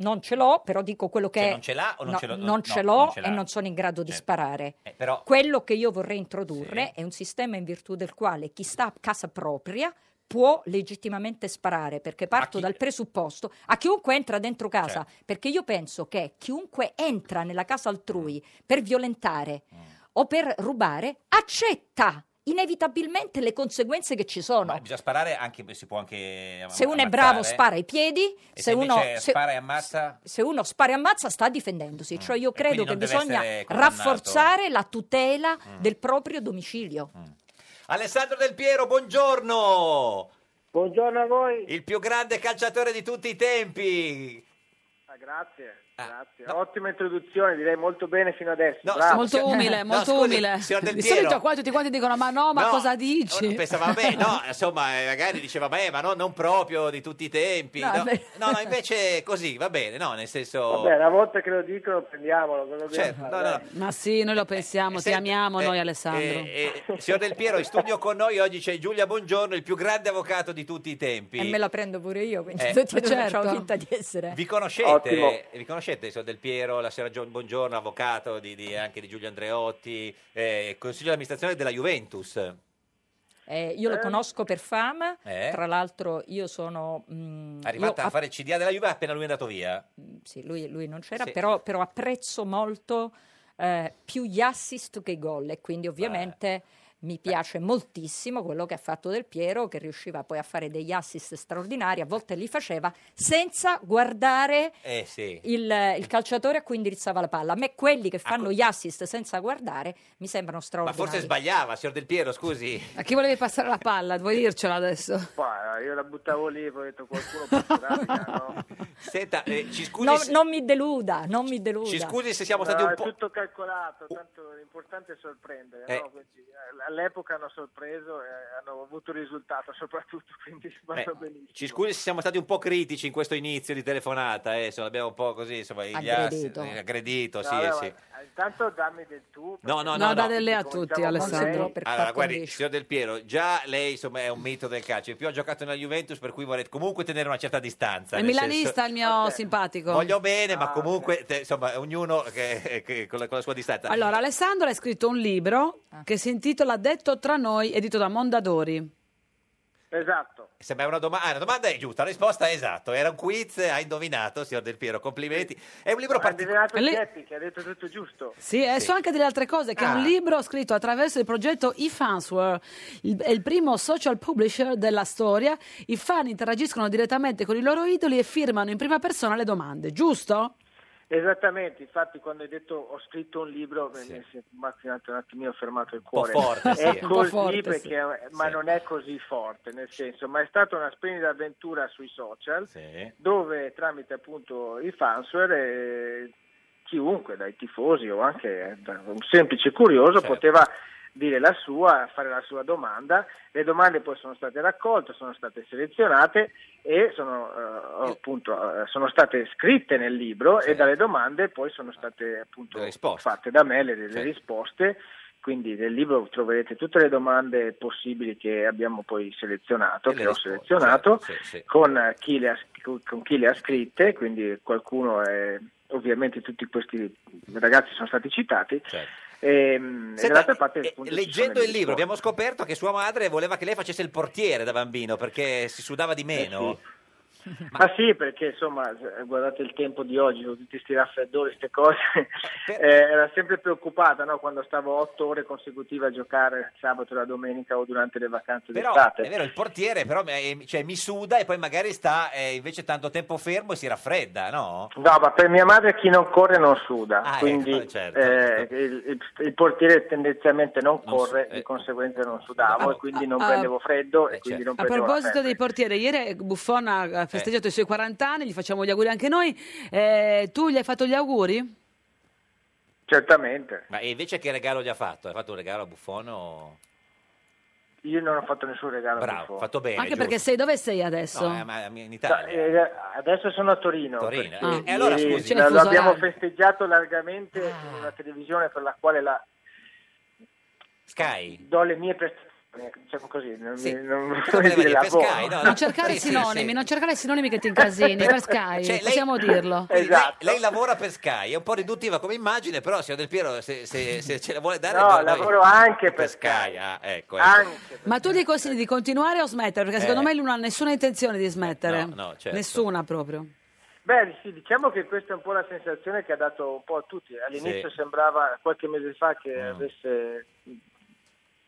[SPEAKER 9] Non ce l'ho, però dico quello che
[SPEAKER 2] Cioè,
[SPEAKER 9] è.
[SPEAKER 2] non ce l'ha o non
[SPEAKER 9] No,
[SPEAKER 2] ce l'ho-
[SPEAKER 9] Non
[SPEAKER 2] no,
[SPEAKER 9] ce
[SPEAKER 2] non
[SPEAKER 9] l'ho
[SPEAKER 2] ce
[SPEAKER 9] e
[SPEAKER 2] l'ha.
[SPEAKER 9] non sono in grado di sparare.
[SPEAKER 2] Eh, però...
[SPEAKER 9] Quello che io vorrei introdurre è un sistema in virtù del quale chi sta a casa propria può legittimamente sparare, perché parto dal presupposto a chiunque entra dentro casa,
[SPEAKER 2] Certo.
[SPEAKER 9] perché io penso che chiunque entra nella casa altrui
[SPEAKER 2] Mm.
[SPEAKER 9] per violentare o per rubare accetta inevitabilmente le conseguenze che ci sono.
[SPEAKER 2] Ma bisogna sparare anche, si può anche... am-
[SPEAKER 9] se uno è
[SPEAKER 2] ammazzare.
[SPEAKER 9] bravo spara i piedi,
[SPEAKER 2] E
[SPEAKER 9] se uno
[SPEAKER 2] invece
[SPEAKER 9] se-
[SPEAKER 2] spara e ammazza...
[SPEAKER 9] se uno spara e ammazza sta difendendosi, cioè io credo
[SPEAKER 2] Mm. quindi
[SPEAKER 9] che
[SPEAKER 2] non deve
[SPEAKER 9] bisogna
[SPEAKER 2] essere condannato.
[SPEAKER 9] rafforzare la tutela
[SPEAKER 2] Mm.
[SPEAKER 9] del proprio domicilio.
[SPEAKER 2] Alessandro Del Piero, buongiorno!
[SPEAKER 16] Buongiorno a voi.
[SPEAKER 2] Il più grande calciatore di tutti i tempi.
[SPEAKER 16] Ah, grazie, grazie. Ottima introduzione, direi molto bene fino adesso.
[SPEAKER 2] No,
[SPEAKER 16] bravo.
[SPEAKER 1] molto umile, molto umile.
[SPEAKER 2] signor Del
[SPEAKER 1] Di
[SPEAKER 2] Piero.
[SPEAKER 1] solito qua tutti quanti dicono ma no, ma
[SPEAKER 2] No,
[SPEAKER 1] cosa dici?
[SPEAKER 2] Pensava, beh, no, insomma, eh, magari diceva, beh, ma no, non proprio di tutti i tempi.
[SPEAKER 1] No,
[SPEAKER 2] No,
[SPEAKER 1] beh.
[SPEAKER 2] no, no, invece così, va bene, no, nel senso...
[SPEAKER 16] Vabbè, una volta che lo dicono, prendiamolo. cosa dobbiamo
[SPEAKER 2] Certo,
[SPEAKER 16] fare?
[SPEAKER 2] no, no, no.
[SPEAKER 1] Eh, Ma sì, noi lo pensiamo, ti amiamo noi Alessandro.
[SPEAKER 2] Eh, eh, signor Del Piero, in studio con noi oggi c'è Giulia Buongiorno, il più grande avvocato di tutti i tempi.
[SPEAKER 9] E me la prendo pure io, quindi
[SPEAKER 2] Eh,
[SPEAKER 9] tutti e due
[SPEAKER 1] certo.
[SPEAKER 9] facciamo finta di essere.
[SPEAKER 2] Vi conoscete,
[SPEAKER 16] Ottimo.
[SPEAKER 2] vi conoscete signor Del Piero, la signora Gio- Buongiorno, avvocato di, di- anche di Giulio Andreotti, eh, consiglio di amministrazione della Juventus.
[SPEAKER 9] Mm, Eh, io lo
[SPEAKER 2] Eh.
[SPEAKER 9] conosco per fama,
[SPEAKER 2] Eh.
[SPEAKER 9] tra l'altro io sono... mm,
[SPEAKER 2] Arrivata
[SPEAKER 9] io
[SPEAKER 2] a fare CDA della Juve appena lui è andato via.
[SPEAKER 9] sì, lui, lui non c'era,
[SPEAKER 2] Sì.
[SPEAKER 9] però, però apprezzo molto eh, più gli assist che i gol e quindi ovviamente Mi piace moltissimo quello che ha fatto Del Piero, che riusciva poi a fare degli assist straordinari, a volte li faceva senza guardare
[SPEAKER 2] Eh sì. Ecco.
[SPEAKER 9] il, il calciatore a cui indirizzava la palla. A me quelli che fanno gli assist senza guardare mi sembrano
[SPEAKER 2] Ma
[SPEAKER 9] straordinari.
[SPEAKER 2] forse sbagliava, signor Del Piero, scusi.
[SPEAKER 1] A chi volevi passare la palla? Vuoi dircelo adesso?
[SPEAKER 16] Poi, eh, io la buttavo lì, poi ho detto qualcuno passerà, no?
[SPEAKER 2] Senta, eh, ci scusi,
[SPEAKER 9] No,
[SPEAKER 2] se-
[SPEAKER 9] non mi deluda, non mi deluda.
[SPEAKER 2] ci scusi se siamo stati
[SPEAKER 16] No,
[SPEAKER 2] un
[SPEAKER 16] È
[SPEAKER 2] po'...
[SPEAKER 16] tutto calcolato, tanto l'importante è sorprendere.
[SPEAKER 2] Eh.
[SPEAKER 16] no? Quindi, eh, All'epoca hanno sorpreso e hanno avuto il risultato soprattutto, quindi
[SPEAKER 2] Eh,
[SPEAKER 16] vanno benissimo.
[SPEAKER 2] ci scusi se siamo stati un po' critici in questo inizio di telefonata, eh, insomma, abbiamo un po' così, insomma, gli
[SPEAKER 16] Aggredito.
[SPEAKER 2] assi- eh, aggredito, sì,
[SPEAKER 16] No,
[SPEAKER 2] eh,
[SPEAKER 16] vabbè,
[SPEAKER 2] sì.
[SPEAKER 16] ma- Intanto dammi del tu.
[SPEAKER 2] No, no,
[SPEAKER 16] perché-
[SPEAKER 2] no, No, no.
[SPEAKER 1] Dalle a tutti, Alessandro.
[SPEAKER 2] Allora, guardi, signor Del Piero, già lei insomma è un mito del calcio, in più ha giocato nella Juventus, per cui vorrei comunque tenere una certa distanza.
[SPEAKER 1] È
[SPEAKER 2] nel
[SPEAKER 1] milanista
[SPEAKER 2] senso-
[SPEAKER 1] il mio simpatico.
[SPEAKER 2] Voglio bene,
[SPEAKER 16] Ah,
[SPEAKER 2] ma comunque, te- insomma, ognuno che- che- con, la, con la sua distanza.
[SPEAKER 1] Allora, Alessandro ha scritto un libro che si intitola Detto tra noi, edito da Mondadori.
[SPEAKER 16] Esatto.
[SPEAKER 2] Sembra una domanda, ah, la domanda è giusta, la risposta è esatto. Era un quiz, ha indovinato, signor Del Piero, complimenti. È un libro particolare.
[SPEAKER 16] Renato Zietti, che ha detto tutto giusto.
[SPEAKER 1] Sì, e so anche delle altre cose, che è
[SPEAKER 2] Ah.
[SPEAKER 1] un libro scritto attraverso il progetto eFansware, il, è il primo social publisher della storia. I fan interagiscono direttamente con i loro idoli e firmano in prima persona le domande, giusto?
[SPEAKER 16] Esattamente, infatti quando hai detto ho scritto un libro, mi si è macchinato un attimino, ho fermato il
[SPEAKER 2] po'
[SPEAKER 16] cuore.
[SPEAKER 2] forte, sì.
[SPEAKER 16] È
[SPEAKER 2] Un po'
[SPEAKER 16] così
[SPEAKER 2] forte,
[SPEAKER 16] perché,
[SPEAKER 2] sì.
[SPEAKER 16] ma
[SPEAKER 2] Sì.
[SPEAKER 16] non è così forte, nel senso, ma è stata una splendida avventura sui social
[SPEAKER 2] Sì.
[SPEAKER 16] dove tramite appunto i fansware eh, chiunque, dai tifosi o anche eh, da- un semplice curioso,
[SPEAKER 15] Certo.
[SPEAKER 16] poteva dire la sua, fare la sua domanda, le domande poi sono state raccolte, sono state selezionate e sono, eh, appunto, eh, sono state scritte nel libro e dalle domande poi sono state appunto fatte da me le, le risposte. Quindi nel libro troverete tutte le domande possibili che abbiamo poi selezionato,
[SPEAKER 2] E le
[SPEAKER 16] che ho
[SPEAKER 2] risposte, certo.
[SPEAKER 16] selezionato,
[SPEAKER 2] sì, sì.
[SPEAKER 16] con eh, chi le ha, con chi le ha scritte, quindi qualcuno è, ovviamente tutti questi ragazzi sono stati citati.
[SPEAKER 2] Certo.
[SPEAKER 16] Ehm, e
[SPEAKER 2] Senta, eh,
[SPEAKER 16] dall'altra parte, appunto, ci
[SPEAKER 2] Leggendo
[SPEAKER 16] sono le
[SPEAKER 2] il libro
[SPEAKER 16] risposte.
[SPEAKER 2] abbiamo scoperto che sua madre voleva che lei facesse il portiere da bambino perché si sudava
[SPEAKER 16] Eh
[SPEAKER 2] di meno.
[SPEAKER 16] Ma sì, perché insomma, eh, guardate il tempo di oggi, con tutti questi raffreddori, queste cose, eh, era sempre preoccupata no? quando stavo otto ore consecutive a giocare sabato e la domenica o durante le vacanze
[SPEAKER 2] Però
[SPEAKER 16] d'estate.
[SPEAKER 2] è vero, il portiere però eh, cioè, mi suda e poi magari sta eh, invece tanto tempo fermo e si raffredda, no?
[SPEAKER 16] No, ma per mia madre chi non corre non suda,
[SPEAKER 2] Ah,
[SPEAKER 16] quindi
[SPEAKER 2] ecco, certo,
[SPEAKER 16] eh, il, il- il portiere tendenzialmente non
[SPEAKER 2] Non su- eh. Ah,
[SPEAKER 16] corre, di conseguenza non sudavo e quindi non prendevo freddo e
[SPEAKER 2] Certo.
[SPEAKER 16] quindi non
[SPEAKER 1] A
[SPEAKER 16] prendevo la
[SPEAKER 1] proposito
[SPEAKER 16] febbre.
[SPEAKER 1] dei portieri, ieri Buffon
[SPEAKER 2] Eh.
[SPEAKER 1] ha ha festeggiato i suoi 40 anni, gli facciamo gli auguri anche noi. Eh, tu gli hai fatto gli auguri?
[SPEAKER 16] Certamente,
[SPEAKER 2] Ma e invece che regalo gli ha fatto? Ha fatto un regalo a Buffono?
[SPEAKER 16] io non ho fatto nessun regalo.
[SPEAKER 2] Bravo,
[SPEAKER 16] Buffon.
[SPEAKER 2] fatto bene.
[SPEAKER 1] anche perché sei dove sei adesso?
[SPEAKER 2] No, eh, ma in Italia.
[SPEAKER 16] No, eh, adesso sono a Torino.
[SPEAKER 2] Torino.
[SPEAKER 16] perché
[SPEAKER 2] Ah. E allora,
[SPEAKER 16] ieri
[SPEAKER 2] scusi. Ah.
[SPEAKER 16] la-
[SPEAKER 2] C'è il
[SPEAKER 16] lo
[SPEAKER 2] fuso
[SPEAKER 16] abbiamo
[SPEAKER 2] orario.
[SPEAKER 16] festeggiato largamente con una televisione per la quale la-
[SPEAKER 2] Sky.
[SPEAKER 16] do le mie prestazioni, diciamo così, non,
[SPEAKER 2] Sì.
[SPEAKER 16] mi-
[SPEAKER 2] Cosa
[SPEAKER 16] non voglio
[SPEAKER 2] voleva
[SPEAKER 16] dire
[SPEAKER 2] dire,
[SPEAKER 16] la
[SPEAKER 2] per
[SPEAKER 16] buona.
[SPEAKER 2] Sky, no?
[SPEAKER 1] Non cercare
[SPEAKER 2] Sì, sì,
[SPEAKER 1] sinonimi,
[SPEAKER 2] sì.
[SPEAKER 1] non cercare sinonimi che ti incasini, per Sky,
[SPEAKER 2] Cioè, lei-
[SPEAKER 1] possiamo dirlo.
[SPEAKER 2] Lei-
[SPEAKER 16] Esatto.
[SPEAKER 2] Lei, lavora per Sky, è un po' riduttiva come immagine, però signor Del Piero se, se- se ce la vuole dare...
[SPEAKER 16] No,
[SPEAKER 2] allora noi-
[SPEAKER 16] lavoro anche per
[SPEAKER 2] Sky. Ah, ecco, ecco.
[SPEAKER 16] Anche.
[SPEAKER 1] Ma tu gli consigli di continuare o smettere? Perché secondo
[SPEAKER 2] Eh.
[SPEAKER 1] me lui non ha nessuna intenzione di smettere.
[SPEAKER 2] Eh, no, no, certo.
[SPEAKER 1] Nessuna proprio.
[SPEAKER 16] Beh, sì, diciamo che questa è un po' la sensazione che ha dato un po' a tutti. All'inizio
[SPEAKER 2] Sì. Mm.
[SPEAKER 16] sembrava qualche mese fa che avesse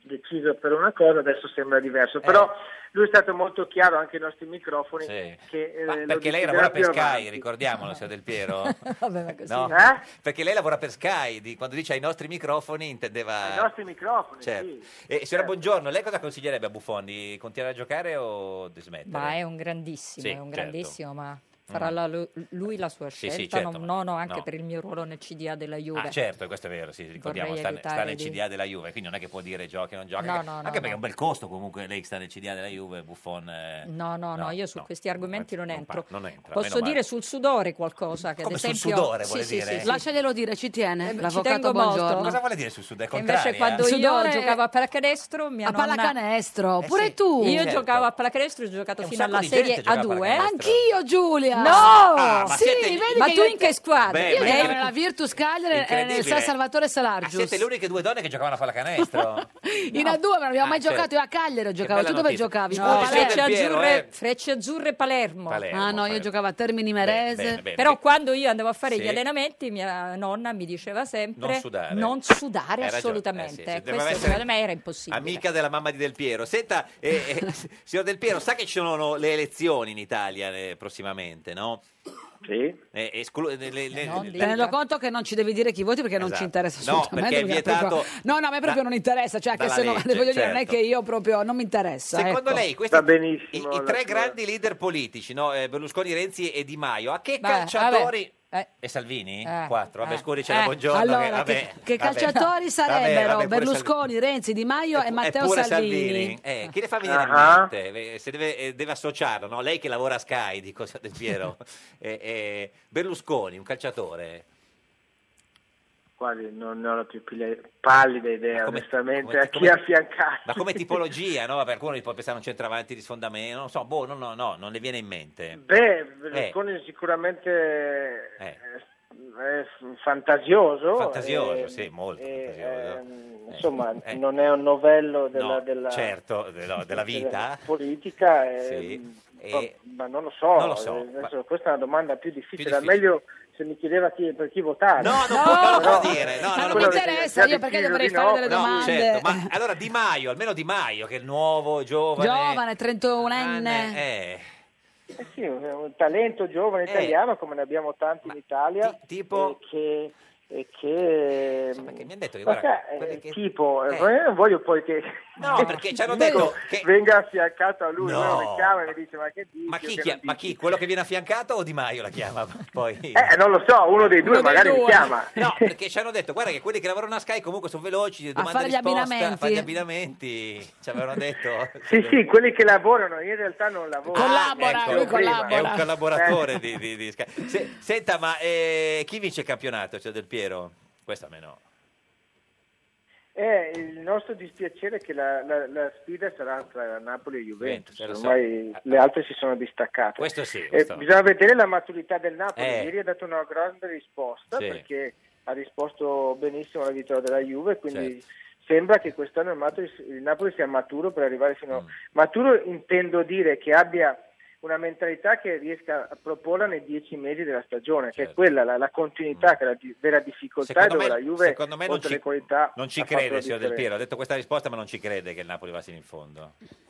[SPEAKER 16] deciso per una cosa, adesso sembra diverso.
[SPEAKER 2] Eh.
[SPEAKER 16] Però lui è stato molto chiaro anche ai nostri microfoni
[SPEAKER 2] Sì.
[SPEAKER 16] che eh,
[SPEAKER 2] Ma
[SPEAKER 16] lo
[SPEAKER 2] perché lei
[SPEAKER 16] deciderà
[SPEAKER 2] lavora per
[SPEAKER 16] più
[SPEAKER 2] Sky,
[SPEAKER 16] avanti.
[SPEAKER 2] ricordiamolo, signor Del Piero.
[SPEAKER 16] No.
[SPEAKER 2] No?
[SPEAKER 16] Eh?
[SPEAKER 2] Perché lei lavora per Sky, di- quando dice ai nostri microfoni intendeva...
[SPEAKER 16] Ai nostri microfoni,
[SPEAKER 2] Certo.
[SPEAKER 16] sì.
[SPEAKER 2] E, signora, buongiorno, lei cosa consiglierebbe a Buffon? Di continuare a giocare o di smettere?
[SPEAKER 9] Ma è un grandissimo,
[SPEAKER 2] Sì,
[SPEAKER 9] è un
[SPEAKER 2] certo.
[SPEAKER 9] grandissimo, ma farà
[SPEAKER 2] Mm.
[SPEAKER 9] la lu- lui la sua
[SPEAKER 2] Sì,
[SPEAKER 9] scelta.
[SPEAKER 2] sì, certo,
[SPEAKER 9] no,
[SPEAKER 2] ma-
[SPEAKER 9] no, no, anche
[SPEAKER 2] no.
[SPEAKER 9] per il mio ruolo nel CDA della Juve.
[SPEAKER 2] Ah, certo, questo è vero, sì, ricordiamo,
[SPEAKER 9] Vorrei
[SPEAKER 2] sta, sta
[SPEAKER 9] evitare
[SPEAKER 2] nel
[SPEAKER 9] di-
[SPEAKER 2] CDA della Juve, quindi non è che può dire giochi o non giochi,
[SPEAKER 9] No,
[SPEAKER 2] anche,
[SPEAKER 9] no, no,
[SPEAKER 2] anche perché
[SPEAKER 9] no.
[SPEAKER 2] è un bel costo comunque, lei sta nel CDA della Juve, Buffon... eh,
[SPEAKER 9] No, no, no, io su
[SPEAKER 2] no,
[SPEAKER 9] questi argomenti non,
[SPEAKER 2] non,
[SPEAKER 9] entro.
[SPEAKER 2] par- non entra.
[SPEAKER 9] Posso
[SPEAKER 2] meno male.
[SPEAKER 9] dire sul sudore qualcosa? Che
[SPEAKER 2] Come
[SPEAKER 9] ad
[SPEAKER 2] sul
[SPEAKER 9] esempio...
[SPEAKER 2] sudore,
[SPEAKER 9] Sì,
[SPEAKER 2] vuole
[SPEAKER 9] sì,
[SPEAKER 2] dire?
[SPEAKER 9] sì, sì.
[SPEAKER 1] Lasciaglielo dire, ci tiene.
[SPEAKER 9] Eh, ci
[SPEAKER 1] L'avvocato
[SPEAKER 9] tengo molto.
[SPEAKER 1] buongiorno.
[SPEAKER 2] Cosa vuole dire sul sud? È
[SPEAKER 9] Che invece
[SPEAKER 2] contrario?
[SPEAKER 9] quando
[SPEAKER 1] contraria? Sudore- eh,
[SPEAKER 9] io giocavo a pallacanestro mia
[SPEAKER 1] A
[SPEAKER 9] nonna-
[SPEAKER 1] pallacanestro, pure tu.
[SPEAKER 2] Eh,
[SPEAKER 9] Io
[SPEAKER 1] Certo.
[SPEAKER 9] giocavo a pallacanestro, ho giocato fino
[SPEAKER 1] sacco
[SPEAKER 9] alla
[SPEAKER 1] di gente
[SPEAKER 9] serie
[SPEAKER 1] giocava a
[SPEAKER 9] A2.
[SPEAKER 1] pallacanestro. Anch'io, Giulia! No!
[SPEAKER 2] Ah, ma
[SPEAKER 1] sì,
[SPEAKER 2] siete-
[SPEAKER 1] vedi
[SPEAKER 9] Ma
[SPEAKER 1] che
[SPEAKER 9] tu
[SPEAKER 1] io-
[SPEAKER 9] in che squadra?
[SPEAKER 2] Beh,
[SPEAKER 1] Io
[SPEAKER 2] ma-
[SPEAKER 1] ero nella Virtus Cagliari e
[SPEAKER 2] Incredibile.
[SPEAKER 1] nel San Salvatore
[SPEAKER 2] Ah,
[SPEAKER 1] Salargius.
[SPEAKER 2] siete le uniche due donne che giocavano a pallacanestro.
[SPEAKER 1] In A2 non abbiamo mai
[SPEAKER 2] Ah,
[SPEAKER 1] giocato,
[SPEAKER 2] certo.
[SPEAKER 1] io a Cagliari giocavo.
[SPEAKER 2] bella
[SPEAKER 1] Tu dove
[SPEAKER 2] notizia.
[SPEAKER 1] giocavi?
[SPEAKER 2] No, Scusa, Frecce Del Piero,
[SPEAKER 9] Azzurre-
[SPEAKER 2] eh.
[SPEAKER 9] Frecce Azzurre Palermo.
[SPEAKER 2] Palermo,
[SPEAKER 1] Ah no, io giocavo a Termini Merese.
[SPEAKER 2] bene, bene.
[SPEAKER 9] Però quando io andavo a fare
[SPEAKER 2] Sì.
[SPEAKER 9] gli allenamenti, mia nonna mi diceva sempre:
[SPEAKER 2] Non sudare.
[SPEAKER 9] non sudare
[SPEAKER 2] Hai ragione, eh sì,
[SPEAKER 9] assolutamente.
[SPEAKER 2] sì, doveva
[SPEAKER 9] Questo
[SPEAKER 2] essere-
[SPEAKER 9] secondo me era impossibile.
[SPEAKER 2] Amica della mamma di Del Piero. Senta, eh, eh, signor Del Piero, sa che ci sono le elezioni in Italia eh, prossimamente, no? Eh,
[SPEAKER 16] Sì.
[SPEAKER 1] Eh, Tenendo conto che non ci devi dire chi voti perché non
[SPEAKER 2] Esatto.
[SPEAKER 1] ci interessa
[SPEAKER 2] No,
[SPEAKER 1] assolutamente.
[SPEAKER 2] perché è vietato
[SPEAKER 1] proprio- no, no, a me proprio
[SPEAKER 2] da-
[SPEAKER 1] non interessa. Cioè, che
[SPEAKER 2] dalla
[SPEAKER 1] se no,
[SPEAKER 2] legge,
[SPEAKER 1] voglio dire, non è
[SPEAKER 2] certo.
[SPEAKER 1] che io proprio non mi interessa.
[SPEAKER 2] Secondo
[SPEAKER 1] ecco.
[SPEAKER 2] lei questi i, i tre grandi leader politici, no? Eh, Berlusconi, Renzi e Di Maio, a che
[SPEAKER 1] Beh,
[SPEAKER 2] calciatori...
[SPEAKER 9] vabbè.
[SPEAKER 2] E Salvini?
[SPEAKER 1] Eh,
[SPEAKER 2] Quattro, vabbè,
[SPEAKER 1] eh,
[SPEAKER 2] scusi, c'era
[SPEAKER 1] eh.
[SPEAKER 2] buongiorno.
[SPEAKER 1] Allora,
[SPEAKER 2] che, vabbè, vabbè.
[SPEAKER 1] che calciatori
[SPEAKER 2] Vabbè,
[SPEAKER 1] sarebbero
[SPEAKER 2] vabbè, pure
[SPEAKER 1] Berlusconi, Renzi, Di Maio e Matteo
[SPEAKER 2] Eppure
[SPEAKER 1] Salvini.
[SPEAKER 2] Eh, chi le fa venire
[SPEAKER 16] Ah.
[SPEAKER 2] a mente? Eh, Se deve, eh, deve associarlo, no? Lei che lavora a Sky, dico Del Piero. Eh, eh, Berlusconi, un calciatore.
[SPEAKER 16] Quasi non ne ho la più pile- pallida idea, onestamente, a chi affiancare.
[SPEAKER 2] Ma come tipologia, no? Per qualcuno può pensare a un centravanti di sfondamento, non so, boh, no, no, no, non le viene in mente.
[SPEAKER 16] Beh, Berlusconi sicuramente eh,
[SPEAKER 2] Eh.
[SPEAKER 16] è fantasioso.
[SPEAKER 2] Fantasioso,
[SPEAKER 16] eh,
[SPEAKER 2] sì, molto fantasioso. Eh.
[SPEAKER 16] ehm, Insomma, non è un novello della,
[SPEAKER 2] No,
[SPEAKER 16] della-
[SPEAKER 2] certo, della, della vita.
[SPEAKER 16] politica, eh,
[SPEAKER 2] Sì.
[SPEAKER 16] ma,
[SPEAKER 2] E-
[SPEAKER 16] ma non lo so.
[SPEAKER 2] Non lo so,
[SPEAKER 16] eh, nel
[SPEAKER 2] ma-
[SPEAKER 16] senso, Questa è una domanda più difficile. era
[SPEAKER 2] difficile.
[SPEAKER 16] meglio se mi chiedeva chi- per chi votare.
[SPEAKER 2] No, non può,
[SPEAKER 16] può
[SPEAKER 2] non lo può dire. No,
[SPEAKER 1] Ma
[SPEAKER 2] no,
[SPEAKER 1] non
[SPEAKER 2] lo
[SPEAKER 1] mi
[SPEAKER 2] può-
[SPEAKER 1] interessa, io perché Eh, dovrei fare delle
[SPEAKER 2] No,
[SPEAKER 1] domande.
[SPEAKER 2] certo, ma allora Di Maio, almeno Di Maio, che è il nuovo, giovane...
[SPEAKER 1] Giovane, 31enne.
[SPEAKER 2] Eh,
[SPEAKER 16] Eh sì, un, un talento giovane
[SPEAKER 2] Eh.
[SPEAKER 16] italiano come ne abbiamo tanti in Italia.
[SPEAKER 2] tipo?
[SPEAKER 16] E che... E che
[SPEAKER 2] mi hanno detto che,
[SPEAKER 16] ma
[SPEAKER 2] guarda,
[SPEAKER 16] sai,
[SPEAKER 2] quelli
[SPEAKER 16] eh,
[SPEAKER 2] che-
[SPEAKER 16] tipo, eh,
[SPEAKER 2] Eh.
[SPEAKER 16] io non voglio poi che
[SPEAKER 2] No, perché ci hanno
[SPEAKER 16] Vengo-
[SPEAKER 2] detto che...
[SPEAKER 16] venga affiancato a lui,
[SPEAKER 2] No.
[SPEAKER 16] uno mi chiama e mi dice ma che dici?
[SPEAKER 2] Ma chi,
[SPEAKER 16] che
[SPEAKER 2] chia-
[SPEAKER 16] non
[SPEAKER 2] ma chi? Quello che viene affiancato o Di Maio la chiama? Poi...
[SPEAKER 16] Eh, non lo so, uno dei due
[SPEAKER 2] Uno dei
[SPEAKER 16] magari mi
[SPEAKER 2] due.
[SPEAKER 16] chiama.
[SPEAKER 2] No, perché ci hanno detto, guarda che quelli che lavorano a Sky comunque sono veloci, domanda
[SPEAKER 16] fare gli
[SPEAKER 2] risposta,
[SPEAKER 16] abbinamenti.
[SPEAKER 2] a fare gli abbinamenti, ci avevano detto.
[SPEAKER 16] Sì, sì, quelli che lavorano in realtà non lavorano.
[SPEAKER 2] Ecco,
[SPEAKER 16] Ecco, prima.
[SPEAKER 2] È un collaboratore
[SPEAKER 16] Eh.
[SPEAKER 2] di, di- di Sky. Se- senta, ma eh, chi vince il campionato? Cioè Del Piero? Questo a me no.
[SPEAKER 16] Eh, il nostro dispiacere è che la, la- la sfida sarà tra Napoli e Juventus.
[SPEAKER 2] Juventus, eh, lo so.
[SPEAKER 16] Cioè, Ormai le altre si sono distaccate.
[SPEAKER 2] Questo sì,
[SPEAKER 16] Eh,
[SPEAKER 2] questo.
[SPEAKER 16] bisogna vedere la maturità del Napoli.
[SPEAKER 2] Eh.
[SPEAKER 16] Ieri ha dato una grande risposta
[SPEAKER 2] Sì.
[SPEAKER 16] perché ha risposto benissimo alla vittoria della Juve. Quindi
[SPEAKER 2] Certo.
[SPEAKER 16] sembra che quest'anno il, Napoli- il Napoli sia maturo per arrivare fino
[SPEAKER 2] Mm.
[SPEAKER 16] a. Maturo intendo dire che abbia una mentalità che riesca a proporla nei dieci mesi della stagione, che è quella, la, la continuità, che è la di- vera difficoltà
[SPEAKER 2] Certo. Mm. Secondo
[SPEAKER 16] dove
[SPEAKER 2] me-
[SPEAKER 16] la Juve
[SPEAKER 2] secondo me non
[SPEAKER 16] oltre
[SPEAKER 2] ci-
[SPEAKER 16] le qualità
[SPEAKER 2] Non ci
[SPEAKER 16] ha fatto Ah, la
[SPEAKER 2] crede, signor Del
[SPEAKER 16] differenza.
[SPEAKER 2] Piero. Ha detto questa risposta, ma non ci crede che il Napoli va sino in fondo.
[SPEAKER 16] Esatto.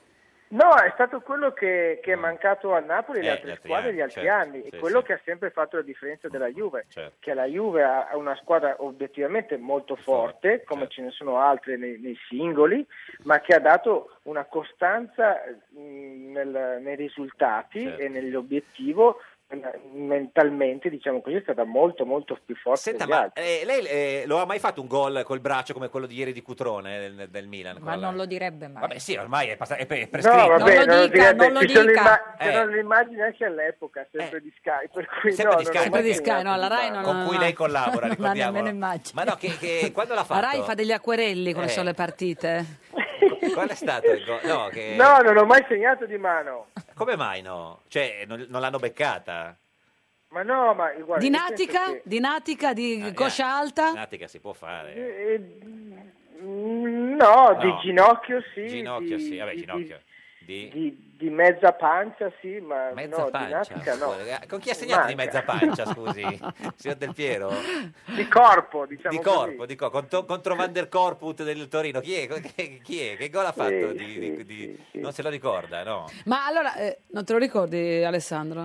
[SPEAKER 16] No, è stato quello che, che è mancato al Napoli e
[SPEAKER 2] Mm. Eh, gli
[SPEAKER 16] alle altre
[SPEAKER 2] altri
[SPEAKER 16] squadre
[SPEAKER 2] anni,
[SPEAKER 16] gli altri
[SPEAKER 2] certo,
[SPEAKER 16] anni,
[SPEAKER 2] sì,
[SPEAKER 16] e quello
[SPEAKER 2] sì.
[SPEAKER 16] che ha sempre fatto la differenza della Juve,
[SPEAKER 2] certo.
[SPEAKER 16] che la Juve ha ha una squadra obiettivamente molto forte, come
[SPEAKER 2] certo.
[SPEAKER 16] ce ne sono altre nei, nei singoli, ma che ha dato una costanza eh, mh, nel- nei risultati
[SPEAKER 2] Certo.
[SPEAKER 16] e nell'obiettivo eh, mentalmente diciamo così è stata molto molto più forte
[SPEAKER 2] Senta,
[SPEAKER 16] degli
[SPEAKER 2] ma
[SPEAKER 16] altri.
[SPEAKER 2] eh, lei eh, lo ha mai fatto un gol col braccio come quello di ieri di Cutrone eh, del, del Milan?
[SPEAKER 9] Ma
[SPEAKER 2] Quella-
[SPEAKER 9] non lo direbbe mai.
[SPEAKER 2] Vabbè, sì, ormai è, passa- è pre- è prescritto.
[SPEAKER 9] Non
[SPEAKER 16] vabbè,
[SPEAKER 9] lo
[SPEAKER 16] non
[SPEAKER 9] dica,
[SPEAKER 16] direte,
[SPEAKER 9] non lo
[SPEAKER 16] ci sono
[SPEAKER 9] dica.
[SPEAKER 16] imma-
[SPEAKER 2] Eh.
[SPEAKER 16] c'erano le immagini anche all'epoca sempre di Sky per cui
[SPEAKER 2] Sempre di
[SPEAKER 16] no, non ho
[SPEAKER 2] Sky.
[SPEAKER 16] mai
[SPEAKER 2] Sempre di Sky,
[SPEAKER 16] sognato
[SPEAKER 1] no, alla
[SPEAKER 16] di
[SPEAKER 1] Rai
[SPEAKER 16] farlo.
[SPEAKER 1] non-
[SPEAKER 2] Con cui lei collabora,
[SPEAKER 1] No,
[SPEAKER 2] ricordiamo.
[SPEAKER 1] nemmeno immagino.
[SPEAKER 2] Ma no, che, che- quando l'ha
[SPEAKER 1] La
[SPEAKER 2] fatto?
[SPEAKER 1] Rai fa degli acquerelli quando
[SPEAKER 2] Eh.
[SPEAKER 1] sono le partite.
[SPEAKER 2] Qual è stato il gol? No, che-
[SPEAKER 16] No, non ho mai segnato di mano.
[SPEAKER 2] Come mai no? Cioè, non, non l'hanno beccata?
[SPEAKER 16] Ma no, ma guarda, io penso
[SPEAKER 1] Dinatica,
[SPEAKER 16] che-
[SPEAKER 1] dinatica di coscia alta.
[SPEAKER 2] Natica Ah, si può fare.
[SPEAKER 16] eh, mm, no, di
[SPEAKER 2] No.
[SPEAKER 16] ginocchio sì,
[SPEAKER 2] Ginocchio,
[SPEAKER 16] di,
[SPEAKER 2] sì, vabbè,
[SPEAKER 16] di-
[SPEAKER 2] ginocchio. Di...
[SPEAKER 16] di- di mezza pancia sì, ma
[SPEAKER 2] Mezza
[SPEAKER 16] no,
[SPEAKER 2] pancia.
[SPEAKER 16] dinatica no.
[SPEAKER 2] Scusa, Con chi ha segnato di
[SPEAKER 16] Manca.
[SPEAKER 2] mezza pancia, scusi? Signor Del Piero?
[SPEAKER 16] Di corpo, diciamo
[SPEAKER 2] di
[SPEAKER 16] così.
[SPEAKER 2] corpo, di corpo. Contro, contro Van der Corput del Torino. Chi è? Che, chi è? Che gol ha fatto? di- di- di- Non se lo ricorda, no?
[SPEAKER 1] Ma allora, eh, non te lo ricordi Alessandro?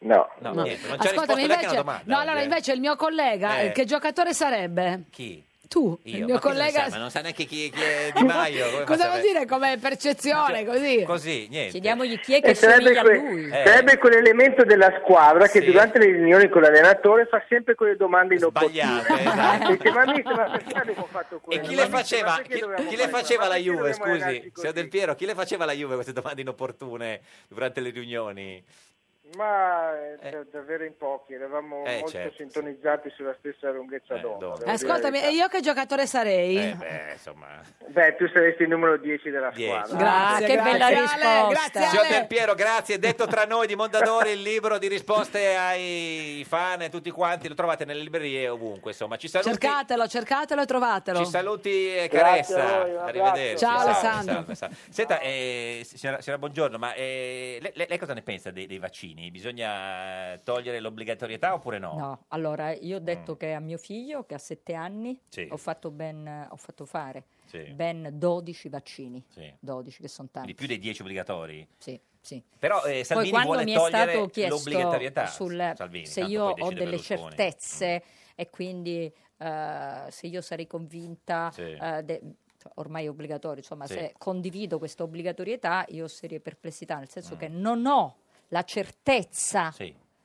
[SPEAKER 16] No,
[SPEAKER 2] no,
[SPEAKER 1] No.
[SPEAKER 2] niente, non c'è risposto
[SPEAKER 1] Ascoltami,
[SPEAKER 2] neanche alla
[SPEAKER 1] invece,
[SPEAKER 2] domanda.
[SPEAKER 1] no,
[SPEAKER 2] oggi,
[SPEAKER 1] allora
[SPEAKER 2] eh.
[SPEAKER 1] invece il mio collega,
[SPEAKER 2] Eh.
[SPEAKER 1] eh, che giocatore sarebbe?
[SPEAKER 2] Chi?
[SPEAKER 1] Tu,
[SPEAKER 2] Io?
[SPEAKER 1] il mio
[SPEAKER 2] Ma che non
[SPEAKER 1] collega.
[SPEAKER 2] sa, ma non sa neanche chi, chi è Di Maio. come fa a
[SPEAKER 1] Cosa vuol
[SPEAKER 2] sapere?
[SPEAKER 1] dire come percezione così?
[SPEAKER 2] cioè, Così, niente.
[SPEAKER 9] Chiediamogli chi è
[SPEAKER 16] E
[SPEAKER 9] che
[SPEAKER 16] sarebbe,
[SPEAKER 9] somiglia a
[SPEAKER 16] que-
[SPEAKER 9] lui.
[SPEAKER 2] Eh.
[SPEAKER 16] sarebbe quell'elemento della squadra che durante le riunioni con l'allenatore fa sempre quelle domande inopportune.
[SPEAKER 2] esatto.
[SPEAKER 16] Dice, ma amico, ma perché abbiamo fatto
[SPEAKER 2] E
[SPEAKER 16] quello?
[SPEAKER 2] chi
[SPEAKER 16] Ma
[SPEAKER 2] le
[SPEAKER 16] amico, ma
[SPEAKER 2] faceva,
[SPEAKER 16] perché
[SPEAKER 2] chi-
[SPEAKER 16] dovevamo
[SPEAKER 2] chi le
[SPEAKER 16] fare
[SPEAKER 2] faceva la
[SPEAKER 16] quello? Ma perché
[SPEAKER 2] Juve,
[SPEAKER 16] dobbiamo allenarci
[SPEAKER 2] scusi, signor Del Piero, chi le faceva la Juve queste domande inopportune durante le riunioni?
[SPEAKER 16] Ma eh, da- davvero in pochi, eravamo
[SPEAKER 2] Eh,
[SPEAKER 16] molto
[SPEAKER 2] certo, Eh,
[SPEAKER 16] sintonizzati sulla stessa lunghezza d'onda. devo
[SPEAKER 1] Ascoltami,
[SPEAKER 16] dire
[SPEAKER 1] e io che giocatore sarei?
[SPEAKER 16] Eh,
[SPEAKER 2] la verità. Eh, insomma.
[SPEAKER 16] Beh, tu saresti il numero 10 della squadra.
[SPEAKER 1] Grazie, Che grazie. bella Ale, risposta. grazie,
[SPEAKER 2] Signor
[SPEAKER 1] Ale.
[SPEAKER 2] Del Piero, grazie. Detto tra noi di Mondadori il libro di risposte ai fan e tutti quanti. Lo trovate nelle librerie ovunque. Insomma, ci saluti.
[SPEAKER 1] Cercatelo, cercatelo e trovatelo.
[SPEAKER 2] Ci saluti eh,
[SPEAKER 1] Grazie a
[SPEAKER 2] Caressa,
[SPEAKER 1] voi, un abbraccio.
[SPEAKER 2] arrivederci.
[SPEAKER 1] Ciao,
[SPEAKER 2] Salve,
[SPEAKER 1] Alessandro.
[SPEAKER 2] salve, salve. Senta, eh, signora, signora, buongiorno, ma eh, le- le- lei, cosa ne pensa dei, dei vaccini? Bisogna eh, togliere l'obbligatorietà oppure no? Mm.
[SPEAKER 9] No, allora io ho detto che a mio figlio, che ha sette anni,
[SPEAKER 2] Sì.
[SPEAKER 9] ho, fatto ben, ho fatto fare
[SPEAKER 2] Sì.
[SPEAKER 9] ben 12 vaccini.
[SPEAKER 2] Sì.
[SPEAKER 9] 12 che sono tanti.
[SPEAKER 2] Di più dei 10 obbligatori?
[SPEAKER 9] Sì, sì.
[SPEAKER 2] Però eh, Salvini
[SPEAKER 9] Poi quando
[SPEAKER 2] vuole
[SPEAKER 9] mi è
[SPEAKER 2] togliere
[SPEAKER 9] stato chiesto
[SPEAKER 2] l'obbligatorietà.
[SPEAKER 9] sul,
[SPEAKER 2] Salvini,
[SPEAKER 9] se
[SPEAKER 2] tanto
[SPEAKER 9] io
[SPEAKER 2] poi
[SPEAKER 9] ho
[SPEAKER 2] decide
[SPEAKER 9] delle
[SPEAKER 2] Berlusconi.
[SPEAKER 9] certezze e quindi eh, se io sarei convinta,
[SPEAKER 2] Sì.
[SPEAKER 9] eh, de- cioè, ormai è obbligatorio, insomma,
[SPEAKER 2] Sì.
[SPEAKER 9] se condivido questa obbligatorietà io ho serie perplessità, nel
[SPEAKER 2] Mm.
[SPEAKER 9] senso che non ho la certezza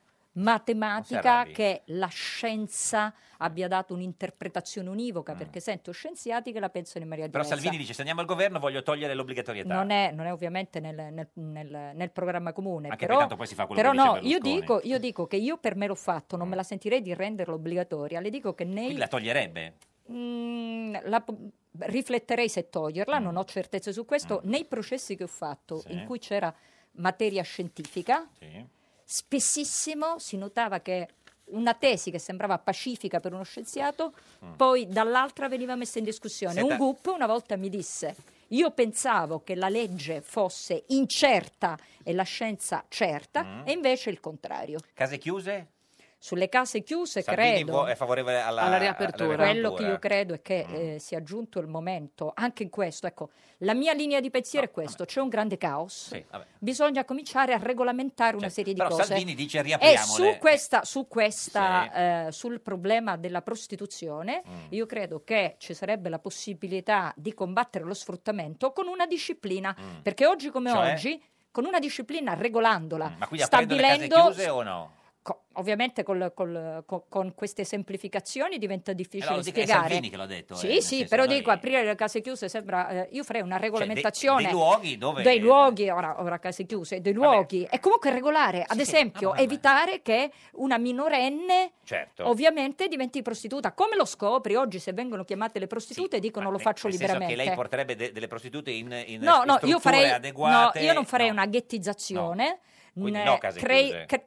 [SPEAKER 2] Non si
[SPEAKER 9] matematica
[SPEAKER 2] arrabbi.
[SPEAKER 9] che la scienza abbia dato un'interpretazione univoca, perché sento scienziati che la pensano in maniera
[SPEAKER 2] Mm. Però
[SPEAKER 9] diversa.
[SPEAKER 2] Salvini dice, se andiamo al governo voglio togliere l'obbligatorietà.
[SPEAKER 9] Non è, non è ovviamente nel, nel- nel- nel programma comune.
[SPEAKER 2] Anche
[SPEAKER 9] però,
[SPEAKER 2] perché tanto poi si fa quello
[SPEAKER 9] però
[SPEAKER 2] che
[SPEAKER 9] no,
[SPEAKER 2] dice
[SPEAKER 9] io
[SPEAKER 2] Berlusconi. Eh. Mm.
[SPEAKER 9] dico, io dico che io per me l'ho fatto, non me la sentirei di renderlo obbligatoria. Le dico che nei,
[SPEAKER 2] Quindi la toglierebbe?
[SPEAKER 9] Mm, la po- rifletterei se toglierla, non ho certezze su questo. Nei processi che ho fatto,
[SPEAKER 2] Mm. Sì.
[SPEAKER 9] in cui c'era materia scientifica,
[SPEAKER 2] Sì.
[SPEAKER 9] spessissimo si notava che una tesi che sembrava pacifica per uno scienziato,
[SPEAKER 2] Mm.
[SPEAKER 9] poi dall'altra veniva messa in discussione.
[SPEAKER 13] Senta-
[SPEAKER 9] Un GUP una volta mi disse, io pensavo che la legge fosse incerta e la scienza certa,
[SPEAKER 2] Mm.
[SPEAKER 9] e invece il contrario.
[SPEAKER 2] Case chiuse?
[SPEAKER 9] Sulle case chiuse,
[SPEAKER 2] Salvini
[SPEAKER 9] Eh, credo...
[SPEAKER 2] vuo- è favorevole alla,
[SPEAKER 9] Quello
[SPEAKER 2] alla
[SPEAKER 9] che io
[SPEAKER 2] riapertura. Mm.
[SPEAKER 9] credo è che eh, sia giunto il momento, anche in questo, ecco, la mia linea di pensiero è questo, c'è un grande caos,
[SPEAKER 2] Sì, vabbè.
[SPEAKER 9] bisogna cominciare a regolamentare una serie di
[SPEAKER 2] Però
[SPEAKER 9] cose.
[SPEAKER 2] Salvini dice
[SPEAKER 9] E
[SPEAKER 2] riapriamole.
[SPEAKER 9] Eh, su questa, su questa, eh, sul problema della prostituzione,
[SPEAKER 2] Mm.
[SPEAKER 9] io credo che ci sarebbe la possibilità di combattere lo sfruttamento con una disciplina, perché oggi come
[SPEAKER 2] Cioè? Mm,
[SPEAKER 9] oggi, con una disciplina regolandola,
[SPEAKER 2] Ma quindi aprendo le case
[SPEAKER 9] stabilendo
[SPEAKER 2] chiuse o no?
[SPEAKER 9] co- ovviamente col- col- co- con queste semplificazioni diventa difficile
[SPEAKER 2] Eh, lo dica- è
[SPEAKER 9] spiegare.
[SPEAKER 2] Salvini che l'ha detto, eh,
[SPEAKER 9] Sì,
[SPEAKER 2] nel
[SPEAKER 9] sì,
[SPEAKER 2] senso,
[SPEAKER 9] però
[SPEAKER 2] noi-
[SPEAKER 9] dico aprire le case chiuse sembra eh, io farei una regolamentazione
[SPEAKER 2] dei luoghi dove-
[SPEAKER 9] dei luoghi, ora, ora case chiuse, dei luoghi e comunque regolare, ad esempio, evitare che una minorenne
[SPEAKER 2] Ah, Certo.
[SPEAKER 9] Ovviamente diventi prostituta. Come lo scopri oggi se vengono chiamate le prostitute e dicono lo faccio
[SPEAKER 2] Nel senso
[SPEAKER 9] liberamente?
[SPEAKER 2] che lei porterebbe de- delle prostitute in, in
[SPEAKER 9] no, no,
[SPEAKER 2] strutture
[SPEAKER 9] io farei,
[SPEAKER 2] adeguate.
[SPEAKER 9] no, io non farei una ghettizzazione.
[SPEAKER 2] Quindi
[SPEAKER 9] né-
[SPEAKER 2] no case
[SPEAKER 9] crei-
[SPEAKER 2] chiuse.
[SPEAKER 9] cre-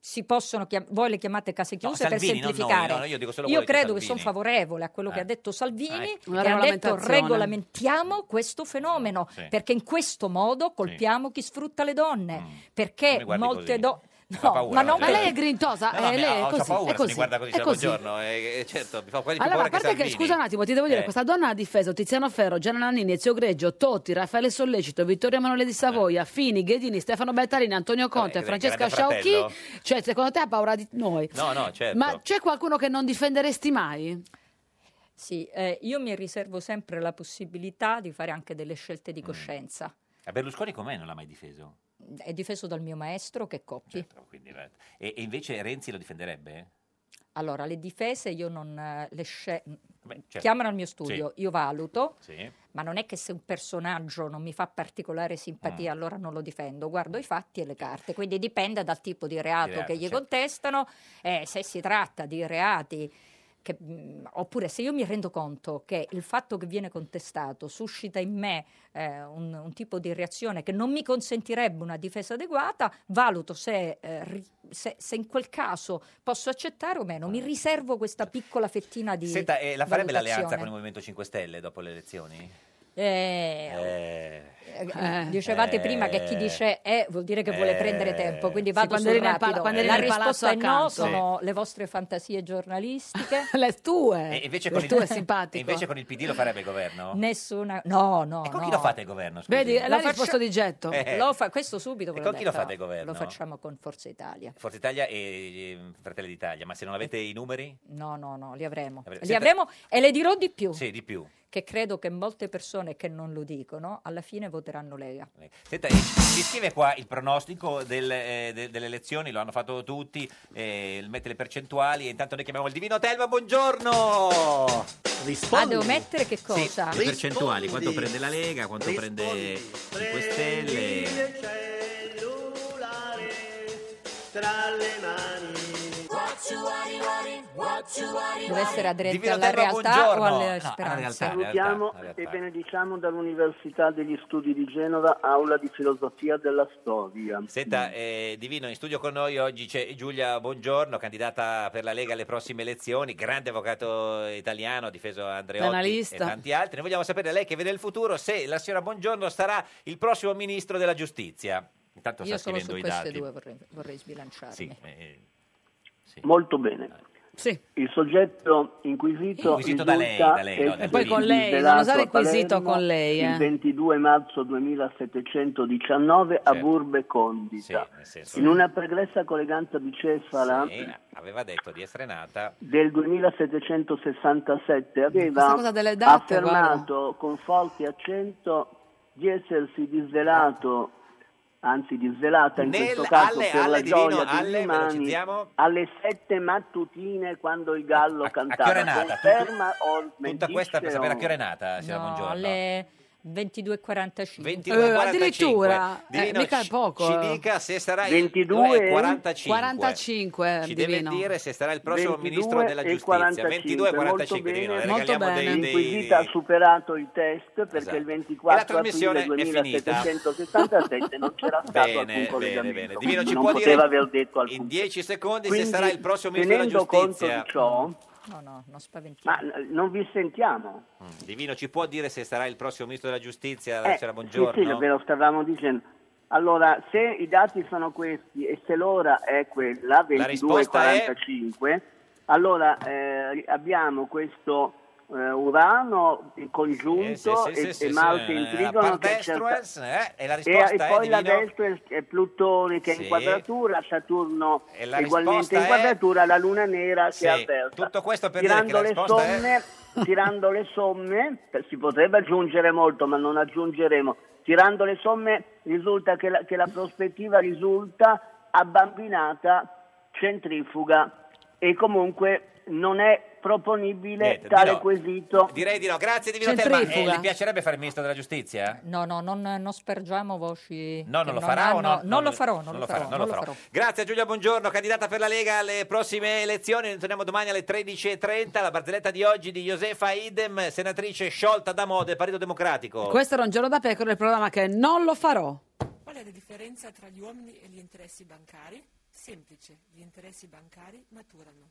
[SPEAKER 9] si possono chiam- voi le chiamate case chiuse per
[SPEAKER 2] Salvini, non noi,
[SPEAKER 9] semplificare.
[SPEAKER 2] no, no, io dico solo quello che
[SPEAKER 9] credo che
[SPEAKER 2] Salvini.
[SPEAKER 9] sono favorevole a quello che
[SPEAKER 2] Eh.
[SPEAKER 9] ha detto
[SPEAKER 2] Ah,
[SPEAKER 9] Salvini
[SPEAKER 2] ecco. Una
[SPEAKER 9] che ha detto
[SPEAKER 2] regolamentazione.
[SPEAKER 9] regolamentiamo questo fenomeno
[SPEAKER 2] Sì.
[SPEAKER 9] perché in questo modo colpiamo chi sfrutta le donne perché
[SPEAKER 2] Mm. Mi guardi
[SPEAKER 9] molte
[SPEAKER 2] così?
[SPEAKER 9] donne
[SPEAKER 2] Mi fa paura,
[SPEAKER 9] ma, no,
[SPEAKER 2] no?
[SPEAKER 9] ma lei è grintosa,
[SPEAKER 2] No, no,
[SPEAKER 9] eh,
[SPEAKER 2] mi-
[SPEAKER 9] lei
[SPEAKER 2] ho-
[SPEAKER 9] è
[SPEAKER 2] ho
[SPEAKER 9] così,
[SPEAKER 2] paura
[SPEAKER 9] è
[SPEAKER 2] se mi
[SPEAKER 9] così,
[SPEAKER 2] guarda così,
[SPEAKER 9] è
[SPEAKER 2] signora,
[SPEAKER 9] così.
[SPEAKER 2] buongiorno. eh, eh, certo, mi fa quasi più
[SPEAKER 1] Allora, a
[SPEAKER 2] paura che
[SPEAKER 1] parte che,
[SPEAKER 2] Salvini.
[SPEAKER 1] scusa un attimo, ti devo dire,
[SPEAKER 2] Eh,
[SPEAKER 1] questa donna ha difeso Tiziano Ferro, Gianna Nannini, Ezio Greggio, Totti, Raffaele Sollecito, Vittorio Emanuele di Savoia, Fini, Ghedini, Stefano Bertalini, Antonio Conte,
[SPEAKER 2] che è
[SPEAKER 1] Francesca
[SPEAKER 2] grande fratello.
[SPEAKER 1] Sciauchi. Cioè, secondo te ha paura di noi?
[SPEAKER 2] No, no, certo.
[SPEAKER 1] Ma c'è qualcuno che non difenderesti mai?
[SPEAKER 9] Sì, eh, io mi riservo sempre la possibilità di fare anche delle scelte
[SPEAKER 2] Mm.
[SPEAKER 9] di coscienza.
[SPEAKER 2] Eh, Berlusconi com'è non l'ha mai difeso?
[SPEAKER 9] È difeso dal mio maestro che coppi.
[SPEAKER 2] Quindi, eh, e, e invece Renzi lo difenderebbe?
[SPEAKER 9] Allora, le difese io non eh, le sce-
[SPEAKER 2] certo.
[SPEAKER 9] chiamano al mio studio,
[SPEAKER 2] Sì.
[SPEAKER 9] io valuto,
[SPEAKER 2] Sì.
[SPEAKER 9] ma non è che se un personaggio non mi fa particolare simpatia
[SPEAKER 2] Mm.
[SPEAKER 9] allora non lo difendo, guardo i fatti e le carte, quindi dipende dal tipo di reato
[SPEAKER 13] Di reato,
[SPEAKER 9] che gli
[SPEAKER 13] certo.
[SPEAKER 9] contestano, eh, se si tratta di reati che- mh, oppure se io mi rendo conto che il fatto che viene contestato suscita in me eh, un, un tipo di reazione che non mi consentirebbe una difesa adeguata, valuto se, eh, ri- se- se in quel caso posso accettare o meno. Mi riservo questa piccola fettina di.
[SPEAKER 2] Eh. Senta, eh, la farebbe l'alleanza
[SPEAKER 9] valutazione.
[SPEAKER 2] con il Movimento 5 Stelle dopo le elezioni?
[SPEAKER 9] Eh,
[SPEAKER 2] Eh,
[SPEAKER 9] eh, Dicevate
[SPEAKER 2] eh,
[SPEAKER 9] prima che chi dice eh vuol dire che vuole
[SPEAKER 2] eh,
[SPEAKER 9] prendere tempo, quindi
[SPEAKER 2] Sì,
[SPEAKER 9] vado
[SPEAKER 1] quando
[SPEAKER 9] sul
[SPEAKER 1] eri nel pala-
[SPEAKER 9] rapido.
[SPEAKER 1] quando eri
[SPEAKER 9] La
[SPEAKER 1] nel palazzo
[SPEAKER 9] risposta è no,
[SPEAKER 1] accanto.
[SPEAKER 9] sono le vostre fantasie giornalistiche.
[SPEAKER 1] le tue.
[SPEAKER 2] E invece
[SPEAKER 1] Le
[SPEAKER 2] con,
[SPEAKER 1] tue
[SPEAKER 2] il,
[SPEAKER 1] è simpatico.
[SPEAKER 2] e invece con il PD lo farebbe il governo?
[SPEAKER 9] Nessuna no, no.
[SPEAKER 2] e con
[SPEAKER 9] no.
[SPEAKER 2] chi lo fate il governo? scusi?
[SPEAKER 1] Vedi, l'ha
[SPEAKER 9] Lo faccia-
[SPEAKER 1] risposto di getto.
[SPEAKER 2] Eh.
[SPEAKER 9] Lo fa- questo subito ve
[SPEAKER 2] E
[SPEAKER 9] l'ho
[SPEAKER 2] con chi lo
[SPEAKER 9] detto.
[SPEAKER 2] fate il governo?
[SPEAKER 9] Lo facciamo con Forza Italia.
[SPEAKER 2] Forza Italia e e Fratelli d'Italia, ma se non avete i numeri?
[SPEAKER 9] No, no, no, li avremo.
[SPEAKER 2] Avrete-
[SPEAKER 9] Li
[SPEAKER 2] Senta-
[SPEAKER 9] avremo e le dirò di più,
[SPEAKER 2] Sì, di più.
[SPEAKER 9] che credo che molte persone che non lo dicono alla fine voteranno Lega.
[SPEAKER 2] Senta, eh, ci scrive qua il pronostico del, eh, de- delle elezioni, lo hanno fatto tutti, eh, mette le percentuali e intanto noi chiamiamo il divino Telma, buongiorno!
[SPEAKER 9] Ah, devo mettere che cosa?
[SPEAKER 2] Le percentuali, quanto prende la Lega, quanto prende 5 Stelle...
[SPEAKER 4] tra le mani.
[SPEAKER 9] Deve essere aderente
[SPEAKER 2] Divino
[SPEAKER 9] alla
[SPEAKER 2] Terra,
[SPEAKER 9] realtà o
[SPEAKER 2] buongiorno.
[SPEAKER 9] alle
[SPEAKER 2] No, alla
[SPEAKER 9] speranze?
[SPEAKER 2] realtà, alla realtà,
[SPEAKER 15] Salutiamo
[SPEAKER 2] alla realtà.
[SPEAKER 15] e benediciamo dall'Università degli Studi di Genova, aula di filosofia della storia.
[SPEAKER 9] Mm.
[SPEAKER 2] Senta, eh, Divino, in studio con noi oggi c'è Giulia Buongiorno, candidata per la Lega alle prossime elezioni, grande avvocato italiano, ha difeso Andreotti
[SPEAKER 1] Analista.
[SPEAKER 2] e tanti altri. Noi vogliamo sapere, lei che vede il futuro, se la signora Buongiorno sarà il prossimo ministro della giustizia. Intanto
[SPEAKER 9] Io
[SPEAKER 2] Certo, sta
[SPEAKER 9] solo su
[SPEAKER 2] scrivendo i
[SPEAKER 9] queste
[SPEAKER 2] dati.
[SPEAKER 9] due vorrei, vorrei sbilanciarmi.
[SPEAKER 2] Sì, eh,
[SPEAKER 15] Molto bene. Il soggetto inquisito,
[SPEAKER 2] Inquisito da lei,
[SPEAKER 15] risulta
[SPEAKER 2] da lei, no, da
[SPEAKER 15] essere
[SPEAKER 1] poi con lei, non
[SPEAKER 15] svelato
[SPEAKER 1] usare
[SPEAKER 15] a
[SPEAKER 1] inquisito
[SPEAKER 15] Palermo
[SPEAKER 1] con lei, eh.
[SPEAKER 15] Il 22 marzo 2719 a Burbe Condita,
[SPEAKER 2] senso-
[SPEAKER 15] in una pregressa colleganza bicefala
[SPEAKER 2] eh, aveva detto di essere nata
[SPEAKER 15] del 2767 aveva
[SPEAKER 1] Questa cosa delle date,
[SPEAKER 15] affermato con forte accento di essersi disvelato anzi disvelata in
[SPEAKER 2] Nel-
[SPEAKER 15] questo caso
[SPEAKER 2] alle-
[SPEAKER 15] per
[SPEAKER 2] alle,
[SPEAKER 15] la
[SPEAKER 2] Divino,
[SPEAKER 15] gioia degli
[SPEAKER 2] alle,
[SPEAKER 15] umani
[SPEAKER 2] velocizziamo.
[SPEAKER 15] alle sette mattutine quando il gallo cantava
[SPEAKER 2] che ora è nata?
[SPEAKER 15] conferma o
[SPEAKER 2] tutta questa per
[SPEAKER 15] smentisce
[SPEAKER 2] sapere a
[SPEAKER 15] o-
[SPEAKER 2] che ora è nata, signora
[SPEAKER 9] No, Eh,
[SPEAKER 2] Buongiorno.
[SPEAKER 9] alle 22.45. Eh,
[SPEAKER 2] 22:45. Divino, ci- Ci dica se sarà il
[SPEAKER 9] 22?
[SPEAKER 2] 45.
[SPEAKER 1] 45,
[SPEAKER 15] Ehm,
[SPEAKER 2] Ci deve
[SPEAKER 1] divino.
[SPEAKER 2] dire se sarà il prossimo
[SPEAKER 15] 22
[SPEAKER 2] ministro della
[SPEAKER 15] e
[SPEAKER 2] giustizia. 22 e 45,
[SPEAKER 15] molto
[SPEAKER 2] Divino,
[SPEAKER 15] bene.
[SPEAKER 2] le regaliamo dei, dei-
[SPEAKER 15] L'inquisita ha superato i test perché
[SPEAKER 2] Esatto.
[SPEAKER 15] il
[SPEAKER 2] E la
[SPEAKER 15] 24
[SPEAKER 2] trasmissione
[SPEAKER 15] aprile
[SPEAKER 2] è finita.
[SPEAKER 15] 2767 non c'era stato alcun
[SPEAKER 2] Bene, bene,
[SPEAKER 15] collegamento.
[SPEAKER 2] bene. Divino, ci
[SPEAKER 15] non
[SPEAKER 2] può
[SPEAKER 15] poteva
[SPEAKER 2] dire
[SPEAKER 15] aver detto alcun
[SPEAKER 2] in 10 secondi
[SPEAKER 15] Quindi,
[SPEAKER 2] se sarà il prossimo ministro della
[SPEAKER 15] tenendo conto
[SPEAKER 2] giustizia.
[SPEAKER 15] di ciò,
[SPEAKER 9] No, no, non spaventare.
[SPEAKER 15] ma eh, non vi sentiamo.
[SPEAKER 2] Mm, Divino, ci può dire se sarà il prossimo ministro della giustizia? signora
[SPEAKER 15] Eh, Sì, sì,
[SPEAKER 2] Buongiorno.
[SPEAKER 15] ve lo stavamo dicendo. Allora, se i dati sono questi e se l'ora è quella,
[SPEAKER 2] La risposta è
[SPEAKER 15] 22.45, allora eh, abbiamo questo eh, Urano congiunto
[SPEAKER 2] Eh, Sì, sì,
[SPEAKER 15] e,
[SPEAKER 2] sì,
[SPEAKER 15] e
[SPEAKER 2] sì,
[SPEAKER 15] Marte
[SPEAKER 2] sì,
[SPEAKER 15] in
[SPEAKER 2] eh,
[SPEAKER 15] trigono che è
[SPEAKER 2] Palpestruens,
[SPEAKER 15] certa-
[SPEAKER 2] eh, e la
[SPEAKER 15] e-
[SPEAKER 2] risposta
[SPEAKER 15] e
[SPEAKER 2] è,
[SPEAKER 15] poi la
[SPEAKER 2] Divino?
[SPEAKER 15] Vestro e Plutone che è
[SPEAKER 2] Sì.
[SPEAKER 15] in quadratura, Saturno
[SPEAKER 2] E la
[SPEAKER 15] ugualmente
[SPEAKER 2] risposta
[SPEAKER 15] in
[SPEAKER 2] è-
[SPEAKER 15] quadratura, la Luna nera
[SPEAKER 2] Sì,
[SPEAKER 15] che è avversa.
[SPEAKER 2] Tutto questo per dire che
[SPEAKER 15] Tirando
[SPEAKER 2] la
[SPEAKER 15] le
[SPEAKER 2] risposta è...
[SPEAKER 15] somme, tirando le somme, eh, si potrebbe aggiungere molto, ma non aggiungeremo. Tirando le somme risulta che la, che la prospettiva risulta abbambinata, centrifuga e comunque non è proponibile
[SPEAKER 2] Niente,
[SPEAKER 15] tale
[SPEAKER 2] no.
[SPEAKER 15] quesito.
[SPEAKER 2] Direi di no, grazie Divino Telma.
[SPEAKER 15] Centrifuga.
[SPEAKER 2] Eh, le piacerebbe fare il ministro della giustizia?
[SPEAKER 9] No, no, non, non spergiamo voci.
[SPEAKER 2] No,
[SPEAKER 9] che
[SPEAKER 2] non lo farà o no?
[SPEAKER 9] hanno- Non lo farò, non,
[SPEAKER 2] non
[SPEAKER 9] lo farò.
[SPEAKER 2] non lo farò. Grazie a Giulia Buongiorno, candidata per la Lega alle prossime elezioni. Noi torniamo domani alle 13.30. La barzelletta di oggi di Josefa Idem, senatrice sciolta da Mode, Partito Democratico.
[SPEAKER 1] Questo era un giorno da pecora, il programma che non lo farò.
[SPEAKER 17] Qual è la differenza tra gli uomini e gli interessi bancari? Semplice, gli interessi bancari maturano.